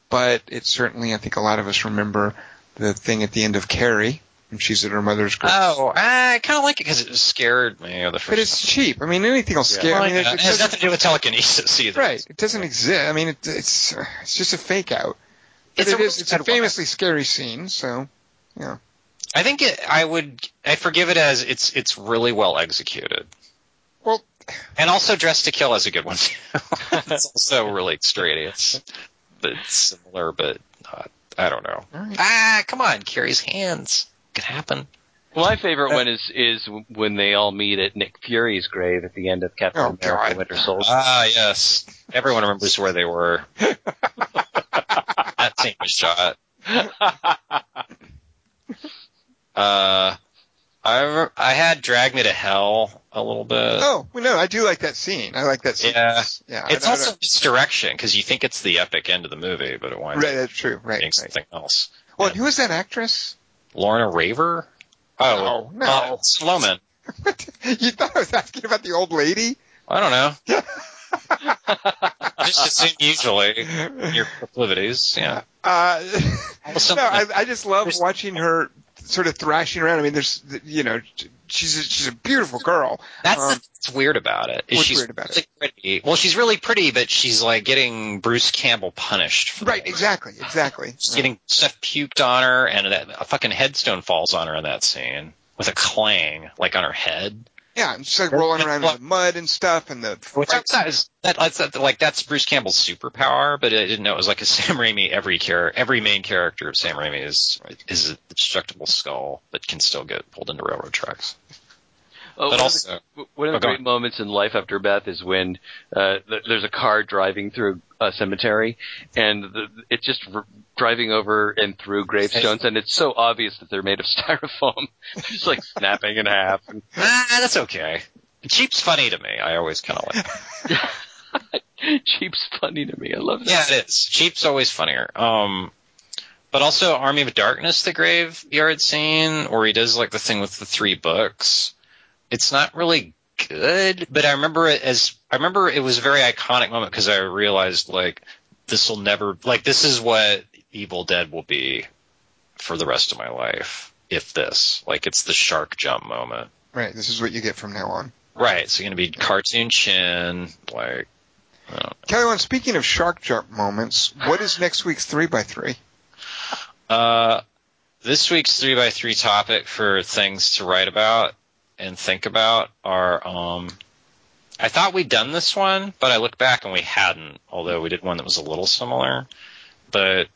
[SPEAKER 2] But it certainly, I think a lot of us remember the thing at the end of Carrie when she's at her mother's grave.
[SPEAKER 3] Oh, I kind of like it because it scared me the first
[SPEAKER 2] But it's cheap. I mean, anything will scare. I mean,
[SPEAKER 3] it, has
[SPEAKER 2] doesn't-
[SPEAKER 3] nothing to do with telekinesis either.
[SPEAKER 2] right. It doesn't exist. I mean, it, it's it's just a fake out. But it's
[SPEAKER 3] It's
[SPEAKER 2] It's
[SPEAKER 3] a
[SPEAKER 2] a
[SPEAKER 3] really good one.
[SPEAKER 2] famously scary scene. So, yeah.
[SPEAKER 3] I think it, I would I forgive it as it's it's really well executed.
[SPEAKER 2] Well-
[SPEAKER 3] and also Dress to Kill is a good one. too. it's also really extraneous, but similar, but not. I don't know.
[SPEAKER 2] All right.
[SPEAKER 3] Ah, come on, Carrie's hands could happen.
[SPEAKER 4] My
[SPEAKER 3] Uh,
[SPEAKER 4] favorite one is is when they all meet at Nick Fury's grave at the end of Captain
[SPEAKER 2] Oh,
[SPEAKER 4] America:
[SPEAKER 2] God.
[SPEAKER 4] Winter Soldier.
[SPEAKER 3] Ah, yes. Everyone remembers where they were. that scene was shot. uh, I re- I had Drag Me to Hell a little bit.
[SPEAKER 2] Oh, well, no, I do like that scene. I like that scene.
[SPEAKER 3] Yeah.
[SPEAKER 2] yeah I-
[SPEAKER 3] it's
[SPEAKER 2] I- I-
[SPEAKER 3] also misdirection because you think it's the epic end of the movie, but it winds
[SPEAKER 2] right.
[SPEAKER 3] up
[SPEAKER 2] That's true. Right.
[SPEAKER 3] being
[SPEAKER 2] right.
[SPEAKER 3] something else.
[SPEAKER 2] Well, and who is that actress?
[SPEAKER 3] Lorna Raver? Oh,
[SPEAKER 2] No, no.
[SPEAKER 3] uh, Sloman.
[SPEAKER 2] you thought I was asking about the old lady?
[SPEAKER 3] I don't know. Just assume usually your proclivities. Yeah.
[SPEAKER 2] Uh,
[SPEAKER 3] some-
[SPEAKER 2] no, I, I just love
[SPEAKER 3] there's-
[SPEAKER 2] watching her sort of thrashing around. I mean, there's, you know, she's a, she's a beautiful girl.
[SPEAKER 3] That's
[SPEAKER 2] Um,
[SPEAKER 3] what's weird about it. is
[SPEAKER 2] what's
[SPEAKER 3] she's
[SPEAKER 2] weird about it?
[SPEAKER 3] really Pretty. Well, she's really pretty, but she's like getting Bruce Campbell punished. For
[SPEAKER 2] Right,
[SPEAKER 3] that.
[SPEAKER 2] exactly, exactly.
[SPEAKER 3] She's getting stuff puked on her, and that a fucking headstone falls on her in that scene with a clang, like on her head.
[SPEAKER 2] yeah, and she's like rolling around in the mud and stuff, and the
[SPEAKER 3] Which that is that, that's that, like that's Bruce Campbell's superpower, but I didn't know it was like a Sam Raimi every char- every main character of Sam Raimi is is a destructible skull, but can still get pulled into railroad tracks.
[SPEAKER 4] Oh,
[SPEAKER 3] But
[SPEAKER 4] one of the-
[SPEAKER 3] also,
[SPEAKER 4] One of
[SPEAKER 3] Oh,
[SPEAKER 4] the
[SPEAKER 3] go
[SPEAKER 4] great
[SPEAKER 3] on.
[SPEAKER 4] moments in Life After Beth is when uh, th- there's a car driving through a cemetery, and the, it's just r- driving over and through gravestones, and it's so obvious that they're made of styrofoam. They're just like snapping in half. And
[SPEAKER 3] ah, that's okay. Cheap's funny to me. I always kind of like.
[SPEAKER 4] cheap's funny to me. I love that.
[SPEAKER 3] Yeah, it is. Cheap's always funnier. Um, but also Army of Darkness, the graveyard scene where he does like the thing with the three books. It's not really good, but I remember it as I remember it was a very iconic moment because I realized like this will never like this is what Evil Dead will be for the rest of my life. If this, like, it's the shark jump moment.
[SPEAKER 2] right. This is what you get from now on.
[SPEAKER 3] Right, so you're gonna be cartoon chin, like
[SPEAKER 2] Kelly, Wand, speaking of shark jump moments, what is next week's three by three?
[SPEAKER 3] Uh, this week's three by three topic for things to write about and think about are um, I thought we'd done this one, but I look back and we hadn't. Although we did one that was a little similar, but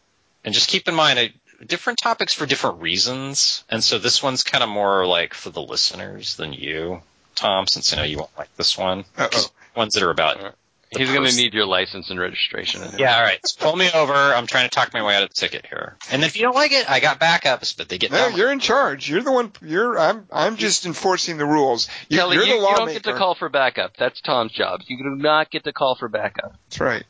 [SPEAKER 3] and just keep in mind I, different topics for different reasons, and so this one's kind of more like for the listeners than you, Tom, since I know you won't like this one.
[SPEAKER 2] Uh oh.
[SPEAKER 3] 'Cause Ones that are about the
[SPEAKER 4] He's going to
[SPEAKER 3] person.
[SPEAKER 4] need your license and registration.
[SPEAKER 3] Yeah, all right. So pull me over. I'm trying to talk my way out of the ticket here. And if you don't like it, I got backups, but they get
[SPEAKER 2] No,
[SPEAKER 3] down.
[SPEAKER 2] you're in charge. You're the one. You're. I'm. I'm just enforcing the rules. You,
[SPEAKER 4] Kelly,
[SPEAKER 2] are
[SPEAKER 4] you,
[SPEAKER 2] the
[SPEAKER 4] you
[SPEAKER 2] lawmaker.
[SPEAKER 4] don't get to call for backup. That's Tom's job. You do not get to call for backup.
[SPEAKER 2] That's right.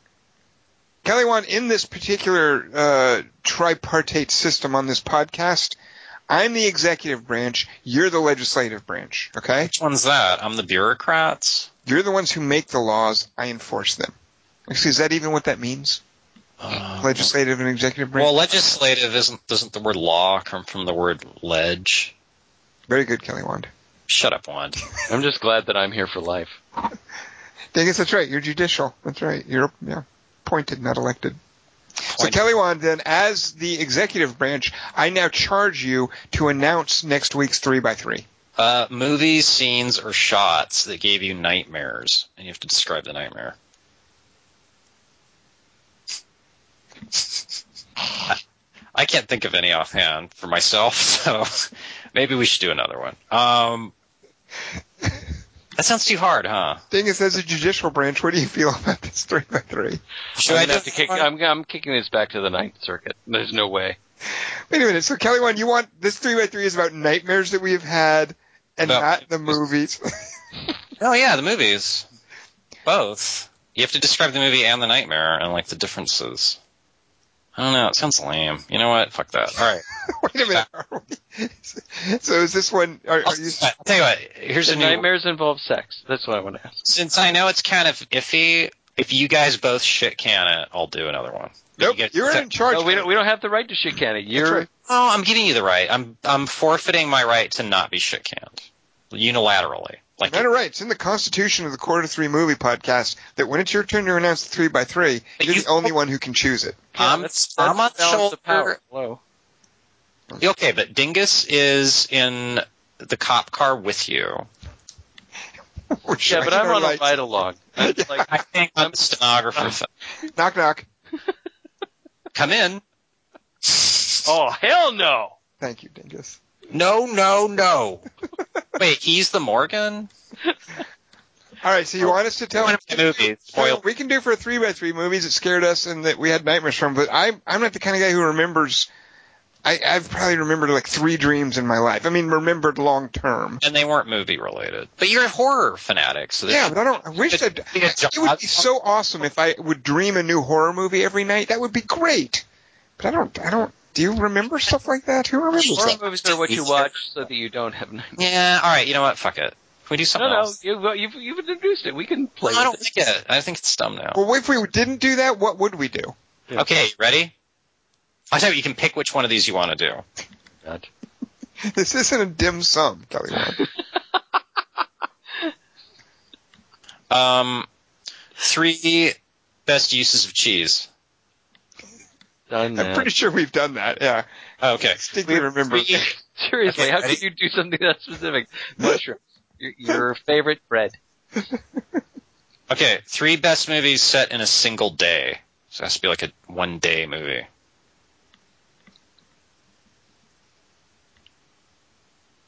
[SPEAKER 2] Kelly Wan, in this particular uh, tripartite system on this podcast, I'm the executive branch. You're the legislative branch. Okay.
[SPEAKER 3] Which one's that? I'm the bureaucrats.
[SPEAKER 2] You're the ones who make the laws. I enforce them. Actually, is that even what that means?
[SPEAKER 3] Uh,
[SPEAKER 2] Legislative and executive branch.
[SPEAKER 3] well, legislative isn't. Doesn't the word law come from the word ledge?
[SPEAKER 2] Very good, Kelly Wand.
[SPEAKER 3] Shut up, Wand.
[SPEAKER 4] I'm just glad that I'm here for life.
[SPEAKER 2] I guess that's right. You're judicial. That's right. You're yeah, appointed, not elected. So
[SPEAKER 3] Appointed.
[SPEAKER 2] Kelly Wand, then, as the executive branch, I now charge you to announce next week's three by three.
[SPEAKER 3] Uh, movies, scenes, or shots that gave you nightmares, and you have to describe the nightmare. I can't think of any offhand for myself, so maybe we should do another one. Um, that sounds too hard, huh?
[SPEAKER 2] Thing is, as a judicial branch, what do you feel about this three by three?
[SPEAKER 3] Should
[SPEAKER 4] I'm,
[SPEAKER 3] I
[SPEAKER 4] gonna have
[SPEAKER 3] just
[SPEAKER 4] to kick, I'm, I'm kicking this back to the Ninth Circuit. There's no way.
[SPEAKER 2] Wait a minute. So Kelly Wand, you want this three by three is about nightmares that we have had and
[SPEAKER 3] About-
[SPEAKER 2] not the movies.
[SPEAKER 3] Oh yeah, the movies. Both. You have to describe the movie and the nightmare and like the differences. I don't know. It sounds lame. You know what? Fuck that. All right.
[SPEAKER 2] Wait a minute. Are we, so is this one? Are,
[SPEAKER 3] I'll,
[SPEAKER 2] are you?
[SPEAKER 3] I'll tell you what. Here's
[SPEAKER 4] The
[SPEAKER 3] a new.
[SPEAKER 4] nightmares involve sex. That's what I want to ask.
[SPEAKER 3] Since I know it's kind of iffy, if you guys both shit can it, I'll do another one.
[SPEAKER 2] Nope.
[SPEAKER 3] You guys-
[SPEAKER 2] You're in charge.
[SPEAKER 4] No, we don't. We don't have the right to shit can it.
[SPEAKER 2] That's
[SPEAKER 4] You're
[SPEAKER 2] right.
[SPEAKER 3] Oh, I'm giving you the right. I'm I'm forfeiting my right to not be shit canned unilaterally. Like
[SPEAKER 2] Matter of right, it's in the Constitution of the Quarter Three Movie Podcast that when it's your turn to announce the three by three,
[SPEAKER 3] But
[SPEAKER 2] you're
[SPEAKER 3] you-
[SPEAKER 2] the only one who can choose it.
[SPEAKER 3] I'm,
[SPEAKER 4] that's-
[SPEAKER 3] I'm on
[SPEAKER 4] that's balance
[SPEAKER 3] shoulder.
[SPEAKER 4] of power. Hello.
[SPEAKER 3] Okay, but Dingus is in the cop car with you.
[SPEAKER 2] We're
[SPEAKER 4] Yeah,
[SPEAKER 2] shining
[SPEAKER 4] but I'm
[SPEAKER 2] our
[SPEAKER 4] on a
[SPEAKER 2] lights.
[SPEAKER 4] ride along. I'm like,
[SPEAKER 3] I think I'm the stenographer.
[SPEAKER 2] Knock knock.
[SPEAKER 3] Come in.
[SPEAKER 4] oh hell no!
[SPEAKER 2] Thank you, Dingus.
[SPEAKER 3] No, no, no. Wait, he's the Morgan?
[SPEAKER 2] All right,
[SPEAKER 4] Oh.
[SPEAKER 2] so you want us to tell?
[SPEAKER 3] One of the movies. Spoil.
[SPEAKER 2] we can do for three by three movies that scared us and that we had nightmares from, but I'm I'm not the kind of guy who remembers I, I've probably remembered like three dreams in my life. I mean, remembered long term.
[SPEAKER 3] and they weren't movie related. But you're a horror fanatic, so
[SPEAKER 2] Yeah, but I don't. I wish I'd. It would be so awesome if I would dream a new horror movie every night. That would be great. But I don't. I don't. Do you remember stuff like that? Who remembers
[SPEAKER 3] Sure.
[SPEAKER 2] that?
[SPEAKER 4] Horror movies are what you watch so that you don't have nightmares.
[SPEAKER 3] Yeah, all right. You know what? Fuck it. Can we do
[SPEAKER 4] No,
[SPEAKER 3] something
[SPEAKER 4] no,
[SPEAKER 3] else?
[SPEAKER 4] you, you've you've introduced it. We can play.
[SPEAKER 3] No, I don't
[SPEAKER 4] with it.
[SPEAKER 3] think it. I think it's dumb now.
[SPEAKER 2] Well, if we didn't do that, what would we do?
[SPEAKER 3] Okay, ready? I tell you, you can pick which one of these you want to do.
[SPEAKER 2] This isn't a dim sum, Kelly. Wand.
[SPEAKER 3] Um, three best uses of cheese.
[SPEAKER 4] Done
[SPEAKER 2] I'm
[SPEAKER 4] that.
[SPEAKER 2] pretty sure we've done that. Yeah,
[SPEAKER 3] Oh, okay.
[SPEAKER 2] distinctly remember.
[SPEAKER 3] Three-
[SPEAKER 4] Seriously,
[SPEAKER 3] Okay,
[SPEAKER 4] how
[SPEAKER 3] ready?
[SPEAKER 4] could you do something that specific? Mushroom. Your, your favorite bread.
[SPEAKER 3] okay, three best movies set in a single day. So it has to be like a one day movie.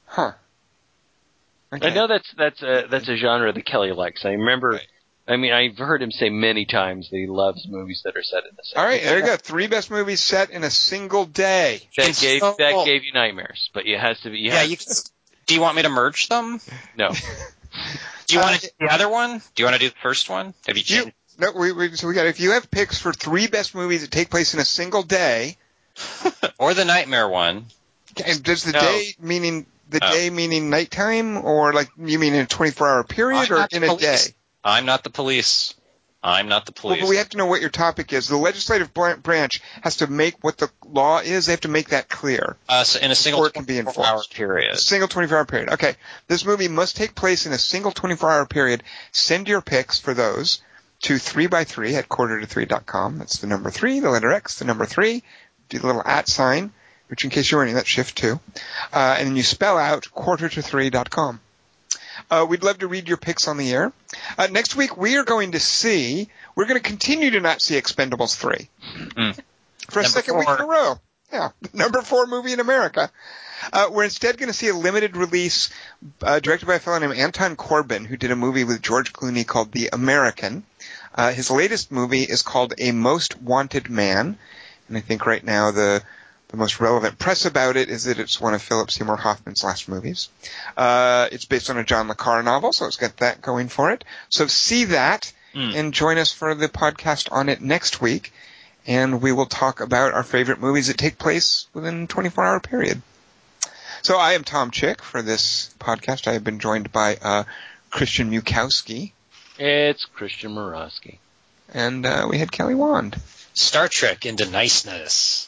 [SPEAKER 2] Huh.
[SPEAKER 4] I know that's that's a that's a genre that Kelly likes. I remember.
[SPEAKER 3] Right.
[SPEAKER 4] I mean, I've heard him say many times that he loves movies that are set in the same.
[SPEAKER 2] All right, there you go. Three best movies set in a single day.
[SPEAKER 4] That
[SPEAKER 3] It's
[SPEAKER 4] gave
[SPEAKER 3] so-
[SPEAKER 4] that gave you nightmares, but it has to be. You
[SPEAKER 3] Yeah,
[SPEAKER 4] have
[SPEAKER 3] you can. Do you want me to merge them?
[SPEAKER 4] no.
[SPEAKER 3] Do you
[SPEAKER 2] Uh,
[SPEAKER 3] want to do the other one? Do you want to do the first one? Have you
[SPEAKER 2] You,
[SPEAKER 3] changed?
[SPEAKER 2] no, we, we, so we got. If you have picks for three best movies that take place in a single day,
[SPEAKER 3] Or the nightmare one?
[SPEAKER 2] and does the
[SPEAKER 4] No.
[SPEAKER 2] day meaning the
[SPEAKER 3] Oh.
[SPEAKER 2] day meaning nighttime, or like you mean in a 24-hour period,
[SPEAKER 3] I'm
[SPEAKER 2] or
[SPEAKER 3] not the
[SPEAKER 2] in a day?
[SPEAKER 3] police. I'm not the police. I'm not the
[SPEAKER 2] Well,
[SPEAKER 3] police.
[SPEAKER 2] but we have to know what your topic is. The legislative bl- branch has to make what the law is. They have to make that clear.
[SPEAKER 3] uh, so in a single
[SPEAKER 2] Or it can be
[SPEAKER 3] 24 hour
[SPEAKER 2] enforced.
[SPEAKER 3] period.
[SPEAKER 2] A single 24-hour period. Okay. This movie must take place in a single 24-hour period. Send your picks for those to 3x3 at quarter to three dot com. That's the number 3, the letter X, the number 3. Do the little at sign, which in case you're in that shift too. Uh, and then you spell out quarter to three dot com. Uh, we'd love to read your picks on the air. Uh, next week we are going to see, we're going to continue to not see Expendables 3.
[SPEAKER 3] Mm.
[SPEAKER 2] For a
[SPEAKER 3] Number
[SPEAKER 2] second week in a
[SPEAKER 3] four.
[SPEAKER 2] row. Yeah, number four movie in America. Uh, we're instead going to see a limited release uh, directed by a fellow named Anton Corbin, who did a movie with George Clooney called The American. Uh, his latest movie is called A Most Wanted Man, and I think right now the the most relevant press about it is that it's one of Philip Seymour Hoffman's last movies. Uh, it's based on a John le Carre novel, so it's got that going for it. So see that
[SPEAKER 3] Mm.
[SPEAKER 2] and join us for the podcast on it next week, and we will talk about our favorite movies that take place within a 24 hour period. So I am Tom Chick for this podcast. I have been joined by uh, Christian Mukowski,
[SPEAKER 4] It's Christian Morosky.
[SPEAKER 2] and uh, we had Kelly Wand.
[SPEAKER 3] Star Trek into niceness.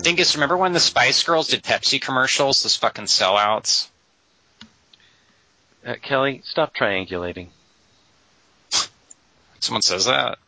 [SPEAKER 3] Dingus, remember when the Spice Girls did Pepsi commercials, those fucking sellouts?
[SPEAKER 4] Uh, Kelly, stop triangulating.
[SPEAKER 3] Someone says that.